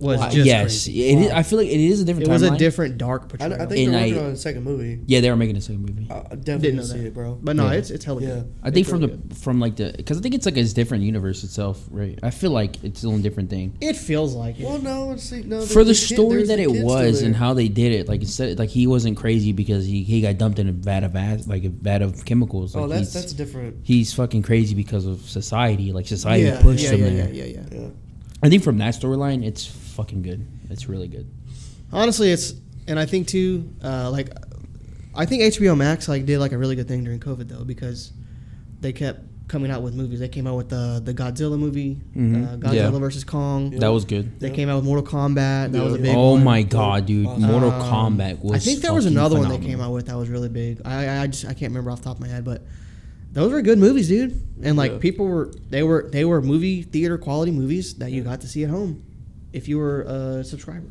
Speaker 4: was
Speaker 2: Wow,
Speaker 4: just
Speaker 2: Uh, yes,
Speaker 4: crazy.
Speaker 2: it is- I feel like it is a different.
Speaker 4: It was a
Speaker 2: timeline.
Speaker 4: different dark
Speaker 1: I,
Speaker 4: portrayal.
Speaker 1: I think
Speaker 2: And
Speaker 1: they're
Speaker 2: I-
Speaker 1: working on a second movie.
Speaker 2: Yeah, they are making a second movie.
Speaker 4: Uh,
Speaker 1: I I
Speaker 4: Didn't
Speaker 1: definitely
Speaker 4: know
Speaker 1: see
Speaker 4: that.
Speaker 1: it, bro.
Speaker 4: but no,
Speaker 2: Yeah.
Speaker 4: it's it's hella
Speaker 1: Yeah.
Speaker 4: good.
Speaker 2: I think
Speaker 4: It's
Speaker 2: from the
Speaker 4: really good.
Speaker 2: from like the because I think it's like a different universe itself, right? I feel like it's its own different thing.
Speaker 4: it feels like it.
Speaker 1: Well, no, it's like, no. there's
Speaker 2: For the
Speaker 1: kid-
Speaker 2: story
Speaker 1: there's
Speaker 2: that
Speaker 1: the
Speaker 2: it
Speaker 1: kid still
Speaker 2: was
Speaker 1: there.
Speaker 2: and how they did it, like instead, like he wasn't crazy because he, he got dumped in a vat of ac- like a vat of chemicals. Like
Speaker 1: oh, that's
Speaker 2: he's,
Speaker 1: that's different.
Speaker 2: he's fucking crazy because of society. Like society
Speaker 4: yeah,
Speaker 2: pushed
Speaker 4: yeah,
Speaker 2: him
Speaker 4: yeah,
Speaker 2: there.
Speaker 4: yeah, yeah, yeah.
Speaker 1: Yeah.
Speaker 2: I think from that storyline, it's fucking good. It's really good.
Speaker 4: Honestly, it's and I think too, uh, like I think HBO Max like did like a really good thing during COVID though because they kept coming out with movies. They came out with the the Godzilla movie,
Speaker 2: Mhm.
Speaker 4: uh, Godzilla
Speaker 2: Yeah.
Speaker 4: versus Kong.
Speaker 1: Yeah.
Speaker 2: That was good.
Speaker 4: They
Speaker 1: Yeah.
Speaker 4: came out with Mortal Kombat. That was a
Speaker 3: Yeah.
Speaker 4: big
Speaker 2: Oh
Speaker 4: one.
Speaker 2: my god, dude!
Speaker 1: Um,
Speaker 2: Mortal
Speaker 4: Um,
Speaker 2: Kombat was.
Speaker 4: I think there was another one they came
Speaker 2: out.
Speaker 4: out with that was really big. I, I- I just I can't remember off the top of my head, but those were good movies, dude. And like
Speaker 3: Yeah.
Speaker 4: people were they were they were movie theater quality movies that you got to see at home if you were a subscriber.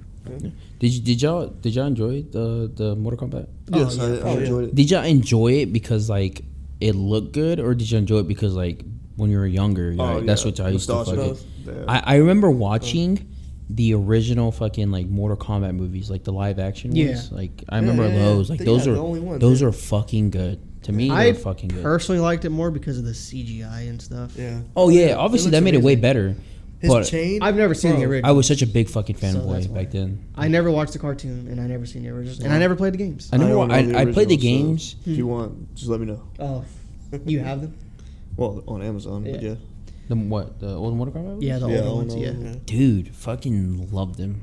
Speaker 2: Did you, did y'all did y'all enjoy the the Mortal Kombat?
Speaker 3: Yes, I, I
Speaker 1: Oh, yeah.
Speaker 3: enjoyed it.
Speaker 2: Did y'all enjoy it because like it looked good, or did you enjoy it because like when you were younger,
Speaker 3: Oh,
Speaker 2: like, that's
Speaker 3: yeah.
Speaker 2: what y'all used to
Speaker 3: Nostalgia.
Speaker 2: fucking.
Speaker 1: Both.
Speaker 3: Yeah.
Speaker 2: I, I remember watching the original fucking like Mortal Kombat movies, like the live action
Speaker 4: Yeah.
Speaker 2: ones. Like I remember
Speaker 1: yeah, yeah.
Speaker 2: those. Like
Speaker 1: They-
Speaker 2: those
Speaker 1: yeah,
Speaker 2: are
Speaker 1: the only ones,
Speaker 2: those
Speaker 1: yeah.
Speaker 2: are fucking good. To me,
Speaker 4: I
Speaker 2: they're fucking good.
Speaker 4: personally liked it more because of the CGI and stuff.
Speaker 1: Yeah.
Speaker 2: oh yeah, obviously
Speaker 4: looks
Speaker 2: that made it way better.
Speaker 1: His
Speaker 2: but
Speaker 1: chain.
Speaker 4: I've never seen the
Speaker 1: Bro,
Speaker 4: original.
Speaker 2: I was such a big fucking
Speaker 4: that's
Speaker 2: fanboy
Speaker 4: why.
Speaker 2: back then.
Speaker 4: I never watched the cartoon and I never seen the original and I never played the games.
Speaker 2: I never.
Speaker 3: don't
Speaker 2: wa-
Speaker 3: know
Speaker 2: I,
Speaker 3: the
Speaker 2: I, played the
Speaker 3: original,
Speaker 2: games.
Speaker 3: so If you want, just let me know.
Speaker 4: Oh, you have them?
Speaker 3: Well, on Amazon, but
Speaker 4: Yeah. Oh,
Speaker 3: yeah.
Speaker 2: The what the old Mortal Kombat? movies?
Speaker 4: Yeah, the
Speaker 3: Yeah,
Speaker 4: older
Speaker 3: I
Speaker 4: ones.
Speaker 3: don't
Speaker 4: Yeah,
Speaker 3: know.
Speaker 2: Dude, fucking loved them.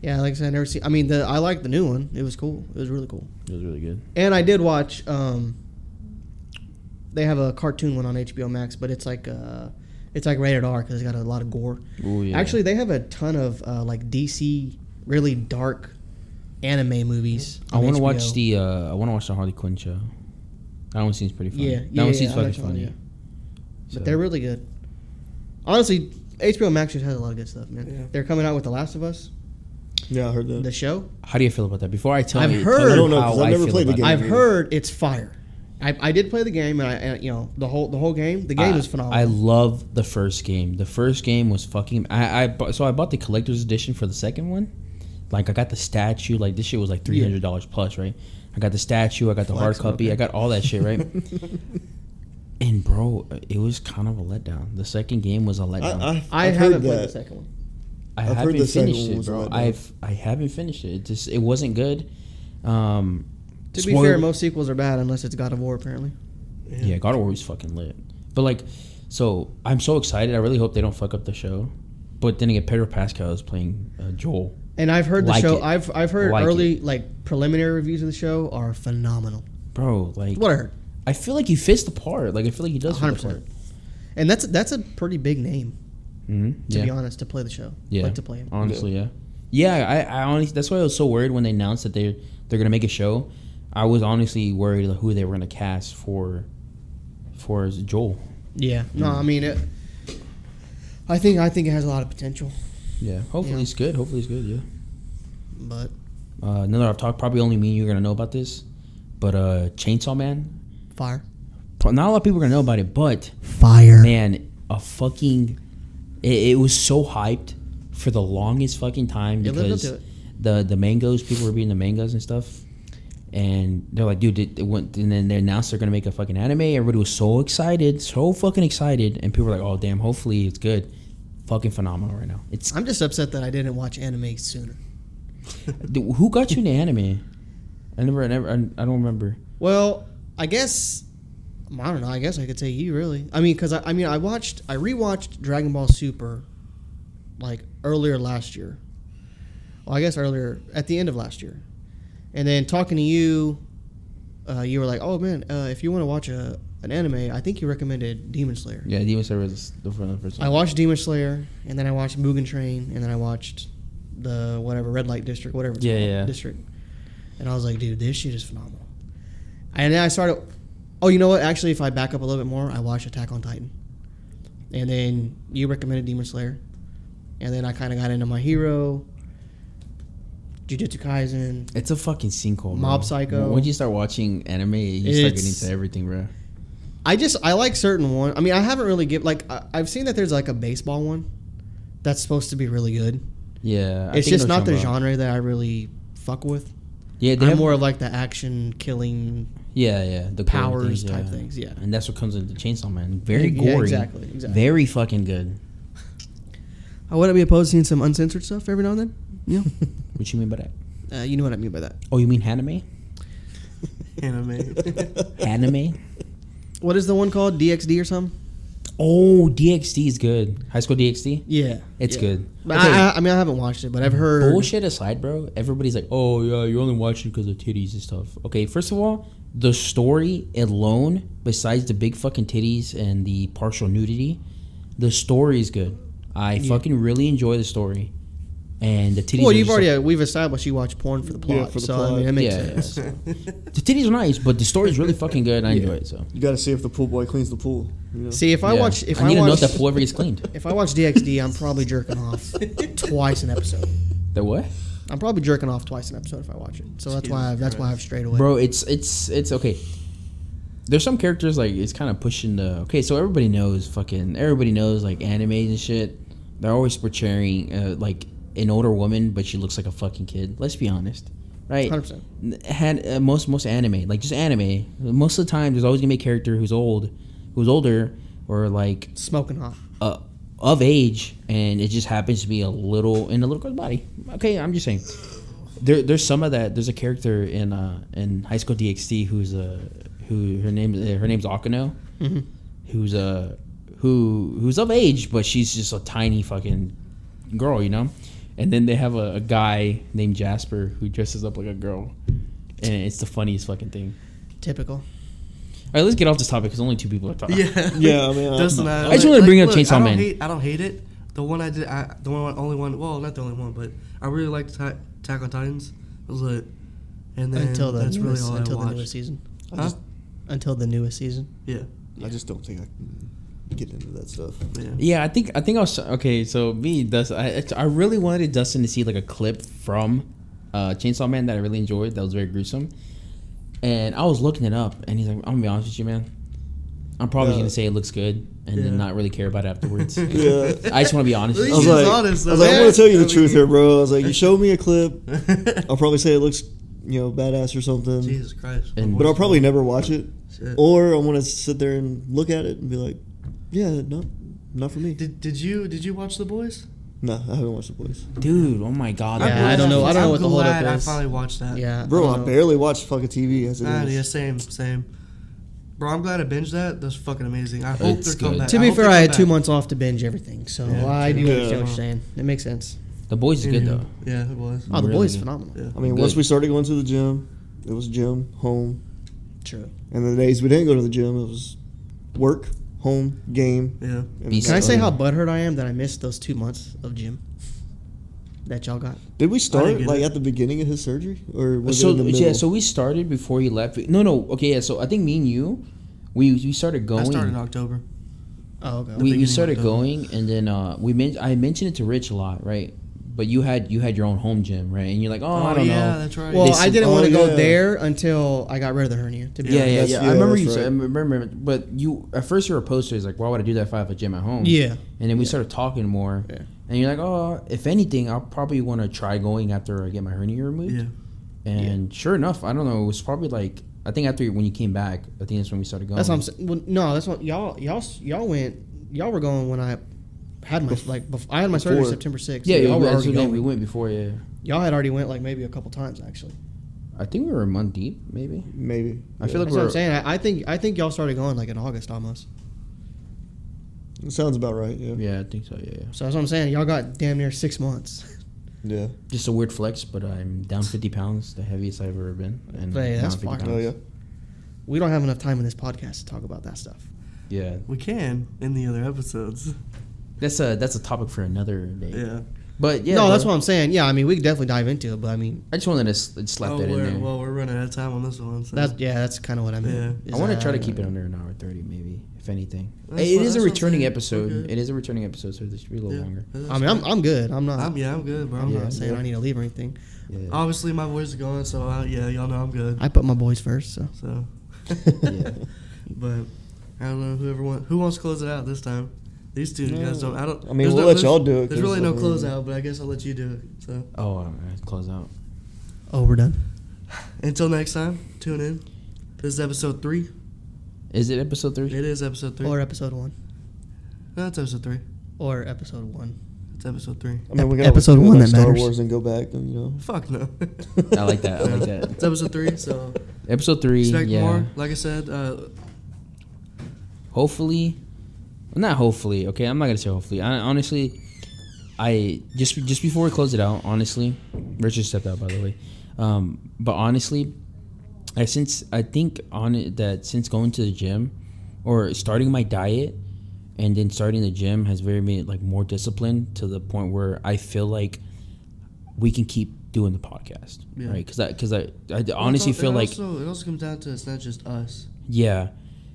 Speaker 4: yeah. Like I said, I never seen. I mean, the I liked the new one. It was cool. It was really cool.
Speaker 2: It was really good.
Speaker 4: And I did watch. Um, they have a cartoon one on HBO Max, but it's like uh, it's like rated R because it's got a lot of gore.
Speaker 2: Ooh, yeah.
Speaker 4: Actually, they have a ton of uh, like DC really dark anime movies.
Speaker 2: I
Speaker 4: on
Speaker 2: want to
Speaker 4: HBO.
Speaker 2: watch the uh, I want to watch the Harley Quinn show. That one seems pretty funny.
Speaker 4: Yeah,
Speaker 2: that
Speaker 4: yeah,
Speaker 2: one
Speaker 4: yeah,
Speaker 2: seems
Speaker 4: I know
Speaker 2: fucking
Speaker 4: which one,
Speaker 2: funny.
Speaker 4: yeah.
Speaker 2: So-
Speaker 4: But they're really good. Honestly, HBO Max just has a lot of good stuff, man.
Speaker 1: Yeah.
Speaker 4: They're coming out with The Last of Us,
Speaker 3: Yeah, I heard that.
Speaker 4: the show.
Speaker 2: How do you feel about that? Before I tell
Speaker 4: I've
Speaker 2: you,
Speaker 4: heard-
Speaker 2: tell you
Speaker 4: I don't
Speaker 3: know, 'cause
Speaker 2: how
Speaker 3: I've never
Speaker 2: feel
Speaker 3: played the
Speaker 2: about
Speaker 3: game.
Speaker 2: it.
Speaker 4: I've
Speaker 3: yeah.
Speaker 4: heard it's fire. I, I did play the game, and I and, you know the whole the whole game. The game
Speaker 2: I-
Speaker 4: is
Speaker 2: I
Speaker 4: phenomenal.
Speaker 2: love the first game. The first game was fucking. I, I bu- so I bought the collector's edition for the second one. Like I got the statue. Like this shit was like three hundred dollars plus, right? I got the statue. I got the hard
Speaker 4: Flex,
Speaker 2: copy.
Speaker 4: okay.
Speaker 2: I got all that shit, right? and bro, it was kind of a letdown. The second game was a letdown.
Speaker 3: I, I,
Speaker 4: I,
Speaker 3: have
Speaker 4: haven't
Speaker 3: heard
Speaker 4: played the
Speaker 3: that.
Speaker 4: second one.
Speaker 2: I
Speaker 3: I've heard
Speaker 2: haven't
Speaker 3: the second
Speaker 2: finished
Speaker 3: one
Speaker 2: it,
Speaker 3: was
Speaker 2: bro.
Speaker 3: not bad.
Speaker 2: I've I haven't finished it. It just it wasn't good. Um,
Speaker 4: To
Speaker 2: spoil-
Speaker 4: be fair, most sequels are bad unless it's God of War, apparently.
Speaker 2: yeah, God of War was fucking lit. But like, so I'm so excited. I really hope they don't fuck up the show. But then again, Pedro Pascal is playing uh, Joel.
Speaker 4: And I've heard the
Speaker 2: Like
Speaker 4: show.
Speaker 2: it.
Speaker 4: I've I've heard
Speaker 2: Like
Speaker 4: early like preliminary reviews of the show are phenomenal.
Speaker 2: Bro, like,
Speaker 4: What I heard,
Speaker 2: I feel like he fits the part. Like, I feel like he does fit
Speaker 4: hundred
Speaker 2: the part.
Speaker 4: percent. And that's that's a pretty big name
Speaker 2: hmm
Speaker 4: to
Speaker 2: yeah.
Speaker 4: be honest to play the show.
Speaker 2: Yeah.
Speaker 4: like to play him.
Speaker 2: Honestly, yeah. Yeah, I, I honestly that's why I was so worried when they announced that they they're gonna make a show. I was honestly worried who they were gonna cast for for Joel.
Speaker 4: Yeah. No, I mean it. I think I think it has a lot of potential,
Speaker 2: Yeah, hopefully
Speaker 4: Yeah.
Speaker 2: it's good. Hopefully it's good. Yeah.
Speaker 4: but
Speaker 2: Uh, another I've talked probably only me and you are gonna know about this, but uh, Chainsaw Man.
Speaker 4: fire,
Speaker 2: pro- Not a lot of people are gonna know about it, but
Speaker 4: fire.
Speaker 2: man, a fucking it, it was so hyped for the longest fucking time
Speaker 4: It lived up
Speaker 2: because
Speaker 4: to it.
Speaker 2: the the mangoes people were beating the mangoes and stuff, and they're like, dude, it, it went, and then they announced they're gonna make a fucking anime. Everybody was so excited, so fucking excited, and people were like, oh damn, hopefully it's good. Fucking phenomenal right now. It's
Speaker 4: I'm just upset that I didn't watch anime sooner.
Speaker 2: dude, who got you into anime? I never, I never, I, I don't remember.
Speaker 4: Well, I guess I don't know. I guess I could say you really. I mean, because I, I mean, I watched, I rewatched Dragon Ball Super like earlier last year. Well, I guess earlier at the end of last year, and then talking to you, uh, you were like, "Oh man, uh, if you want to watch a an anime, I think you recommended Demon Slayer."
Speaker 2: Yeah, Demon Slayer was the front of the first.
Speaker 4: I watched Demon Slayer, and then I watched Mugen Train, and then I watched the whatever Red Light District, whatever it's
Speaker 2: Yeah,
Speaker 4: called,
Speaker 2: yeah.
Speaker 4: district. And I was like, dude, this shit is phenomenal. And then I started. Oh, you know what? Actually, if I back up a little bit more, I watched Attack on Titan, and then you recommended Demon Slayer, and then I kind of got into My Hero. Jujutsu Kaisen.
Speaker 2: It's a fucking sinkhole.
Speaker 4: Mob
Speaker 2: bro.
Speaker 4: Psycho.
Speaker 2: Once you start watching anime, you start getting
Speaker 4: It's-
Speaker 2: into everything, bro.
Speaker 4: I just I like certain one. I mean, I haven't really give like I, I've seen that there's like a baseball one that's supposed to be really good.
Speaker 2: Yeah, I
Speaker 4: it's
Speaker 2: think I
Speaker 4: just
Speaker 2: know what
Speaker 4: not the
Speaker 2: you're talking about.
Speaker 4: genre that I really fuck with.
Speaker 2: Yeah, they
Speaker 4: I'm
Speaker 2: have
Speaker 4: more of like the action killing.
Speaker 2: Yeah, yeah, the gory
Speaker 4: powers type
Speaker 2: yeah.
Speaker 4: things, yeah.
Speaker 2: and that's what comes into Chainsaw Man. Very
Speaker 4: Yeah,
Speaker 2: gory,
Speaker 4: exactly, exactly.
Speaker 2: Very fucking good.
Speaker 4: I wouldn't be opposed to seeing some uncensored stuff every now and then. Yeah,
Speaker 2: What you mean by that?
Speaker 4: uh, you know what I mean by that.
Speaker 2: Oh, you mean anime?
Speaker 1: Anime.
Speaker 2: Anime?
Speaker 4: What is the one called DXD or something?
Speaker 2: oh, DxD is good. High School DxD.
Speaker 4: Yeah,
Speaker 2: It's
Speaker 4: yeah.
Speaker 2: good.
Speaker 4: But
Speaker 2: Okay.
Speaker 4: I, I, I mean, I haven't watched it, but I've heard.
Speaker 2: Bullshit aside, bro. Everybody's like, "Oh yeah, you're only watching because of titties and stuff." Okay, first of all, the story alone, besides the big fucking titties and the partial nudity, the story is good. I fucking really enjoy the story, and the titties.
Speaker 4: Well,
Speaker 2: are
Speaker 4: you've
Speaker 2: just,
Speaker 4: already
Speaker 2: like-
Speaker 4: uh, we've established you watch porn for the plot,
Speaker 3: Yeah, for the
Speaker 4: so I
Speaker 3: plot.
Speaker 4: mean, that makes
Speaker 2: Yeah, yeah,
Speaker 4: sense.
Speaker 2: the titties are nice, but the story is really fucking good. and I enjoy it. So
Speaker 3: You gotta see if the pool boy cleans the pool. You know?
Speaker 4: See, if I
Speaker 2: Yeah.
Speaker 4: watch, if
Speaker 2: I
Speaker 4: I,
Speaker 2: need to note
Speaker 4: watch,
Speaker 2: that whoever gets cleaned.
Speaker 4: if I watch DXD, I'm probably jerking off twice an episode.
Speaker 2: The what?
Speaker 4: I'm probably jerking off twice an episode if I watch it. So that's why I've, that's why I've strayed away.
Speaker 2: bro it's it's it's okay there's some characters like it's kind of pushing the okay so everybody knows fucking everybody knows like animes and shit they're always portraying uh, like an older woman but she looks like a fucking kid let's be honest right
Speaker 4: 100%.
Speaker 2: N- had uh, most most anime like just anime most of the time there's always gonna be a character who's old who's older or like
Speaker 4: smoking hot.
Speaker 2: uh, of age, and it just happens to be a little in a little girl's body. Okay, I'm just saying. There, there's some of that. There's a character in uh, in High School DxD who's uh, who her name uh, her name's Akano, who's uh, who who's of age, but she's just a tiny fucking girl, you know. And then they have a, a guy named Jasper who dresses up like a girl, and it's the funniest fucking thing.
Speaker 4: Typical.
Speaker 2: All right, let's get off this topic because only two people are talking.
Speaker 1: yeah.
Speaker 3: Yeah, I mean, I-
Speaker 1: Dustin,
Speaker 2: I just wanted to bring up Chainsaw
Speaker 1: I don't
Speaker 2: Man.
Speaker 1: Hate, I don't hate it. The one I did, I, the one only one. Well, not the only one, but I really liked Ta- Attack on Titans. It was lit. And then
Speaker 4: until the
Speaker 1: that's
Speaker 4: newest,
Speaker 1: really all
Speaker 4: until
Speaker 1: I
Speaker 4: the
Speaker 1: watched.
Speaker 4: newest season.
Speaker 3: I
Speaker 1: Huh?
Speaker 3: just,
Speaker 4: Until the newest season.
Speaker 1: Yeah.
Speaker 3: I just don't think I can get into that stuff.
Speaker 1: Yeah.
Speaker 2: Yeah, I think I think I was okay. So me, Dustin, I it's- I really wanted Dustin to see like a clip from uh, Chainsaw Man that I really enjoyed. That was very gruesome, and I was looking it up, and he's like, "I'm gonna be honest with you, man. I'm probably
Speaker 3: Yeah.
Speaker 2: gonna say it looks good, and
Speaker 1: Yeah.
Speaker 2: then not really care about it afterwards.
Speaker 3: Yeah.
Speaker 2: I just want to be honest. With
Speaker 1: At
Speaker 2: you.
Speaker 3: I was
Speaker 1: He's
Speaker 3: like,
Speaker 1: honest,
Speaker 3: I, was like, I
Speaker 1: though.
Speaker 3: want to tell you
Speaker 1: I
Speaker 3: the
Speaker 1: mean-
Speaker 3: truth here, bro. I was like, you show me a clip, I'll probably say it looks, you know, badass or something.
Speaker 1: Jesus Christ.
Speaker 2: And-
Speaker 3: But I'll probably never watch it,
Speaker 1: Shit.
Speaker 3: or I want to sit there and look at it and be like, yeah, no, not for me.
Speaker 1: Did, did you did you watch The Boys?
Speaker 3: No, I haven't watched The Boys,
Speaker 2: dude, oh my god, that
Speaker 4: Yeah, I
Speaker 2: movie-
Speaker 4: don't know. I don't
Speaker 1: I'm
Speaker 4: know what the holdup
Speaker 1: glad I
Speaker 4: is.
Speaker 1: finally watched that.
Speaker 4: Yeah,
Speaker 3: bro.
Speaker 4: I
Speaker 3: I,
Speaker 4: don't know.
Speaker 3: barely watch fucking TV as it
Speaker 1: Ah,
Speaker 3: is.
Speaker 1: yeah. Same. Same. Bro, I'm glad I binged that. That's fucking amazing. I hope
Speaker 2: It's
Speaker 1: they're coming
Speaker 2: good.
Speaker 1: back.
Speaker 4: To
Speaker 1: I
Speaker 4: be
Speaker 1: hope they
Speaker 4: fair, I
Speaker 1: come
Speaker 4: had two
Speaker 1: back.
Speaker 4: months off to binge everything, so
Speaker 1: Yeah,
Speaker 4: I do
Speaker 1: true.
Speaker 4: understand what
Speaker 3: Yeah.
Speaker 4: you're saying. It makes sense.
Speaker 2: the boys is good
Speaker 1: Yeah.
Speaker 2: though.
Speaker 1: Yeah, it was.
Speaker 4: Oh, the
Speaker 2: Really
Speaker 4: boy's
Speaker 2: good.
Speaker 4: phenomenal.
Speaker 1: Yeah.
Speaker 3: I mean, once
Speaker 2: Good.
Speaker 3: we started going to the gym, it was gym, home,
Speaker 4: True.
Speaker 3: and the days we didn't go to the gym, it was work, home, game.
Speaker 1: Yeah.
Speaker 3: and
Speaker 2: Beast
Speaker 4: Can I
Speaker 3: that-
Speaker 4: say how butthurt I am that I missed those two months of gym that y'all got?
Speaker 3: Did we start
Speaker 1: get
Speaker 3: like
Speaker 1: it.
Speaker 3: at the beginning of his surgery, or was
Speaker 2: Uh, so
Speaker 3: it in the middle?
Speaker 2: yeah, so we started before he left. No, no, okay, yeah. So I think me and you, we we started going.
Speaker 1: I started in October.
Speaker 4: Oh, okay.
Speaker 2: we, we
Speaker 1: beginning of
Speaker 2: started
Speaker 1: October.
Speaker 2: going and then uh, we men- I mentioned it to Rich a lot, right? But you had you had your own home gym, right? And you're like, oh, I don't
Speaker 1: yeah,
Speaker 2: know.
Speaker 1: that's right.
Speaker 4: well,
Speaker 2: they
Speaker 4: I
Speaker 2: said-
Speaker 4: didn't
Speaker 3: oh,
Speaker 4: want to go
Speaker 3: yeah.
Speaker 4: there until I got rid of the hernia. To be
Speaker 2: Yeah, yeah,
Speaker 3: That's-
Speaker 2: yeah.
Speaker 3: yeah,
Speaker 2: I remember
Speaker 3: that's
Speaker 2: you. said- I
Speaker 3: right.
Speaker 2: remember, but you at first you were opposed to. it. It's like, why would I do that if I have a gym at home?
Speaker 4: Yeah.
Speaker 2: And then we
Speaker 4: Yeah.
Speaker 2: started talking more,
Speaker 4: Yeah.
Speaker 2: and you're like, oh, if anything, I'll probably want to try going after I get my hernia removed.
Speaker 1: Yeah.
Speaker 2: And sure enough, I don't know. It was probably like I think after you- when you came back, I think that's when we started going.
Speaker 4: That's what I'm saying. Well, no, that's what y'all y'all s- y'all went. Y'all were going when I had my like. Bef- I had my surgery
Speaker 3: Before.
Speaker 4: September 6th.
Speaker 2: Yeah, yeah.
Speaker 4: y'all were
Speaker 2: That's
Speaker 4: already
Speaker 2: the thing. We
Speaker 4: going.
Speaker 2: went before. Yeah.
Speaker 4: y'all had already went like maybe a couple times actually.
Speaker 2: I think we were a month deep, maybe.
Speaker 3: maybe
Speaker 2: I feel like
Speaker 4: That's what I'm
Speaker 2: we're-
Speaker 4: saying. I, I think I think y'all started going like in August almost.
Speaker 3: it sounds about right. Yeah,
Speaker 2: Yeah, I think so. Yeah, yeah.
Speaker 4: So that's what I'm saying. Y'all got damn near six months.
Speaker 3: yeah.
Speaker 2: Just a weird flex, but I'm down 50 pounds, the heaviest I've ever been. And
Speaker 4: Hey,
Speaker 2: down
Speaker 4: that's
Speaker 2: 50
Speaker 4: fucking-
Speaker 2: pounds.
Speaker 3: Oh yeah.
Speaker 4: We don't have enough time in this podcast to talk about that stuff.
Speaker 2: Yeah,
Speaker 1: We can in the other episodes.
Speaker 2: that's a that's a topic for another day.
Speaker 1: Yeah.
Speaker 2: But yeah,
Speaker 4: no, that's
Speaker 2: bro.
Speaker 4: what I'm saying. Yeah, I mean, we could definitely dive into it, but I mean,
Speaker 2: I just wanted to s- slap
Speaker 1: oh,
Speaker 2: that in
Speaker 1: we're,
Speaker 2: there.
Speaker 1: well, we're running out of time on this one. So.
Speaker 4: that's yeah, that's kind of what I mean.
Speaker 2: I want to try to keep it under an hour thirty, maybe, if anything.
Speaker 1: That's
Speaker 2: it
Speaker 1: what-
Speaker 2: is
Speaker 1: that's
Speaker 2: a
Speaker 1: what I'm
Speaker 2: returning
Speaker 1: saying.
Speaker 2: episode.
Speaker 1: Okay.
Speaker 2: It is a returning episode, so this should be a little
Speaker 1: Yeah.
Speaker 2: longer.
Speaker 4: I mean, I'm, I'm good. I'm not.
Speaker 1: I'm- yeah, I'm good, bro. I'm
Speaker 4: I'm
Speaker 1: good.
Speaker 4: not saying I need to leave or anything.
Speaker 2: Yeah.
Speaker 1: Obviously, my boys are gone, so I, yeah, y'all know I'm good.
Speaker 4: I put my boys first, so
Speaker 1: So,
Speaker 2: Yeah.
Speaker 1: but I don't know whoever want, who wants to close it out this time. These two guys don't. I don't.
Speaker 3: I mean,
Speaker 1: there's
Speaker 3: we'll
Speaker 1: no-
Speaker 3: let
Speaker 1: there's-
Speaker 3: y'all do it,
Speaker 1: There's
Speaker 3: 'cause,
Speaker 1: really no
Speaker 3: I mean-
Speaker 1: close out, but I guess I'll let you do it. So
Speaker 2: Oh, all right, close out.
Speaker 4: oh, we're done.
Speaker 1: until next time, tune in. This is episode three.
Speaker 2: Is it episode
Speaker 1: It
Speaker 2: three?
Speaker 1: is episode three.
Speaker 4: Or episode one,
Speaker 1: no, it's episode three.
Speaker 4: or episode one.
Speaker 1: It's episode three.
Speaker 3: I mean, we
Speaker 4: Ep-
Speaker 3: got
Speaker 4: episode
Speaker 3: go
Speaker 4: one
Speaker 3: back
Speaker 4: that
Speaker 3: Star
Speaker 4: matters.
Speaker 3: Wars and go back and you know.
Speaker 1: Fuck no.
Speaker 2: I like that. I like that.
Speaker 1: it's episode three, so
Speaker 2: Episode three.
Speaker 1: expect
Speaker 2: yeah.
Speaker 1: more. Like I said, uh,
Speaker 2: hopefully not hopefully okay i'm not gonna say hopefully I, honestly i just just before we close it out honestly richard stepped out by the way um, but honestly i since i think on it that since going to the gym or starting my diet and then starting the gym has very made like more discipline to the point where i feel like we can keep doing the podcast
Speaker 1: Yeah.
Speaker 2: right because i because I, I honestly
Speaker 1: it
Speaker 2: feel like
Speaker 1: also, it also comes down to it's not just us.
Speaker 2: yeah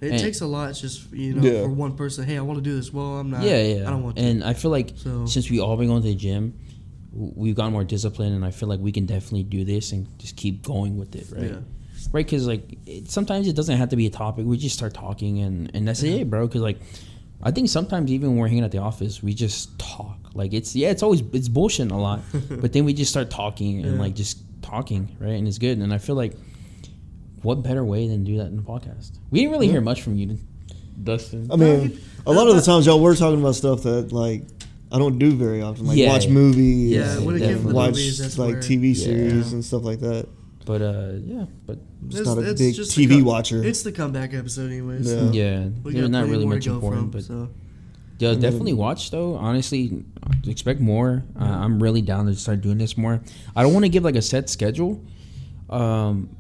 Speaker 1: It
Speaker 2: And-
Speaker 1: takes a lot, it's just you know,
Speaker 3: Yeah.
Speaker 1: for one person. Hey, I want to do this. Well, I'm not.
Speaker 2: yeah, yeah.
Speaker 1: I don't want to.
Speaker 2: And I feel like
Speaker 1: So-
Speaker 2: since we all been going to the gym, w- we've gotten more disciplined, and I feel like we can definitely do this and just keep going with it, right?
Speaker 1: Yeah.
Speaker 2: Right? Because like it, sometimes it doesn't have to be a topic. We just start talking, and and that's
Speaker 1: Yeah.
Speaker 2: it, bro. Because like I think sometimes even when we're hanging at the office, we just talk. Like it's yeah, it's always it's bullshit a lot, but then we just start talking and
Speaker 1: Yeah.
Speaker 2: like just talking, right? And it's good. And I feel like what better way than do that in a podcast? We didn't really hear much from you, Dustin.
Speaker 3: I mean, a lot of the times y'all were talking about stuff that like I don't do very often, like
Speaker 2: Yeah.
Speaker 3: watch movies,
Speaker 1: yeah,
Speaker 2: Yeah,
Speaker 1: when it
Speaker 2: definitely.
Speaker 1: came to the
Speaker 3: watch
Speaker 1: movies, that's
Speaker 3: like
Speaker 1: where-
Speaker 3: TV series
Speaker 1: Yeah.
Speaker 3: and stuff like that.
Speaker 2: But uh, yeah, but
Speaker 3: I'm just
Speaker 1: It's-
Speaker 3: not a
Speaker 1: it's
Speaker 3: big
Speaker 1: just the
Speaker 3: TV
Speaker 1: com-
Speaker 3: watcher.
Speaker 1: It's the comeback episode, anyways.
Speaker 3: Yeah.
Speaker 2: yeah,
Speaker 1: We
Speaker 2: they're
Speaker 1: got
Speaker 2: not
Speaker 1: plenty
Speaker 2: really
Speaker 1: more to
Speaker 2: much
Speaker 1: go
Speaker 2: important.
Speaker 1: from,
Speaker 2: but
Speaker 1: so.
Speaker 2: yeah,
Speaker 3: And then-
Speaker 2: definitely watch though. Honestly, expect more. Uh, I'm really down to start doing this more. I don't want to give like a set schedule, um,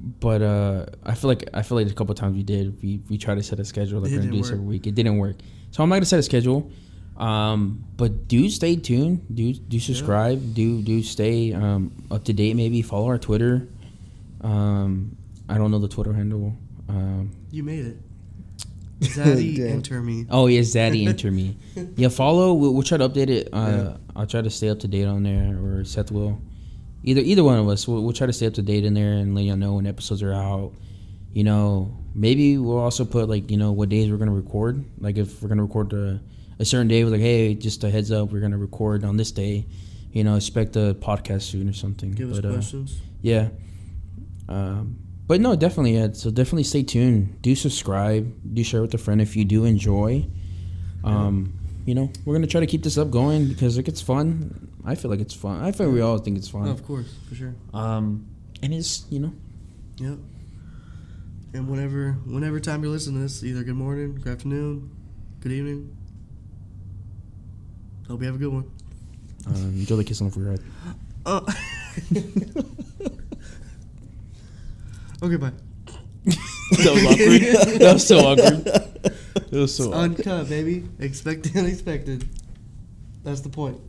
Speaker 2: but uh, I feel like I feel like a couple times we did we we tried to set a schedule like
Speaker 1: It
Speaker 2: we're gonna
Speaker 1: didn't
Speaker 2: do this
Speaker 1: work.
Speaker 2: every week. It didn't work, so I'm not gonna set a schedule. Um, but do stay tuned. Do do subscribe. Do do stay um, up to date. Maybe follow our Twitter. Um, I don't know the Twitter handle. Um,
Speaker 1: You made it. Zaddy,
Speaker 3: Damn.
Speaker 1: enter me.
Speaker 2: Oh yes, Zaddy enter me. Yeah, follow. We'll, we'll try to update it. Uh, I'll try to stay up to date on there, or Seth will. Either either one of us, we'll, we'll try to stay up to date in there and let y'all know when episodes are out. You know, maybe we'll also put like you know what days we're gonna record. Like if we're gonna record a, a certain day, we're like, hey, just a heads up, we're gonna record on this day. You know, expect a podcast soon or something.
Speaker 1: Give us
Speaker 2: But, uh,
Speaker 1: questions.
Speaker 2: yeah. Um, but no, definitely. Yeah. So definitely stay tuned. Do subscribe. Do share with a friend if you do enjoy. Um, you know, we're gonna try to keep this up going because like it's fun. I feel like it's fun. I feel we all think it's
Speaker 1: Oh,
Speaker 2: fun.
Speaker 1: of course, for sure.
Speaker 2: Um, and it's you know,
Speaker 1: Yep. And whenever, whenever time you're listening to this, either good morning, good afternoon, good evening. Hope you have a good one.
Speaker 2: um, enjoy the kiss on the forehead.
Speaker 1: Uh. okay, bye.
Speaker 2: that was awkward. that was so awkward. It was so.
Speaker 1: Uncut, baby. Expected, unexpected. That's the point.